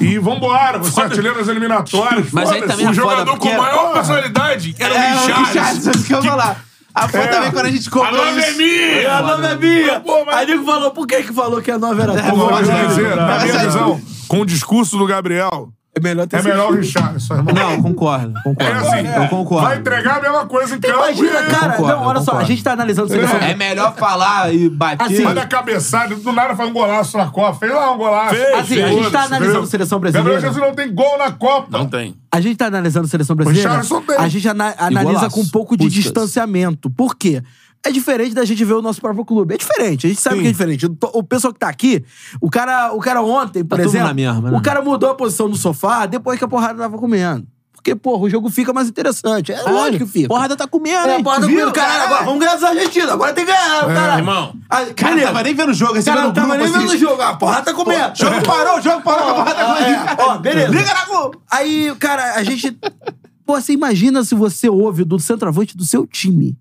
S1: E vambora, você é artilheiro das eliminatórias.
S4: Mas aí
S1: foda-se.
S4: também é
S1: o jogador
S4: foda, porque
S1: com
S4: era- É,
S1: maior personalidade é era o Richard.
S4: isso que eu ia falar. A
S2: É.
S4: foda também quando a gente comprou
S2: A nova é
S4: isso-
S2: minha!
S4: A nova é minha!
S2: Pô, mas-
S3: Aí nego falou, por que que falou que a nova era
S4: É, Tá
S3: tua?
S1: Como eu
S4: Pode
S1: ia
S4: não,
S1: dizer,
S4: não,
S1: na minha
S4: mas-
S1: visão, com o discurso do Gabriel,
S3: É melhor ter
S1: é melhor o
S3: sentido.
S1: Richard, irmão.
S4: Não, concordo,
S1: É
S4: concordo.
S1: assim,
S4: Tá eu concordo.
S1: vai entregar a mesma coisa em campo.
S3: Imagina,
S1: e-
S3: cara.
S4: concordo,
S3: não, olha só, a
S4: concordo.
S3: gente tá analisando seleção.
S4: É melhor falar e bater.
S3: Assim,
S1: Olha a cabeçada, do nada faz um golaço na Copa. Fez lá um golaço.
S2: Fez,
S3: Assim, a gente tá analisando a seleção brasileira.
S1: Gabriel Jesus não tem gol na Copa.
S2: Não tem.
S3: A gente tá analisando seleção brasileira.
S1: Richarlison tem.
S3: A gente ana- analisa
S4: golaço.
S3: com um pouco de
S4: Puskas.
S3: distanciamento. Por quê? É diferente da gente ver o nosso próprio clube. É diferente, a gente sabe que é diferente. O to- O pessoal que tá aqui, o cara, o cara ontem, por
S4: Tá todo
S3: exemplo,
S4: na mesma, né?
S3: o cara mudou a posição no sofá depois que a porrada tava comendo. Porque, porra, o jogo fica mais interessante. É lógico que fica.
S4: Porrada tá comendo,
S3: É,
S4: hein?
S3: porrada
S4: Viu?
S3: comendo. Caralho,
S4: É.
S3: agora vamos ganhar essa Argentina. Agora tem que ganhar, caralho.
S2: irmão.
S3: Ah,
S4: Cara,
S3: beleza.
S4: tava nem vendo o jogo, esse
S1: é
S3: Cara,
S4: era
S3: não
S1: tá
S4: o
S3: tava
S4: grupo,
S3: nem
S4: assim.
S3: vendo o jogo. A porrada tá comendo.
S4: O jogo parou, o jogo parou, a porrada
S3: Ah, é.
S4: comendo.
S3: Ó, beleza.
S4: Liga na Globo.
S3: Aí, cara, a gente. Pô, você imagina se você ouve do centroavante do seu time.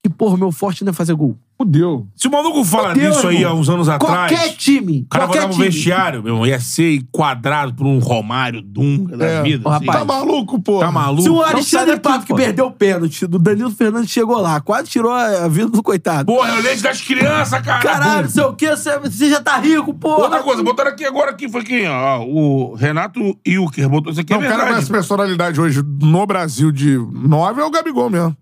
S3: Que, porra, meu forte não é fazer gol.
S1: Fudeu.
S2: Se o maluco fala
S3: Deus,
S2: disso aí há
S3: irmão.
S2: uns anos atrás.
S3: Qualquer time.
S2: O cara
S3: qualquer
S2: voltava no
S3: time.
S2: vestiário, meu irmão. Ia ser quadrado por um Romário Dunga da vida.
S3: Ô,
S2: assim.
S3: rapaz.
S1: Tá maluco, pô.
S2: Tá maluco?
S3: Se um o
S2: Não sai
S3: Alexandre
S2: daqui,
S3: Pato que
S2: pô.
S3: perdeu o pênalti do Danilo Fernandes chegou lá, quase tirou a a vida do coitado.
S2: Porra, é o leite das crianças, cara.
S3: Caralho, não sei o quê, você, você já tá rico, porra.
S2: Outra coisa, botaram aqui agora aqui, foi quem? Ó, Ah, o Renato Ilker botou isso aqui.
S1: Não,
S2: é
S1: o cara com
S2: verdade.
S1: essa personalidade hoje no Brasil de 9 é o Gabigol mesmo.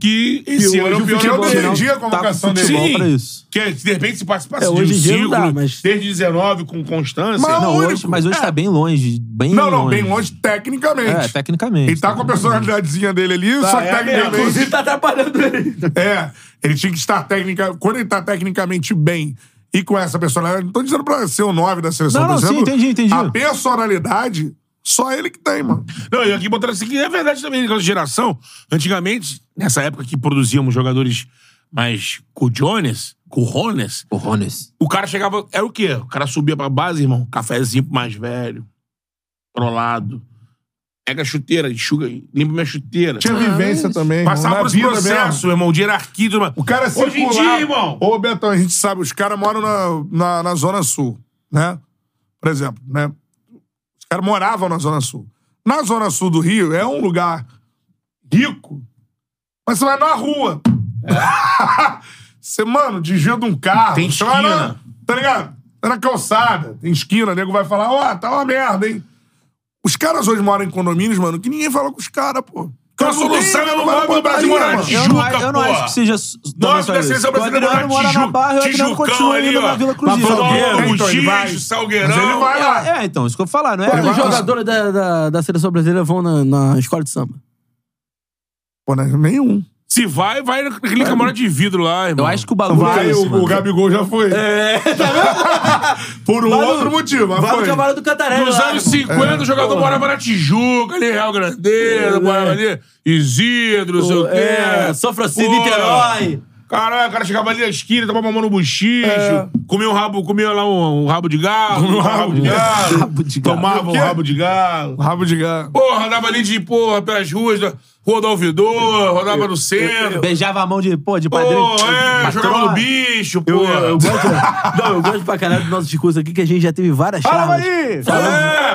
S2: Que esse
S1: hoje
S2: ano é
S1: o
S2: o pior
S1: futebol
S2: ano
S1: hoje em
S2: dele.
S1: dia a convocação
S4: tá com
S1: dele.
S4: futebol
S2: Sim.
S4: pra isso.
S2: Que de repente se participasse
S3: É,
S2: de um
S3: hoje em dia não
S2: ciclo,
S3: dá, mas- é
S2: desde 19 com constância.
S1: Mas
S4: Não,
S1: único.
S4: hoje, mas hoje tá bem longe, bem
S1: Não, não,
S4: longe.
S1: bem longe tecnicamente.
S4: É, tecnicamente.
S1: Ele tá com a personalidadezinha dele ali, só que
S2: é
S1: tecnicamente.
S3: Inclusive, tá atrapalhando ele.
S1: É, ele tinha que estar técnica. Quando ele tá tecnicamente bem e com essa personalidade, não tô dizendo pra ser o 9 da seleção.
S4: Não,
S1: tô
S4: não, sim,
S1: dizendo
S4: entendi, entendi.
S1: A personalidade, só ele que tem, mano.
S2: Não, e aqui botaram isso aqui. É verdade também, naquela geração. Antigamente, nessa época que produzíamos jogadores mais cujones, currones,
S4: Porrones.
S2: o cara chegava. Era o quê? O cara subia pra base, irmão. Cafezinho pro mais velho. Trolado. Pega a chuteira, enxuga, limpa minha chuteira.
S1: Tinha Tá, vivência também.
S2: Passava
S1: irmão,
S2: por
S1: na
S2: esse
S1: vida
S2: processo,
S1: mesmo.
S2: irmão, de hierarquia. e tudo mais.
S1: O cara se
S2: Hoje em dia, irmão.
S1: Ô, Betão, a gente sabe, os caras moram na, na, na Zona Sul, né? Por exemplo, né? Os caras moravam na Zona Sul. Na Zona Sul do Rio é um lugar rico, mas você vai na rua. você, mano, desvia de um carro.
S2: Tem
S1: você vai na-
S2: esquina.
S1: tá ligado? Tá na calçada, tem esquina, o nego vai falar, ó, tá uma merda, hein? Os caras hoje moram em condomínios, mano, que ninguém fala com os caras, pô.
S2: Então a
S1: Não tem,
S2: solução é
S1: não
S2: no
S1: vai
S2: móvel do
S1: pra
S2: Brasil
S1: Bahia,
S2: morar
S1: mano.
S2: de
S4: Eu não,
S2: Tijuca,
S4: acho- eu não
S2: porra.
S4: acho que seja.
S2: Nós da seleção brasileira
S4: O Adriano
S2: morar
S4: mora
S2: na
S4: na Barra e o Adriano
S2: Tijucão
S4: continua
S2: ali,
S4: indo
S2: ó. Tá
S4: na Vila Cruzeiro.
S1: Salgueiro,
S2: Valdomiro,
S1: então, ele vai.
S2: Gijo, Salgueirão.
S1: Mas ele vai lá. tá
S4: É, é, então, isso que eu falo, não é?
S3: Quantos
S1: lá.
S3: jogadores um da, da, da seleção brasileira vão na, na escola de samba?
S1: Pô, né? nenhum.
S2: Se vai, vai naquele camarote de vidro lá, irmão.
S4: Eu acho que o bagulho
S1: Vai,
S4: é esse,
S1: o,
S4: mano. É, tá
S1: o Gabigol já foi. Por um
S3: Vai no-
S1: outro motivo, mas
S3: Vai no
S1: foi.
S3: cavalo do Cantarelli
S2: Nos
S4: É.
S3: lá.
S2: anos 50, o jogador morava na Tijuca, ali, Real Grandeiro, morava ali, Isidro, não sei o quê.
S3: É, São Francisco,
S2: Pô.
S3: Niterói.
S2: Caralho, o cara chegava ali na esquina, tomava mão no bochicho, comia um rabo, comia lá um, um rabo de galo, comia um rabo de galo,
S4: Rabo de galo.
S2: tomava um rabo de galo.
S1: Rabo de galo.
S2: Porra, andava ali de porra pelas ruas, da Rua do Alvidor, rodava no centro.
S4: Beijava a mão de, pô, de
S2: Pô,
S4: padrinho.
S2: é,
S4: patroa.
S2: jogava no bicho,
S3: Eu,
S2: porra. É,
S3: eu gosto, não, eu gosto pra caralho do nosso discurso aqui, que a gente já teve várias charlas.
S4: Maria!
S2: É,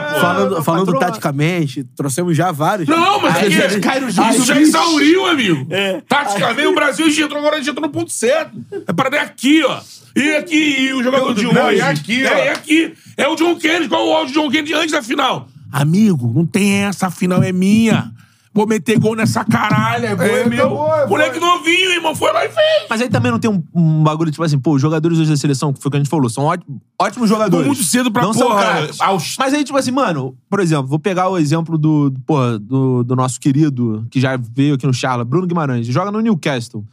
S2: pô.
S3: Falando, falando
S4: Patroa.
S3: taticamente, trouxemos já vários.
S2: Não, mas que-
S4: Aí já cai no
S2: isso
S4: juízo.
S2: já exauriu, amigo.
S1: É.
S2: Taticamente, o Brasil já entrou agora, já entrou no ponto certo. É pra dar aqui, ó. E aqui, e o
S1: É
S2: jogador de hoje.
S1: Não, e aqui, ó.
S2: é, e aqui. É o John Kennedy. Qual o áudio do John Kennedy antes da final? Amigo, não tem essa, a final é minha. Vou meter gol nessa caralha, gol é,
S1: É,
S2: meu.
S1: acabou, é,
S2: Moleque
S1: foi.
S2: novinho, irmão, foi lá e fez.
S4: Mas aí também não tem um, um bagulho, tipo assim, pô, os jogadores hoje da seleção, que foi o que a gente falou, são óti- ótimos jogadores.
S2: muito cedo pra
S4: não são
S2: porra,
S4: craques.
S2: aos-
S4: Mas aí, tipo assim, mano, por exemplo, vou pegar o exemplo do, do, porra, do, do nosso querido, que já veio aqui no Charla, Bruno Guimarães, joga no Newcastle. O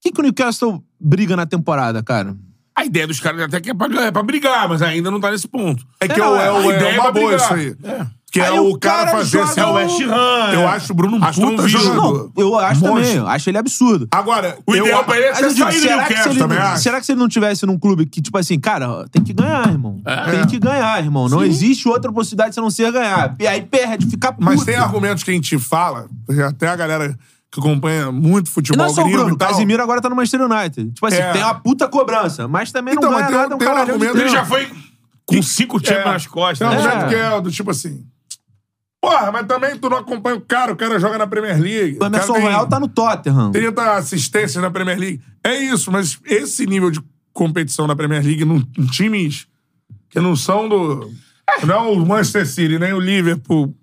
S4: que, que o Newcastle briga na temporada, cara?
S2: A ideia dos caras até que é pra, é pra brigar, mas ainda não tá nesse ponto.
S1: É que
S4: Não,
S1: é, o- é, o-
S2: a
S1: é
S2: ideia é
S1: uma
S2: pra
S1: boa
S2: brigar.
S1: isso aí. Que é
S4: Aí
S1: o cara, fazer
S4: joga
S1: assim.
S4: o-
S1: Eu acho o Bruno um
S2: Aston
S1: puta
S2: Villa.
S1: jogador.
S4: Não, eu acho também.
S1: Monstro.
S4: eu Acho ele absurdo.
S1: Agora,
S2: O
S1: eu-
S2: ideal pra ele é
S1: Mas
S2: ser
S1: eu digo,
S2: saído do
S1: será que
S2: Newcastle,
S1: se ele-
S2: também acho.
S4: Será que se ele não tivesse num clube que, tipo assim, cara, tem que ganhar, irmão.
S2: É.
S4: Tem que ganhar, irmão. Não existe outra possibilidade se não ser ganhar. E aí perde, fica puto.
S1: Mas tem argumentos que a gente fala, até a galera que acompanha muito
S4: E
S1: futebol
S4: não é só o
S1: gringo
S4: Bruno.
S1: e
S4: O
S1: tal.
S4: Casimiro agora tá no Manchester United. Tipo assim,
S1: É.
S4: tem uma puta cobrança, mas também não
S1: Então,
S4: ganha
S1: mas tem um-
S4: nada. Um
S1: tem um
S4: caralhão de
S1: argumento-
S2: Ele
S4: tempo.
S2: já foi com cinco times nas
S1: Tem
S2: costas.
S1: um
S2: né?
S1: jeito que é do tipo assim. Porra, mas também tu não acompanha o cara, o cara joga na Premier League.
S4: O Emerson
S1: cara tem
S4: Royal tá no Tottenham.
S1: 30 assistências na Premier League. É isso, mas esse nível de competição na Premier League num- em times que não são do. Não é o Manchester City, nem o Liverpool.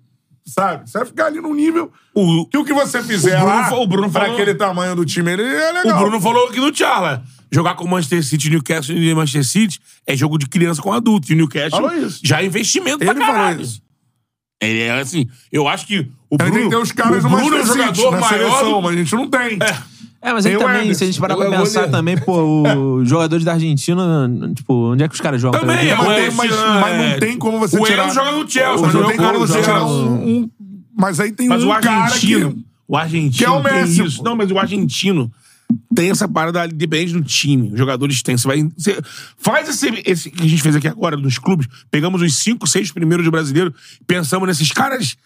S1: Sabe? Você vai ficar ali num nível.
S2: O-
S1: que o que você fizer
S2: o Bruno
S1: lá,
S2: fa- o Bruno
S1: pra
S2: falou-
S1: aquele tamanho do time, ele é
S2: O
S1: legal.
S2: Bruno falou aqui no Tchala. Jogar com o Manchester City, Newcastle e Manchester City é jogo de criança com adulto. E o Newcastle
S1: Falou isso.
S2: já é investimento
S1: Ele
S2: pra caralho.
S1: falou isso.
S2: Ele é assim, eu acho que o
S1: Aí
S2: Bruno,
S1: tem que ter os caras
S2: o
S1: no
S2: Bruno é um
S1: Manchester City,
S2: jogador
S1: na
S2: maior
S1: seleção,
S2: do-
S1: mas a gente não tem.
S4: É, mas aí
S2: um
S1: Tem o
S4: também,
S1: Emerson.
S4: se a gente parar
S2: Eu-
S4: pra
S2: eu
S4: pensar
S2: olhei.
S4: também, pô, os jogadores da Argentina, tipo, onde é que os caras jogam?
S2: Também,
S4: Tá ligado?
S2: o
S1: Mas, tem-
S2: Elche,
S1: mas-
S2: né?
S1: mas não tem como você
S2: O
S1: tirar.
S2: Elche joga no Chelsea,
S1: mas
S2: mas
S1: não
S2: não
S1: tem
S2: é o
S1: como
S2: Gol,
S1: você
S2: joga
S1: tirar
S2: no-
S1: um, um- Mas aí tem
S2: Mas
S1: um
S2: o
S1: cara
S2: argentino.
S1: que.
S2: O argentino.
S1: Que é o
S2: tem
S1: Messi,
S2: isso.
S1: pô.
S2: Não, mas o argentino tem essa parada ali, depende do time. Os jogadores têm. Você vai. você faz esse, esse que a gente fez aqui agora dos clubes. Pegamos os cinco, seis primeiros de brasileiro, pensamos nesses caras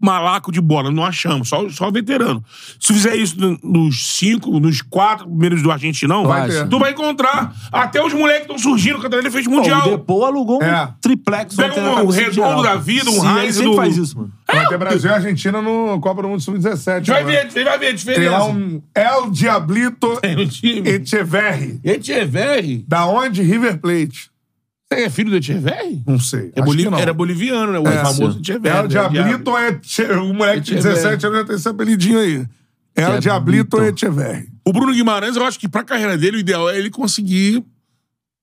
S2: malaco de bola. Não achamos, só, só veterano. Se fizer isso no- nos cinco, nos quatro primeiros do argentinão,
S4: Vai ter.
S2: tu vai encontrar até os moleques que estão surgindo, que ele fez
S4: Pô,
S2: mundial.
S4: o Depô alugou um
S1: É.
S4: triplex.
S2: Pega
S4: ontem na
S2: um
S4: cabeça de
S2: Redondo
S4: geral.
S2: da vida, um
S4: Sim, ele
S2: Heinz
S4: sempre
S2: do-
S4: faz isso, mano.
S1: Vai ter Brasil e Argentina no Copa do Mundo Sub-17.
S2: vai
S1: agora.
S2: ver, você vai ver
S1: Tem
S2: a
S1: lá
S2: diferença.
S1: um El Diablito
S2: Tem um time.
S1: Echeverri.
S2: Etcheverri?
S1: Da onde? River Plate.
S2: Você é filho do Etcheverri?
S1: Não sei.
S2: É
S1: acho
S2: boli-
S1: que não. É,
S2: Era boliviano, né? O famoso Etcheverri.
S3: é
S1: El Diablito Echeverri. O moleque de 17 anos já tem esse apelidinho aí. El Diablito Echeverri.
S2: O Bruno Guimarães, eu acho que pra carreira dele, o ideal é ele conseguir,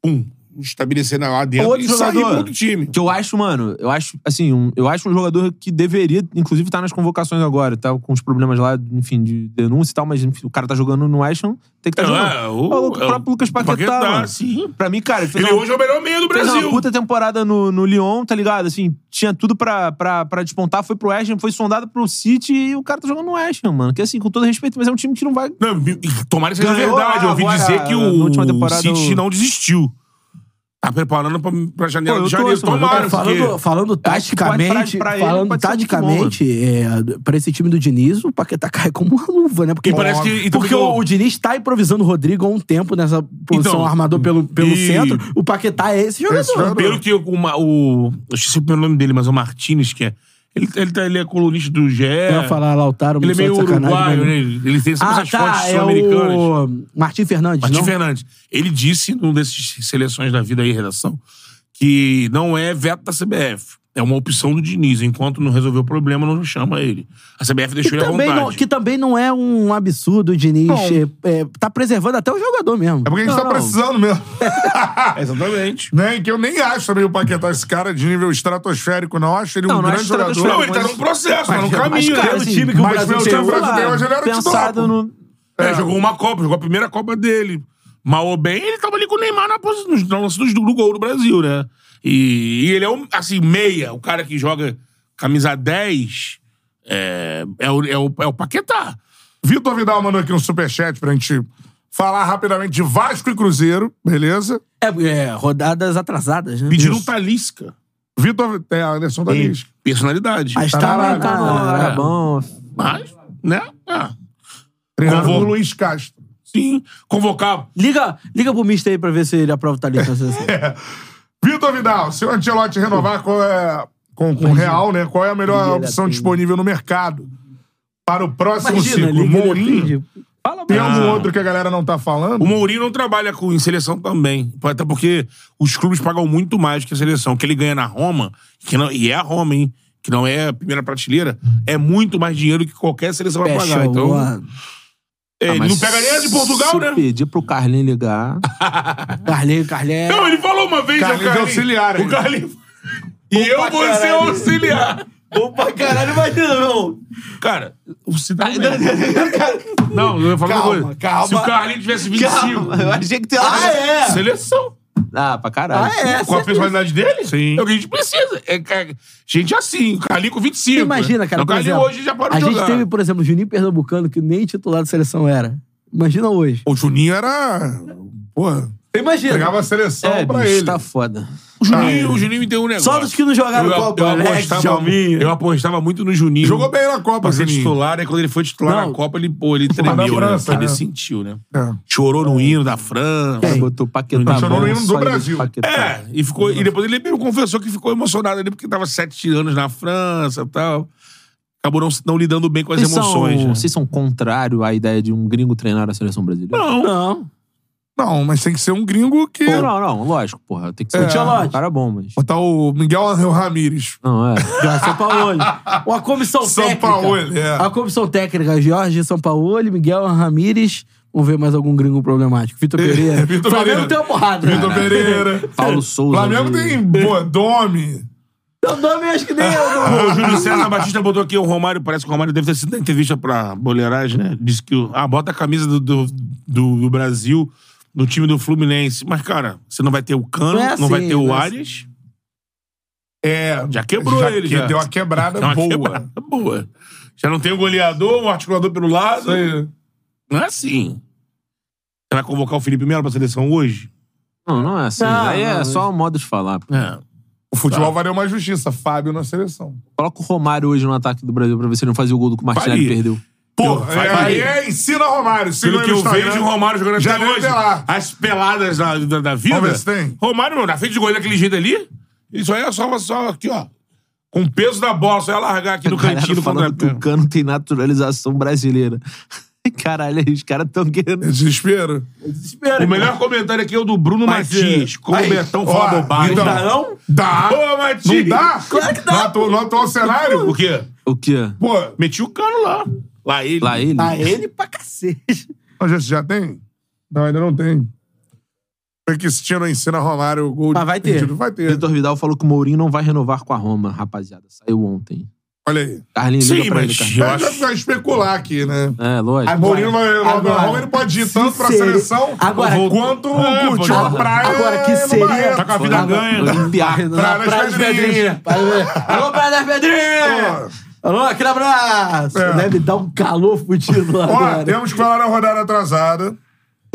S2: um, estabelecer na- lá dentro
S4: outro
S2: e sair
S4: jogador
S2: pro outro time.
S4: Que eu acho, mano, eu acho, assim, um- eu acho um jogador que deveria, inclusive, estar nas convocações agora. Tá com os problemas lá, enfim, de denúncia e tal, mas enfim, o cara tá jogando no Ashton, tem que estar
S2: É,
S4: jogando.
S2: é,
S4: o,
S2: o- é o
S4: próprio Lucas Paquetá,
S2: Paquetá,
S4: mano.
S2: sim.
S4: Pra mim, cara, fez
S2: Ele
S4: uma,
S2: hoje é o melhor meio do
S4: fez uma
S2: Brasil.
S4: puta temporada no, no Lyon, tá ligado? Assim, tinha tudo pra, pra, pra despontar, foi pro Ashton, foi sondado pro City e o cara tá jogando no Ashton, mano. Que assim, com todo respeito, mas é um time que não vai...
S2: Não, e- e tomara que seja
S4: Ganhou
S2: verdade. Eu ouvi
S4: agora,
S2: dizer que
S4: na última
S2: o
S4: temporada,
S2: City
S4: o-
S2: não desistiu. Tá preparando pra, pra janela
S4: Pô, eu
S2: de janeiro.
S4: torço, mano.
S2: Tomara,
S4: Eu
S2: porque...
S3: Falando, falando
S4: acho que pode- pra-
S3: taticamente,
S4: pra ele
S3: falando
S4: pode ser muito
S3: taticamente, é, pra esse time do Diniz, o Paquetá cai como uma luva, né? Porque,
S2: E parece que- e também
S3: porque o,
S2: o-
S3: o Diniz tá improvisando o Rodrigo há um tempo nessa posição
S2: Então,
S3: armador pelo, pelo
S2: e-
S3: centro. O Paquetá é esse jogador.
S2: Pelo que o. Ma- o eu esqueci o nome dele, mas o Martinez, que é. Ele, ele, tá- ele é colunista do GE.
S3: Eu ia falar Lautaro,
S2: ele é
S3: mas só de
S2: meio
S3: sacanagem,
S2: uruguaio,
S3: mas-
S2: né? Ele ele tem sempre
S3: Ah,
S2: essas fontes
S3: tá, é
S2: sul-americanas.
S3: o Martim Fernandes,
S2: Martim
S3: não?
S2: Fernandes. Ele disse, num desses seleções da vida aí, redação, que não é veto da CBF. É uma opção do Diniz. Enquanto não resolver o problema, não chama ele. A CBF deixou
S3: que,
S2: ele à
S3: também
S2: vontade.
S3: não, que também não é um absurdo o Diniz. é- é, tá preservando até o jogador mesmo.
S1: É porque a gente
S4: Não,
S1: tá
S4: não.
S1: precisando mesmo.
S2: Exatamente.
S1: né? Que eu nem acho também o Paquetá esse cara de nível estratosférico, não. Acho ele um
S4: Não, não
S1: grande
S4: acho
S1: jogador.
S4: estratosférico,
S2: Não, ele tá num processo, tá num
S1: Mas,
S2: caminho.
S4: cara,
S2: Pelo
S4: assim,
S2: time que o
S1: mas
S2: Brasil
S1: pelo
S2: tem
S1: time
S2: hoje.
S1: que o Brasil tem hoje, ele era
S2: Tá,
S1: titular, pô.
S4: Pensado no...
S2: É, jogou uma Copa, jogou a primeira Copa dele. Mal ou bem, ele tava ali com o Neymar na posi- nos- no lance dos- do, gol do Brasil, né? E, e ele é, um, assim, meia. O cara que joga camisa 10 é, é, o, é, o, é o Paquetá.
S1: Vitor Vidal mandou aqui um superchat pra gente falar rapidamente de Vasco e Cruzeiro, beleza?
S3: É, é, rodadas atrasadas, né?
S2: Pedindo um Talisca.
S1: Vitor. É, Anderson da
S2: Tem personalidade.
S3: Mas tá lá, tá lá.
S4: Tá bom,
S2: Mas, né? Ah,
S1: Treinado
S2: Convo-
S1: por Luiz Castro.
S2: sim, convocar.
S3: Liga, liga pro Mister aí pra ver se ele aprova o talento na seleção.
S1: Vitor Vidal, se o Ancelotti renovar qual é, com, com o Real, né? Qual é a melhor
S3: Liga,
S1: opção
S3: Latino.
S1: disponível no mercado para o próximo
S3: assim. Imagina,
S1: ciclo?
S3: liga,
S1: Mourinho?
S3: defende. Fala,
S1: Tem algum
S2: Ah.
S1: outro que a galera não tá falando?
S2: O Mourinho não trabalha com, em seleção também. Até porque os clubes pagam muito mais que a seleção. O que ele ganha na Roma, que não, e é a Roma, hein? Que não é a primeira prateleira, é muito mais dinheiro que qualquer seleção vai pagar. Então, é, ele não pega nem a de Portugal,
S4: se
S2: né?
S4: pedir pro Carlinhos ligar...
S3: Carlinho, Carlinho.
S2: Não, ele falou uma vez,
S1: Carlinhos
S2: é o
S1: é auxiliar, hein?
S2: O Carlinhos. E eu vou ser
S4: caralho.
S2: auxiliar.
S4: Bom pra caralho, mas não.
S2: Cara, o cidadão. Não, eu ia falar uma coisa.
S4: Calma, calma.
S2: Se o Carlinhos tivesse 25,
S4: Eu achei que tem Ah, é?
S2: seleção.
S4: Ah, pra caralho.
S3: é,
S2: Com a personalidade dele?
S1: Sim.
S2: É o que a gente precisa. É, é, gente assim, Calico 25.
S3: Você imagina, cara.
S2: O
S3: por
S2: Calico
S3: exemplo,
S2: hoje já parou
S3: A
S2: de
S3: gente
S2: jogar.
S3: teve, por exemplo, o Juninho Pernambucano, que nem titular da seleção era. Imagina hoje.
S1: O Juninho era. Porra.
S3: Imagina.
S1: Pegava a seleção
S4: É,
S1: pra
S4: bicho,
S1: ele.
S4: tá foda.
S2: O Juninho, o Juninho me deu um negócio.
S3: Só dos que não jogaram
S2: eu,
S3: Copa,
S2: eu
S3: Alex,
S2: apostava,
S3: Djalminha.
S2: eu apostava muito no Juninho.
S1: Jogou bem na Copa,
S2: pra ser
S1: Juninho.
S2: titular, aí quando ele foi titular
S3: Não.
S2: na Copa, ele, pô, ele
S1: na
S2: tremeu, né?
S1: França,
S2: ele
S1: né?
S2: sentiu, né?
S1: É.
S2: Chorou no hino da França.
S4: Cara, botou Paquetá.
S1: Chorou no
S4: bom,
S1: hino do
S4: saiu
S1: Brasil.
S4: Paquetá.
S2: É, e, ficou, e depois ele mesmo confessou que ficou emocionado ali porque tava sete anos na França e tal. Acabou não, não lidando bem com as
S4: Vocês
S2: emoções.
S4: são,
S2: né?
S4: vocês são contrário à ideia de um gringo treinar a seleção brasileira?
S2: Não,
S3: Não.
S1: Não, mas tem que ser um gringo que.
S4: Pô, não, não, lógico, porra. Tem que ser
S1: É.
S4: um cara- um cara bom, mas.
S1: Botar o Miguel Angel Ramírez.
S4: Não, é.
S3: Jorge Paulo. Uma comissão
S1: São
S3: técnica.
S1: Paulo, é.
S3: A comissão técnica, Jorge Sampaoli, Miguel Ramírez. Vamos ver mais algum gringo problemático. Vitor Pereira.
S1: Vitor
S3: Flamengo
S1: Pereira.
S3: tem uma porrada.
S1: Vitor Pereira.
S4: Paulo Souza.
S1: Flamengo
S4: né?
S1: tem Bodome.
S3: Meu nome acho que nem eu.
S2: O Júlio César Batista botou aqui o Romário, parece que o Romário deve ter sido na entrevista pra Boleiragem, né? Disse que. o- Ah, bota a camisa do, do, do- do Brasil no time do Fluminense. Mas, cara, você não vai ter o Cano,
S3: Não
S2: não,
S3: é assim,
S2: vai ter
S3: não
S2: o
S3: é
S2: Ares.
S1: É.
S2: Já quebrou ele,
S1: que-
S2: já.
S1: Deu uma quebrada
S2: É uma
S1: boa.
S2: quebrada boa. Já não tem o goleador, o articulador pelo lado.
S1: Isso aí.
S2: Não é assim. Você vai convocar o Felipe Melo pra seleção hoje?
S4: Não, não é assim.
S3: Não,
S4: Aí é
S3: não,
S4: só um modo de falar. pô.
S2: É.
S1: O futebol valeu uma justiça. Fábio na seleção.
S4: Coloca o Romário hoje no ataque do Brasil pra ver se ele não fazia o gol do que o Martinelli
S2: Faria.
S4: perdeu.
S2: Pô,
S1: É, aí é ensina Romário. Siga
S2: Pelo
S1: ele
S2: que
S1: no
S2: eu
S1: Instagram. é
S2: vejo o Romário jogando
S1: Já
S2: até
S1: deve
S2: hoje,
S1: pelar.
S2: as peladas da, da, da vida.
S1: Vamos ver se tem.
S2: Romário, meu, na frente de goleiro daquele jeito ali, ele só ia só, só aqui, ó. Com o peso da bola, só ia largar aqui no
S4: A galera
S2: cantinho do
S4: falando que o
S2: contrapé.
S4: Cano tem naturalização brasileira. Caralho, aí os caras tão querendo.
S1: É Desespero.
S2: O melhor comentário aqui é o do Bruno
S4: Mas,
S2: É Matias.
S4: é.
S2: Como
S4: Aí,
S2: o Betão
S1: ó,
S2: fala bobagem.
S1: então-
S2: Dá, Ah, não?
S1: Dá.
S2: Pô, Matias.
S1: Não dá? Claro que dá. No atual, no atual cenário?
S2: O quê?
S4: O quê?
S1: Pô,
S2: Meti o cano lá. Lá ele.
S4: Lá ele?
S3: A ele pra cacete.
S1: mas esse já tem? Não, ainda não tem. Foi que esse não ensina Romário o gol.
S3: Mas vai ter.
S1: perdido. Vai ter.
S4: Vitor Vidal falou que o Mourinho não vai renovar com a Roma, rapaziada. Saiu ontem.
S1: Olha aí.
S3: Tá
S4: Carlinhos
S2: Sim,
S4: liga pra ele,
S2: mas-
S4: Carlinhos.
S2: Eu
S1: Mas
S2: acho-
S1: vai ficar especular aqui, né?
S4: É, lógico.
S1: Mourinho vai
S3: agora,
S1: Roma, ele pode ir tanto pra
S3: se seria-
S1: seleção
S3: agora-
S1: quanto
S2: É,
S1: curtir uma
S2: pode-
S1: praia.
S3: Agora que
S1: no Bahia.
S3: seria.
S2: Tá com a vida
S3: Agora-
S2: ganha.
S4: Olimpiar.
S1: Praia
S3: Na
S1: das
S3: Praia das
S1: Pedrinhas.
S3: Pedrinhas. Praia- Alô, Praia das Pedrinhas! Alô, aquele abraço!
S1: É.
S3: Deve dar um calor fudido lá
S1: Ó, um-
S3: agora.
S1: temos que falar na rodada atrasada.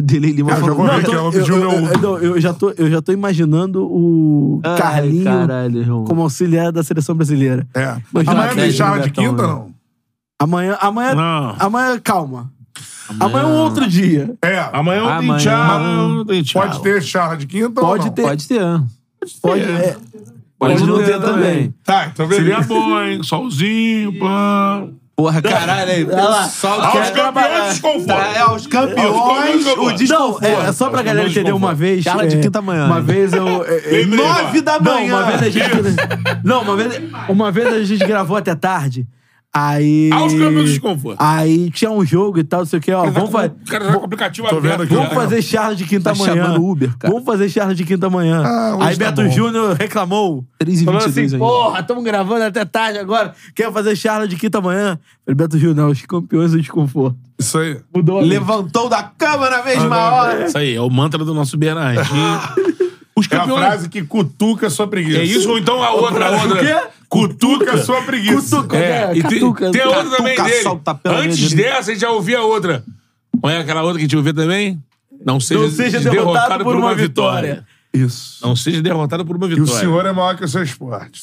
S4: Dele Lima
S1: Eu já
S4: falou.
S1: vou ver
S3: tô-
S1: aqui, ó, eu pedi o
S3: eu- eu-
S1: meu.
S3: não, eu já tô, eu já tô imaginando o
S4: Ai,
S3: Carlinho
S4: caralho, irmão.
S3: como auxiliar da seleção brasileira.
S1: É.
S3: Mas
S1: Amanhã
S3: já-
S1: tem charla de
S4: Betão,
S1: quinta,
S4: né?
S1: não?
S3: Amanhã, amanhã,
S2: Não.
S3: amanhã, calma. Amanhã é um outro dia.
S1: É.
S2: Amanhã eu
S4: Amanhã.
S2: tenho tchau. eu tenho tchau.
S1: Pode ter charla de quinta ou
S3: Pode
S1: não?
S3: ter,
S4: Pode ter.
S3: pode, é,
S4: Pode,
S3: pode
S4: não ter
S3: também.
S4: também.
S1: Tá, então
S2: Seria
S1: beleza.
S2: é bom, hein? Solzinho, pá.
S4: Porra, caralho. aí.
S3: Olha lá.
S4: Só
S2: Aos
S4: que
S2: campeões
S3: Tá,
S2: desconforto.
S4: É, aos campeões,
S2: Aos campeões,
S4: o
S3: Não,
S4: desconforto.
S3: é, é só pra galera entender uma vez.
S4: Charla de
S3: é,
S4: quinta manhã.
S3: Uma vez eu. é, é,
S2: Lembrei,
S4: Nove da
S3: Não,
S4: manhã.
S3: uma vez a gente. Não, uma vez, uma vez a gente gravou até tarde. Aí.
S2: Aos campos de desconforto.
S3: Aí tinha um jogo e tal, não sei o que, ó. Vamos, fa-
S2: O cara tá com o aplicativo
S1: Tô
S2: aberto.
S1: vendo aqui.
S2: Vamos
S3: vamos fazer charla de quinta
S4: Tá
S3: manhã.
S4: chamando o Uber, cara.
S3: Vamos fazer charla de quinta manhã.
S1: Ah, hoje
S3: aí
S1: tá
S3: Beto
S1: bom.
S3: Júnior reclamou.
S4: 3 e
S3: Falando
S4: 22
S3: assim,
S4: ainda.
S3: porra, estamos gravando até tarde agora. Quer fazer charla de quinta manhã? Falei, Beto Júnior, não, os campeões do desconforto.
S1: Isso aí.
S3: Mudou a mente.
S4: Levantou da cama na mesma hora.
S2: Isso aí, é o mantra do nosso Bernardinho.
S3: Ah.
S2: Os
S1: É a
S2: campeões.
S1: frase que cutuca a sua preguiça.
S2: É isso ou então a outra, a outra.
S3: O quê?
S1: Cutuca a sua preguiça.
S3: Cutuca,
S2: É,
S3: né?
S2: e tem,
S3: Catuca.
S2: tem a outra
S4: Catuca,
S2: também dele.
S4: solta pela
S2: Antes
S4: orelha.
S2: dessa, a gente já ouvia a outra. Qual é aquela outra que a gente ouvia também? Não seja,
S3: Não seja derrotado, por uma, vitória.
S1: Isso.
S2: Não seja derrotado por uma
S1: E o
S2: vitória.
S1: senhor é maior que o seu esporte.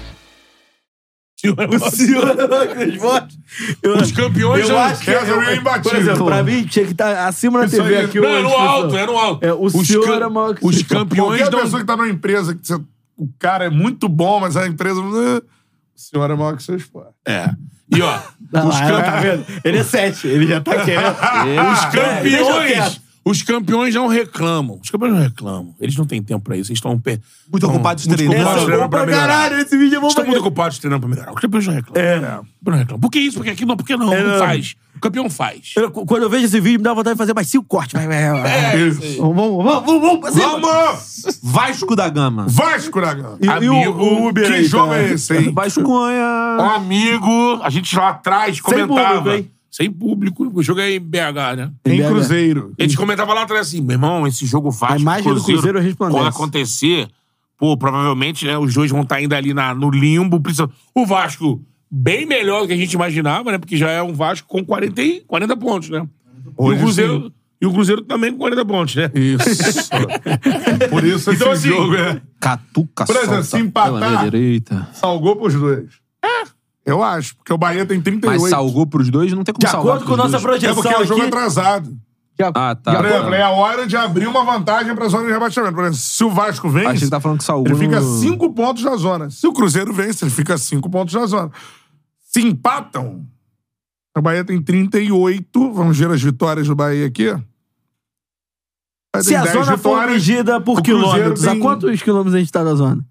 S2: é
S3: O senhor é- Lucas Borges. Eu,
S2: Os campeões
S3: eu
S2: já-
S3: acho que
S1: César
S3: eu-
S1: é imbatível.
S3: Por exemplo, pra mim tinha que estar acima da
S1: Isso
S3: TV
S1: aí.
S3: aqui.
S2: Não,
S3: uma
S2: era no
S3: descrição.
S2: alto, era no alto.
S3: É, o senhor
S2: cam-
S3: era maior que o
S2: Os
S3: senhor.
S2: campeões
S1: Qualquer
S2: não.
S1: pessoa que tá numa empresa que você- o cara é muito bom, mas a empresa. eh, O senhor é maior que o seu esporte.
S2: É. E ó,
S3: Tá
S2: os
S3: lá,
S2: campeões.
S3: tá vendo? Ele é sete, ele já tá querendo.
S2: Os
S3: deixa eu
S2: campeões.
S3: quieto.
S2: Os campeões não reclamam. Os campeões não reclamam. Eles não têm tempo pra isso. Eles estão pe-
S4: Muito
S2: tão-
S4: ocupados
S2: muito
S4: treinando.
S2: ocupados
S4: Essa é
S2: treinando
S4: boa
S2: pra
S4: pra
S2: melhorar.
S4: caralho, esse vídeo é bom
S2: Estão
S4: pra
S2: muito
S4: caralho.
S2: ocupados treinando pra melhorar. Os campeões não reclamam.
S3: É.
S2: Não reclamam. Por que isso? Por que aquilo? Não, por que não?
S3: É,
S2: Não
S3: não.
S2: faz. O campeão faz.
S3: Eu- cu- quando eu vejo esse vídeo, me dá vontade de fazer mais cinco cortes. Mas,
S2: É isso aí.
S3: Vamos, vamos, vamos, vamos, vamos, pra cima.
S2: Vamos!
S4: Vasco da Gama.
S1: Vasco da Gama.
S2: E- e o- o Uber
S1: que
S2: aí,
S1: jogo
S2: tá?
S3: então?
S1: é esse, hein?
S4: Vasconha.
S2: Amigo, a gente lá atrás
S3: público,
S2: comentava.
S3: hein?
S2: Sem público. O jogo é em BH, né?
S1: Em
S3: BH.
S1: Cruzeiro.
S2: A gente comentava lá atrás assim, meu irmão, esse jogo Vasco,
S3: A imagem do
S2: Cruzeiro,
S3: Cruzeiro resplandece.
S2: quando acontecer, pô, provavelmente, né, os dois vão estar ainda ali na, no limbo. precisa- O Vasco, bem melhor do que a gente imaginava, né, porque já é um Vasco com 40, e- 40 pontos, né? e, o Cruzeiro, e o Cruzeiro também com 40 pontos, né?
S1: Isso. Por isso
S2: Então,
S1: esse
S2: assim,
S1: jogo é...
S4: Catuca
S1: Por exemplo, se
S4: solta
S1: empatar-
S4: pela minha direita.
S1: Salgou pros dois. É. Eu acho, porque o Bahia tem 38.
S4: Mas salgou pros dois, não tem como
S3: De
S4: salvar
S3: acordo com
S4: pros
S3: nossa
S4: dois.
S1: É
S3: projeção
S1: porque é o jogo
S3: aqui...
S1: atrasado.
S3: de ac-
S4: Ah, tá.
S3: de
S1: Por
S3: acordo-
S1: exemplo, é a hora de abrir uma vantagem pra zona de rebaixamento. Por exemplo, se o Vasco
S3: é
S1: vence,
S4: Achei que tá falando que salgou
S1: ele fica
S4: no-
S1: 5 pontos da zona. Se o Cruzeiro vence, ele fica 5 pontos da zona. Se empatam, o Bahia tem 38. Vamos ver as vitórias do Bahia aqui. O Bahia tem
S3: Se a
S1: 10
S3: zona for
S1: vitórias.
S3: medida por
S1: o Cruzeiro
S3: quilômetros, a
S1: tem-
S3: quantos quilômetros a gente tá da zona?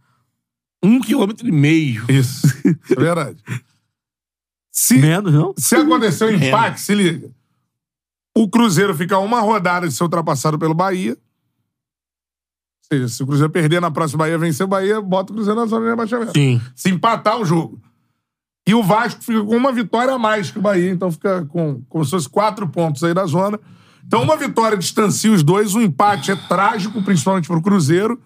S2: Um quilômetro e meio.
S1: Isso, é verdade. Se,
S3: Menos, não?
S1: Se acontecer um empate, se liga. O Cruzeiro fica uma rodada de ser ultrapassado pelo Bahia. Ou seja, se o Cruzeiro perder na próxima Bahia, vencer o Bahia, bota o Cruzeiro na zona de rebaixamento.
S2: Sim.
S1: Se empatar o jogo. E o Vasco fica com uma vitória a mais que o Bahia, então fica com como se fosse quatro pontos aí da zona. Então, uma vitória distancia os dois, um empate é trágico, principalmente pro Cruzeiro.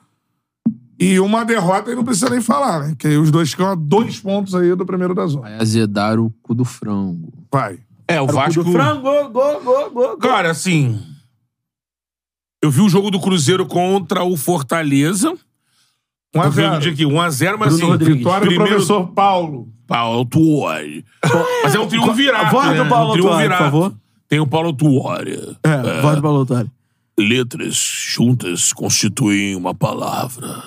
S1: E uma derrota aí não precisa nem falar, né? Porque aí os dois ficam a dois pontos aí do primeiro da zona.
S4: Vai azedar o cu do frango.
S1: Vai.
S2: É, o
S3: O
S2: Vasco...
S3: do frango, go, go, go, go.
S2: Cara, assim. Eu vi o jogo do Cruzeiro contra o Fortaleza.
S1: 1 a
S2: Eu vi
S1: 0.
S2: no dia aqui, 1x0, mas assim.
S3: Rodrigues.
S1: Vitória do
S2: primeiro
S1: professor Paulo.
S2: Paulo Tuori. Mas é um triunvirato.
S3: Voz
S2: né?
S3: do Paulo
S2: um triunvirato.
S3: Tuori, por favor.
S2: Tem o Paulo Tuori.
S3: É, voz do Balotelli.
S2: Letras juntas constituem uma palavra.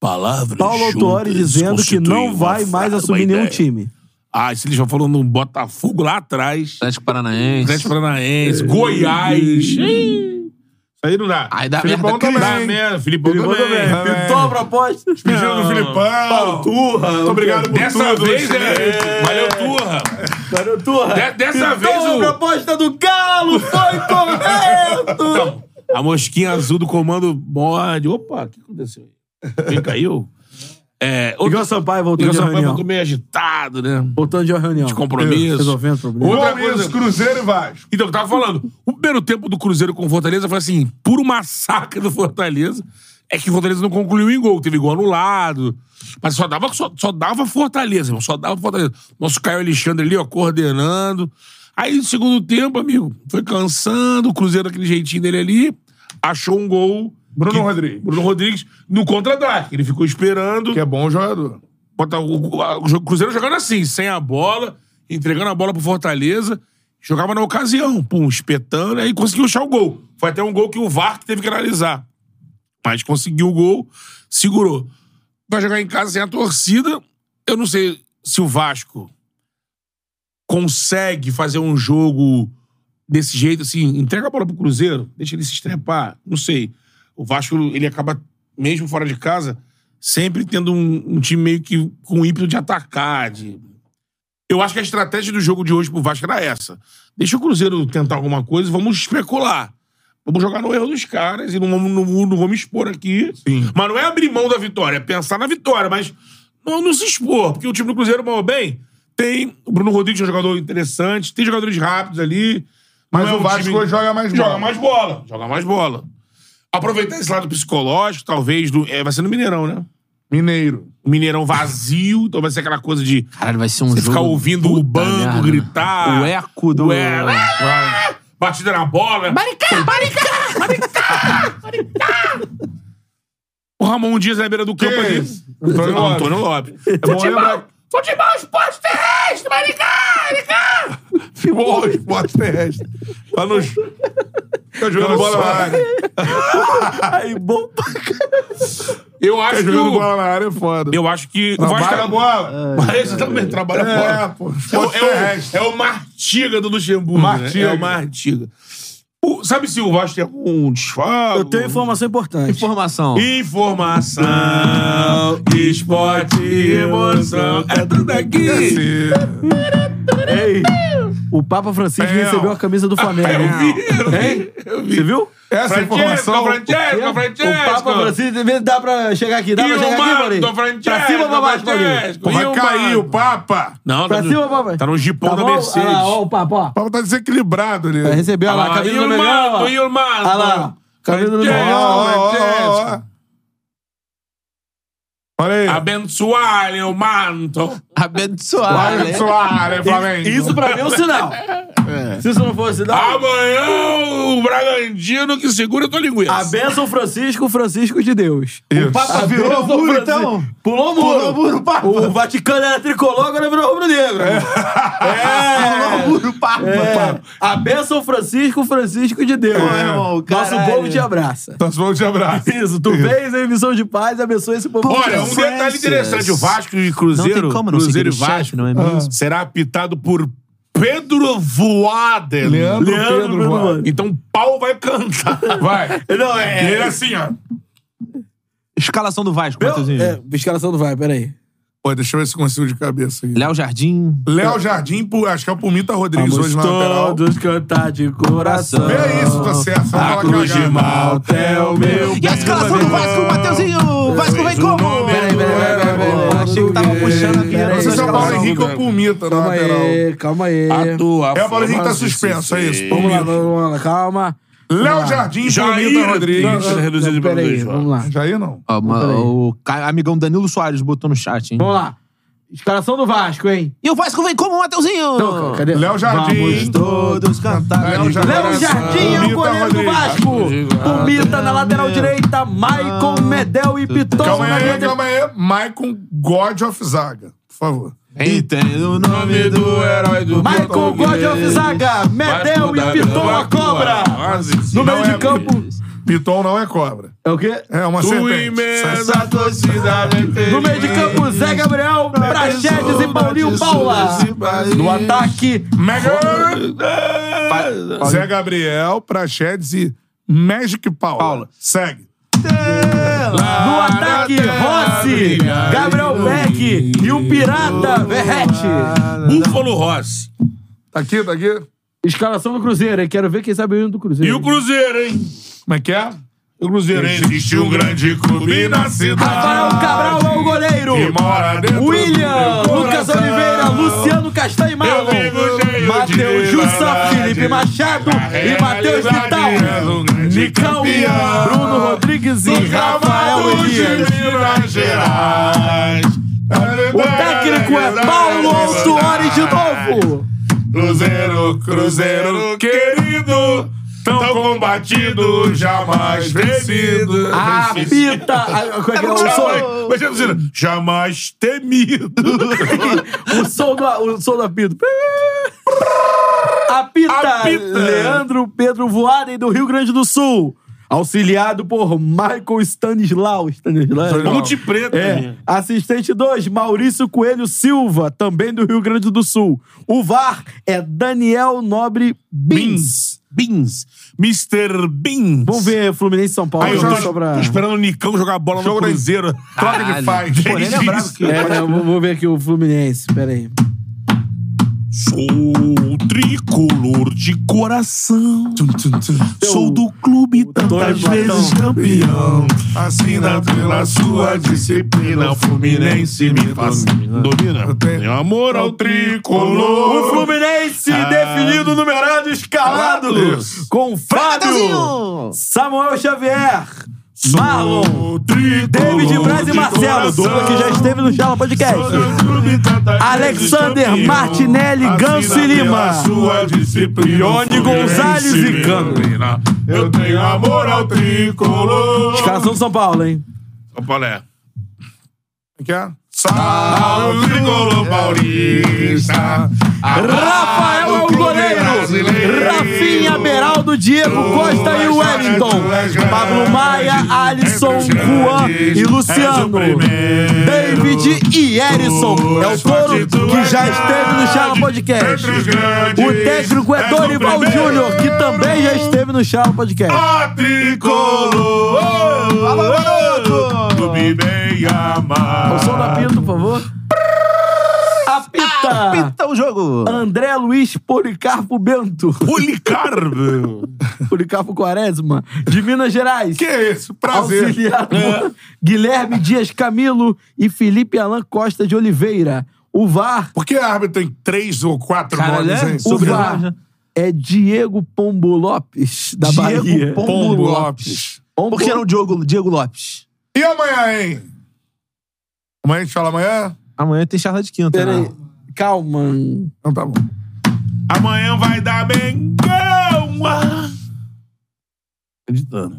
S2: Palavras
S3: Paulo
S2: juntas
S3: Autori dizendo que
S2: constituem
S3: não
S2: uma
S3: vai mais
S2: frase,
S3: assumir
S2: uma
S3: nenhum
S2: ideia.
S3: time.
S2: Ah, isso ele já falou no Botafogo lá atrás.
S4: Atlético Paranaense.
S2: Atlético Paranaense, Goiás. Ih, Isso aí não dá.
S4: Aí dá merda.
S1: Filipão
S4: Cris.
S1: também.
S2: Dá merda, Filipão
S1: Filipão
S2: também.
S1: também.
S3: É, Pintou a proposta.
S1: Pedindo
S2: Ah,
S1: do Filipão.
S3: Turra.
S1: Muito obrigado por
S2: Dessa
S1: tudo.
S2: vez é. Valeu, Turra.
S3: Valeu, Turra.
S2: De- dessa
S3: Pintou
S2: vez
S3: a
S2: o-
S3: proposta do Galo foi correto.
S2: A mosquinha azul do comando morde. Opa, o que aconteceu? Quem caiu? É, outro...
S3: Igor Sampaio voltou
S2: Igor
S3: de
S2: Sampaio
S3: reunião.
S2: ficou meio agitado, né?
S3: Voltando de uma reunião.
S2: De compromisso.
S3: Resolvendo o problema.
S2: Outra
S1: Com
S2: coisa-
S1: isso, Cruzeiro e Vasco.
S2: Então, eu tava falando. O primeiro tempo do Cruzeiro com o Fortaleza foi assim, puro massacre do Fortaleza. É que o Fortaleza não concluiu em gol, teve gol anulado. Mas só dava, só, só dava Fortaleza, irmão. Só dava Fortaleza. Nosso Caio Alexandre ali, ó, coordenando. Aí, no segundo tempo, amigo, foi cansando, o Cruzeiro daquele jeitinho dele ali, achou um gol.
S1: Bruno
S2: que-
S1: Rodrigues.
S2: Bruno Rodrigues no contra-ataque. Ele ficou esperando.
S1: Que é bom jogador.
S2: Bota o, a- o jo- Cruzeiro jogando assim, sem a bola, entregando a bola pro Fortaleza. Jogava na ocasião, pum, espetando, aí conseguiu achar o gol. Foi até um gol que o VAR que teve que analisar. Mas conseguiu o gol, segurou. Vai jogar em casa sem a torcida. Eu não sei se o Vasco consegue fazer um jogo desse jeito, assim, entrega a bola pro Cruzeiro, deixa ele se estrepar, não sei. O Vasco, ele acaba, mesmo fora de casa, sempre tendo um, um time meio que com ímpeto de atacar, de... Eu acho que a estratégia do jogo de hoje pro Vasco era essa. Deixa o Cruzeiro tentar alguma coisa, vamos especular. Vamos jogar no erro dos caras e não vamos, não, não vamos expor aqui.
S1: Sim.
S2: Mas não é abrir mão da vitória, é pensar na vitória, mas não, não se expor, porque o time do Cruzeiro, mal ou bem, tem. O Bruno Rodrigues é um jogador interessante, tem jogadores rápidos ali.
S1: Mas
S2: Não é
S1: o
S2: um
S1: Vasco
S2: time-
S1: hoje joga mais bola.
S2: Joga mais bola. Joga mais bola. Aproveitar esse lado psicológico, talvez, do, é, vai ser no Mineirão, né?
S1: Mineiro.
S2: O Mineirão vazio, então vai ser aquela coisa de
S4: Caralho, vai ser um
S2: você
S4: jogo.
S2: ficar ouvindo o
S4: Puta
S2: banco
S4: merda. né?
S2: gritar.
S4: O eco do.
S2: O eco. Ah! Batida na bola. Maricá, Maricá, Maricá, Maricá. O Ramon Dias na beira do campo ali.
S1: Antônio Lopes.
S2: Não, Antônio Lopes.
S1: É bom lembrar.
S2: Futebol, esporte terrestre, Maricá, Maricá.
S1: Futebol, esporte terrestre. Tá nos... Fica
S2: Tá
S1: jogando bola na área.
S3: Aí, bom.
S2: Eu acho
S1: Fica Tá
S2: que
S1: jogando
S2: o...
S1: bola na área é foda.
S2: Eu acho que... o Vasco- É.
S1: Trabalha a bola.
S2: Esse também trabalha
S1: É,
S2: fora.
S1: pô.
S2: É, o-
S1: Esporte
S2: é,
S1: terrestre.
S2: o, é o Martiga do Luxemburgo.
S1: Martiga.
S2: Né? É o Martiga. O- sabe se o Vasco tem algum desfalque? Eu tenho
S3: informação importante.
S4: Informação.
S2: Informação, esporte e emoção. É tudo aqui.
S1: assim.
S3: Ei, o Papa Francisco
S2: Meu.
S3: recebeu a camisa do Flamengo.
S2: É.
S3: Hein? Você viu?
S1: Essa informação.
S2: Francesco, É, Francesco.
S3: O Papa Francisco devia dar pra chegar aqui. Dá pra
S2: E o
S3: chegar aqui,
S2: Mano,
S3: Paulinho?
S2: Francesco,
S3: Pra cima ou pra baixo, Paulinho?
S2: Francesco,
S1: Pô,
S2: e
S1: Vai
S2: o
S1: cair o
S2: Mano?
S1: Papa.
S2: Não,
S3: Pra
S2: tá no-
S3: cima ou pra baixo?
S2: Tá no jipão
S3: Tá
S2: da
S3: bom?
S2: Mercedes.
S3: Olha lá, ó o Papa, ó.
S1: O Papa tá desequilibrado ali.
S3: Vai receber, olha lá, a
S2: e
S3: camisa do
S2: o
S3: Mengão.
S2: Mano, e
S3: ó.
S2: o Mano.
S3: Olha Ah lá, ó. Camisa do Mengão. ó, ó, ó.
S1: Ó, ó, ó, ó. Olha aí.
S2: Abençoar É. o manto.
S4: Abençoado. né?
S1: Soares, Flamengo.
S3: Isso pra mim é um sinal.
S2: É.
S3: Se isso não fosse
S2: Ah,
S3: um sinal...
S2: Amanhã o Bragantino que segura a tua linguiça.
S3: A bênção Francisco, Francisco de Deus.
S1: Isso.
S3: O Papa
S4: Ah,
S3: virou
S4: virou
S3: o
S4: muro,
S3: muro,
S4: então?
S3: Pulou o muro.
S4: Pulou o muro, Papa.
S3: O Vaticano era tricolor, agora virou rubro-negro. É.
S4: Pulou o muro, Papa.
S3: É. A bênção Francisco, Francisco de Deus.
S4: É, irmão,
S3: Nosso
S4: caralho.
S3: povo te abraça.
S1: Tá bom
S2: um
S1: de abraço.
S3: Isso, tu fez a emissão de paz, abençoa esse povo.
S2: Olha, um
S3: Francisco.
S2: detalhe interessante: o Vasco e Cruzeiro.
S4: Não tem como não ser
S2: Cruzeiro e
S4: aquele chefe,
S2: Vasco
S4: não é mesmo?
S2: ah, será apitado por Pedro Voaden.
S1: Leandro Pedro Voaden.
S2: Então o pau vai cantar.
S1: Vai.
S3: Não, é...
S1: Ele é assim, ó.
S4: Escalação do Vasco, Matheusinho.
S3: é escalação do Vai, peraí.
S1: Pô, deixa eu ver se eu consigo de cabeça aqui.
S4: Léo Jardim.
S1: Léo Jardim, pu- acho que é o Pumita Rodrigues
S3: Vamos
S1: hoje na lateral.
S3: todos cantar de coração.
S1: É isso, tá certo. Só
S3: A
S1: fala
S3: cruz de
S1: cagada.
S3: malta é o meu
S4: E a escalação do Vasco, Mateuzinho! Vasco vem como?
S3: Peraí, peraí, peraí, peraí, peraí.
S4: Achei que tava puxando a vinheta.
S1: Não sei se é o Paulo
S4: Escalação.
S1: Henrique ou o Pumita na
S3: Calma
S1: lateral.
S3: aí, calma aí.
S2: tua
S1: É, o Paulo Henrique tá suspenso, é isso.
S3: Vamos lá,
S1: Pumita.
S3: vamos lá, calma.
S1: Léo Jardim, Pumita Rodrigues.
S2: Tá reduzido pra
S3: Peraí,
S2: dois,
S3: vamos lá.
S1: Jair não.
S4: Ó, ma-
S3: Peraí.
S4: o ca- amigão Danilo Soares botou no chat, hein?
S3: Vamos lá. Escalação do Vasco, hein?
S4: E o Vasco vem como, Mateuzinho?
S3: Então, cadê?
S1: Léo Jardim.
S4: Vamos todos cantar.
S1: Léo Jardim.
S3: Léo Jardim é o
S1: Pumita
S3: goleiro do
S1: Rodrigues. ah,
S3: Vasco. Pumita na lateral direita, Maicon, Medel e Piton.
S1: Calma
S3: na
S1: aí,
S3: grande-
S1: calma aí. Maicon God of Zaga, por favor.
S4: E tem o nome do herói do
S3: Maicon, God of Zaga, Medel e Piton a cobra.
S1: Não
S3: No meio
S1: é-
S3: de campo.
S1: Piton não é cobra.
S3: É o quê?
S1: É uma serpente.
S2: torcida vem
S3: No meio de campo, Zé Gabriel,
S1: É
S3: Prachedes e Paulinho Paula. No ataque,
S1: Mega- Zé Gabriel, Prachedes e Magic Paula. Segue.
S3: no ataque, Rossi, Gabriel Beck e o Pirata Verrete.
S2: Búfalo Rossi.
S1: Tá aqui, tá aqui?
S3: Escalação do Cruzeiro, hein? Quero ver quem sabe o hino do
S2: E
S3: Cruzeiro.
S2: o Cruzeiro, hein?
S1: Como é que é?
S2: O Cruzeiro. Existe um grande clube na
S3: Rafael
S2: cidade.
S3: Cabral é o goleiro.
S2: que mora dentro do
S3: William,
S2: meu
S3: Lucas
S2: coração.
S3: Oliveira, Luciano Castanho e Marlon.
S2: Eu vivo cheio de
S3: Matheus Jussa,
S2: liberdade.
S3: Felipe Machado e
S2: realidade
S3: Matheus
S2: é
S3: Vital.
S2: um grande
S3: Nicão,
S2: campeão.
S3: Bruno Rodrigues e Rafael
S2: Cavalo de
S3: Elias.
S2: Minas Gerais.
S3: O técnico é Paulo Autuori de novo.
S2: Cruzeiro, Cruzeiro querido, tão combatido, jamais vencido.
S3: A pita. a- a- como é que é? O som,
S2: Jamais, Imagina dizendo, jamais temido.
S3: o som do, o som do apito. Apita,
S2: Apita.
S3: Leandro Pedro Voaden do Rio Grande do Sul. Auxiliado por Michael Stanislau. Stanislau.
S2: Ponte preta.
S3: É. Assistente 2, Maurício Coelho Silva, também do Rio Grande do Sul. O VAR é Daniel Nobre Bins.
S2: Beans. Beans. Mr. Beans.
S3: Vamos ver Fluminense e São Paulo.
S2: Aí, eu tô,
S3: só pra...
S2: tô esperando o Nicão jogar a bola no
S1: Jogo da-
S2: Cruzeiro.
S1: Troca de faz.
S4: Pô, nem lembrava que...
S3: É, eu vou, vou ver aqui o Fluminense, peraí.
S2: Sou tricolor de coração. Sou do clube tantas
S3: Platão.
S2: vezes campeão. Assina pela sua disciplina. O Fluminense me fascina. Domina. Tenho amor ao
S3: O
S2: tricolor.
S3: Fluminense definido, numerado, escalado.
S2: Isso.
S3: Com Fábio, Samuel Xavier, Marlon,
S2: Sou tricolor
S3: David Braz e
S2: de
S3: Marcelo,
S2: coração.
S3: dupla que já esteve no Chala Podcast.
S2: Sou do clube tantas
S3: Alexander,
S2: vezes campeão.
S3: Martinelli, Ganso e
S2: Assina
S3: Lima.
S2: pela sua disciplina.
S3: Ione
S2: O Fluminense
S3: Gonzalez e
S2: me
S3: Cano.
S2: domina. Eu tenho amor ao tricolor.
S3: Escalação do São Paulo, hein?
S2: São Paulo é.
S1: Como é que é?
S2: Salve,
S3: É.
S2: tricolor paulista.
S3: Rafael é o goleiro. Rafinha, Beraldo, Diego Costa e Wellington.
S1: é
S3: Pablo Maia, Alisson, Juan e Luciano. David Grande e Erison. É o touro que já esteve no Charla Podcast. O técnico é Dorival Júnior, que também já esteve no Charla Podcast.
S2: Tricolor! Alô, garoto! Clube bem amado.
S3: O som da pinta, por favor. Apita!
S4: Pita o jogo.
S3: André Luiz Policarpo Bento.
S2: Policarpo!
S3: Policarpo Quaresma, de Minas Gerais.
S1: Que isso, prazer.
S3: Auxiliar do Guilherme Dias Camilo e Felipe Alan Costa de Oliveira. O VAR,
S1: Por que árbitro tem três ou quatro
S4: Caralho,
S1: nomes, hein?
S4: é?
S3: o
S4: Sobre-
S3: VAR é Diego Pombo Lopes, da
S4: Diego
S3: Bahia.
S4: Pombo
S1: Pombo
S4: Lopes.
S1: Lopes.
S3: Pombo-
S4: Por que não Diogo, Diego Lopes?
S1: E amanhã, hein? Amanhã a gente fala amanhã?
S4: Amanhã tem charla de quinta,
S3: Peraí,
S4: né?
S3: calma.
S1: Então tá bom.
S2: Amanhã vai dar bem. Acreditando.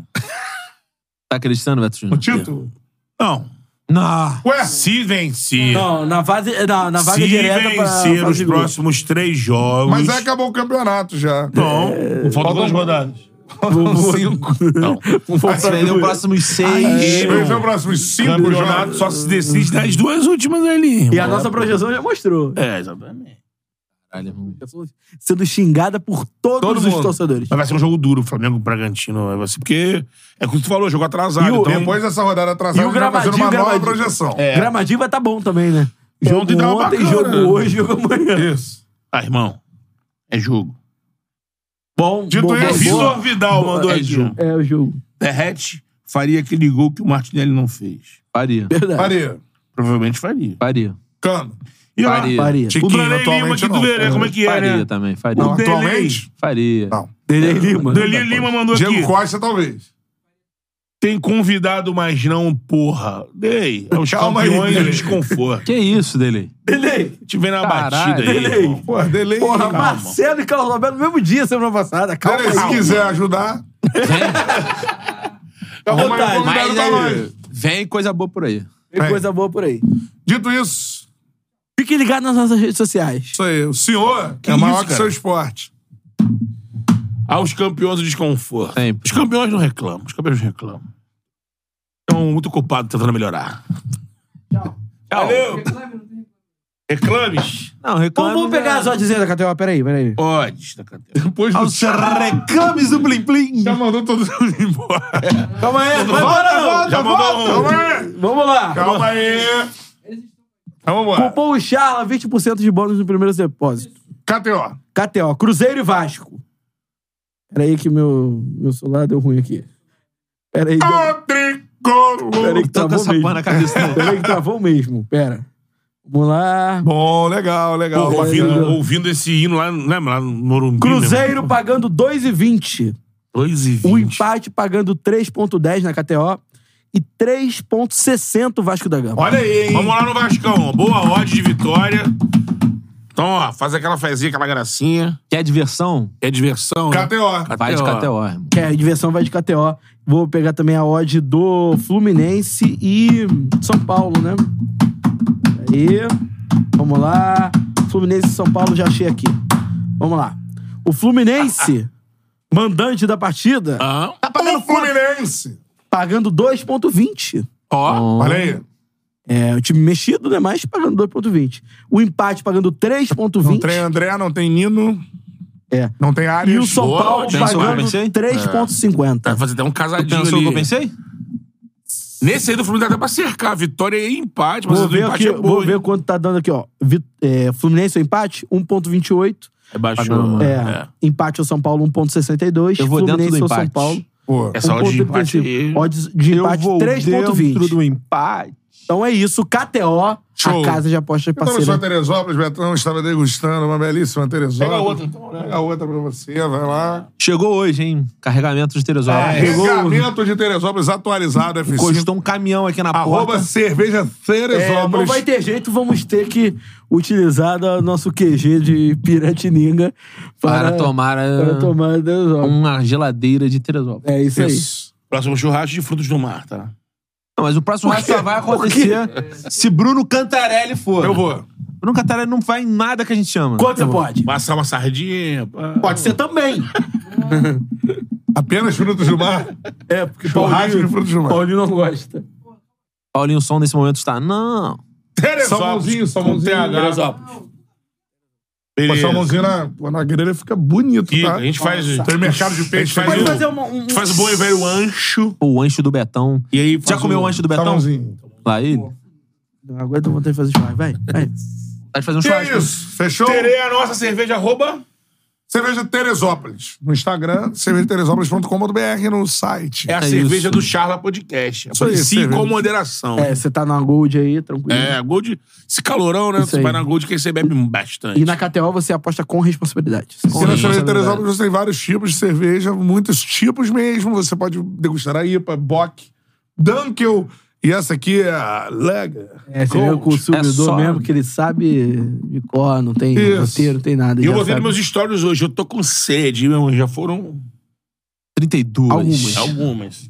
S4: Tá acreditando, Beto
S1: O
S4: Júnior?
S1: título?
S2: Não.
S4: Não.
S1: Ué,
S2: Se vencer.
S3: Não, na fase, na, na vaga
S2: se
S3: direta pra
S2: vencer
S3: fase
S2: os
S3: de grupo.
S2: próximos três jogos. então,
S1: mas é aí acabou o campeonato já.
S2: Não. Faltam duas rodadas.
S1: Cinco.
S2: Não.
S4: Se vender os próximos seis.
S2: Aí,
S1: Esse é o
S2: o
S1: próximo cinco
S2: campeonato
S1: jogos.
S2: só se decide nas duas últimas ali.
S3: E a nossa projeção já mostrou.
S2: É, exatamente.
S4: Caralho, irmão.
S3: Sendo xingada por todos
S1: Todo
S3: os
S1: mundo.
S3: torcedores.
S2: Mas vai ser um jogo duro, Flamengo e Bragantino. Vai ser porque. É como tu falou, jogo atrasado.
S3: E o-
S2: então,
S1: Depois dessa rodada
S3: E
S1: atrasada,
S3: o
S1: a gente vai fazer
S3: gramadinho,
S1: uma nova
S3: gramadinho.
S1: projeção.
S2: É.
S3: Gramadinho vai estar tá bom também, né? Jogo
S2: Ontem tava
S3: ontem,
S2: bacana.
S3: jogo hoje, jogo amanhã.
S1: Isso.
S2: Ah, irmão. É jogo.
S3: Bom,
S1: Dito
S3: bom,
S1: isso,
S3: bom, bom.
S2: Vitor Vidal mandou
S3: é,
S2: aqui.
S3: jogo. é o jogo.
S2: Derrete faria aquele gol que o Martinelli não fez.
S4: Faria.
S3: Verdade.
S1: Faria.
S2: Provavelmente faria.
S4: Faria.
S1: Cano.
S2: E olha,
S4: Faria.
S3: Faria.
S2: o
S1: Tiquinho,
S2: Danei Lima
S1: atualmente
S2: aqui do
S1: não.
S2: Verê, como é que é,
S4: Faria
S2: né?
S4: também. Faria.
S1: Não,
S2: Delay.
S1: atualmente?
S4: Faria.
S1: Não.
S3: Dele Lima.
S2: Danei Lima mandou aqui.
S1: Diego Costa, talvez.
S2: Tem convidado, mas não, porra. Dei. Aos
S1: Calma aí,
S2: campeões
S1: Delay.
S2: do desconforto.
S4: Que isso, Dele?
S3: Dele.
S2: Tiver na
S4: Caralho.
S2: batida aí.
S3: Delay.
S2: irmão.
S1: Pô, delay.
S3: Porra,
S1: Calma.
S3: Marcelo e Carlos Alberto no mesmo dia semana passada. Calma
S1: Delay, se
S3: aí.
S1: quiser ajudar. Arruma aí um
S3: Mas
S1: convidado
S2: tá
S4: é-
S1: pra nós.
S4: Vem coisa boa por aí.
S3: Tem coisa boa por aí.
S1: Dito isso,
S3: Fique ligado nas nossas redes sociais.
S1: isso aí. O senhor
S2: Que
S1: é maior
S2: isso,
S1: que
S2: cara?
S1: seu esporte.
S2: Aos Ah, campeões do desconforto.
S4: Sempre.
S2: Os campeões não reclamam. Os campeões não reclamam. Estão muito ocupados tentando melhorar. Tchau. Valeu. Reclames.
S4: Não, reclame.
S3: Então, Vamos, vamos pegar as odds aí da Cateó. Peraí, peraí.
S2: Odds da cadeira.
S1: Depois do
S4: Os reclames do Plim Plim.
S1: Já mandou todo mundo embora.
S3: Calma aí, vai embora não.
S2: Já mandou um.
S1: Calma aí.
S3: Vamos lá.
S1: Calma aí. Então vamos lá.
S3: Cupom Charla, 20% de bônus no primeiro depósito.
S1: KTO.
S3: KTO, Cruzeiro e Vasco. Peraí que meu, meu celular deu ruim aqui. Peraí, deu...
S1: O tricolor.
S3: peraí que
S4: Tô Tá Então,
S3: travou
S4: com essa
S3: mesmo.
S4: porra na cabeça. né?
S3: Peraí que travou mesmo, pera. Vamos lá.
S1: Bom, legal, legal.
S2: Pô, ouvindo,
S1: Bacana.
S2: ouvindo esse hino lá, lembra? Lá no Morumbi.
S3: Cruzeiro pagando 2,20.
S2: 2 e 20.
S3: O empate pagando 3,10 na KTO e 3,60 o Vasco da Gama.
S1: Olha aí, hein?
S2: Vamos lá no Vascão. Boa odd de vitória. Então, ó, faz aquela fezinha, aquela gracinha.
S4: Quer diversão?
S2: É diversão. né?
S1: KTO.
S4: Vai de
S2: KTO.
S4: KTO, irmão.
S3: Que É, a diversão vai de KTO. Vou pegar também a odd do Fluminense e São Paulo, né? Aí, vamos lá. Fluminense e São Paulo, já achei aqui. Vamos lá. O Fluminense, mandante da partida,
S2: Ah,
S1: O Fluminense.
S3: pagando 2,20.
S2: ó.
S1: Olha aí.
S3: É, o time mexido, né? Mas pagando 2,20. O empate pagando
S1: Não tem
S3: 3,20.
S1: André, não tem Nino,
S3: É.
S1: não tem Arias.
S3: E o São
S2: Boa,
S3: Paulo
S2: tem um
S4: São Paulo,
S3: pagando
S4: pensei.
S3: 3,50.
S2: Vai fazer até um casadinho
S4: Pensou que eu
S2: ali.
S4: pensei?
S2: Nesse aí do Fluminense dá até pra cercar. Vitória e empate. Mas
S3: Vou
S2: o do
S3: ver,
S2: empate
S3: aqui,
S2: é
S3: vou
S2: boa.
S3: ver quanto tá dando aqui, ó. Vi- é, Fluminense, o empate, 1,28.
S2: É baixou.
S3: É, Empate ao São Paulo, 1,62.
S4: Eu vou dentro
S3: Fluminense
S4: do
S3: ao São
S4: empate.
S3: Paulo.
S1: Pô,
S2: Essa
S3: um
S2: odd É de
S3: ponto
S2: empate aí.
S3: defensivo. Odds de empate, 3,20.
S4: empate.
S3: Então é isso. KTO,
S1: Show.
S3: a casa de apostas
S1: Eu estava só em
S3: parceira.
S1: Teresópolis, Betão estava degustando uma belíssima Teresópolis.
S2: Pega outra, então, né?
S1: Pega outra pra você, vai lá.
S4: Chegou hoje, hein? Carregamento de
S2: É,
S4: Teresópolis.
S1: Carregamento de Teresópolis atualizado, F5.
S4: Encostou um caminhão aqui na
S1: Arroba
S4: porta.
S1: cerveja
S3: É, não
S1: Teresópolis.
S3: vai ter jeito, vamos ter que utilizar da- nosso QG de Piratininga para,
S4: Para tomar, eh,
S3: É. para tomar Teresópolis.
S4: Uma geladeira de Teresópolis.
S3: É Um isso,
S1: Isso.
S2: Próximo churrasco de frutos do mar, tá?
S4: Não, mas o próximo rato só vai acontecer se Bruno Cantarelli for.
S1: Eu vou.
S4: Bruno Cantarelli não vai em nada que a gente chama.
S3: aí. Quanto você pode?
S2: Passar uma sardinha. pá.
S3: Pode ser também.
S1: Apenas frutos do mar.
S3: É, porque
S1: Churrasco de
S3: Paulinho,
S1: frutos do mar.
S3: Paulinho não gosta.
S4: Paulinho Som nesse momento está. Não.
S1: Salmãozinho, salmãozinho. Pô,
S2: Beleza.
S1: salmãozinho na, pô, na grelha fica bonito,
S2: Fica,
S1: tá?
S2: a gente faz-
S1: Tem mercado de
S2: a gente
S1: peixe.
S2: faz o-
S3: um,
S2: a gente faz o bom e velho ancho.
S4: O ancho do Betão.
S2: E aí
S4: Já
S2: faz um
S4: comeu o ancho do Betão?
S1: Salmãozinho.
S4: Lá aí.
S3: Agora eu tô vontade de fazer churrasco. Vai, vai.
S4: Tá fazendo
S1: Que
S4: churrasco.
S1: é isso? Fechou?
S2: Terei a nossa cerveja, arroba.
S1: Cerveja Teresópolis. No Instagram, cervejateresópolis.com.br no site.
S2: É a
S4: É
S2: cerveja
S4: isso.
S2: do Charla Podcast.
S1: Isso aí,
S2: Aprecie
S1: cerveja.
S2: com moderação.
S3: É, você tá na Gold aí, tranquilo.
S2: É, Gold. Esse calorão, né?
S3: Isso
S2: Você
S3: aí.
S2: vai na Gold que você bebe bastante.
S3: E na KTO você aposta com responsabilidade. Com
S1: E na cerveja
S3: responsabilidade.
S1: Teresópolis você tem vários tipos de cerveja, muitos tipos mesmo. Você pode degustar a IPA, Bock, Dunkel. E essa aqui é a Lega.
S3: É, você vê o consumidor
S4: É só-
S3: mesmo que ele sabe de cor, não tem
S1: Isso.
S3: roteiro, não tem nada.
S2: E eu
S3: já
S2: vou ver
S3: sabe.
S2: meus stories hoje. Eu tô com sede, meu irmão. Já foram
S3: Algumas.
S4: 32.
S2: algumas.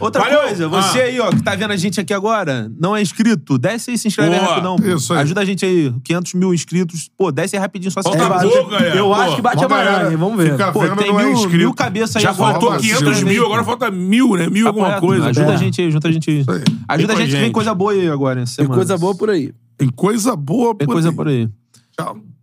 S4: Outra
S2: Valeu!
S4: coisa, você
S2: Ah.
S4: aí, ó, que tá vendo a gente aqui agora, não é inscrito, desce aí, se inscreve aí
S2: Boa.
S4: rapidão.
S1: Isso aí.
S4: Ajuda a gente aí, 500 mil inscritos. Pô, desce aí rapidinho, só se
S2: Falta
S4: inscreve.
S2: pouco, galera.
S4: Eu
S2: Pô,
S4: acho que bate
S1: Uma
S4: a baralha,
S1: galera
S4: hein? vamos ver.
S1: Fica
S4: Pô,
S1: vendo,
S4: tem
S1: não é
S4: mil,
S1: inscrito.
S4: mil cabeça aí
S2: Já
S4: agora.
S2: faltou
S1: Arroba
S2: 500
S1: Silvio.
S2: mil, agora falta mil, né? Mil
S4: Tá
S2: alguma
S4: correto?
S2: coisa.
S4: Ajuda
S3: É.
S4: a gente aí, junta a gente aí.
S1: aí.
S4: Ajuda
S2: Vem
S4: a
S2: com a
S4: gente,
S2: gente.
S4: vem coisa boa aí agora.
S3: Tem coisa boa por aí.
S1: Tem coisa boa
S4: Tem
S1: por
S4: coisa
S1: aí.
S4: por aí.
S1: Tchau.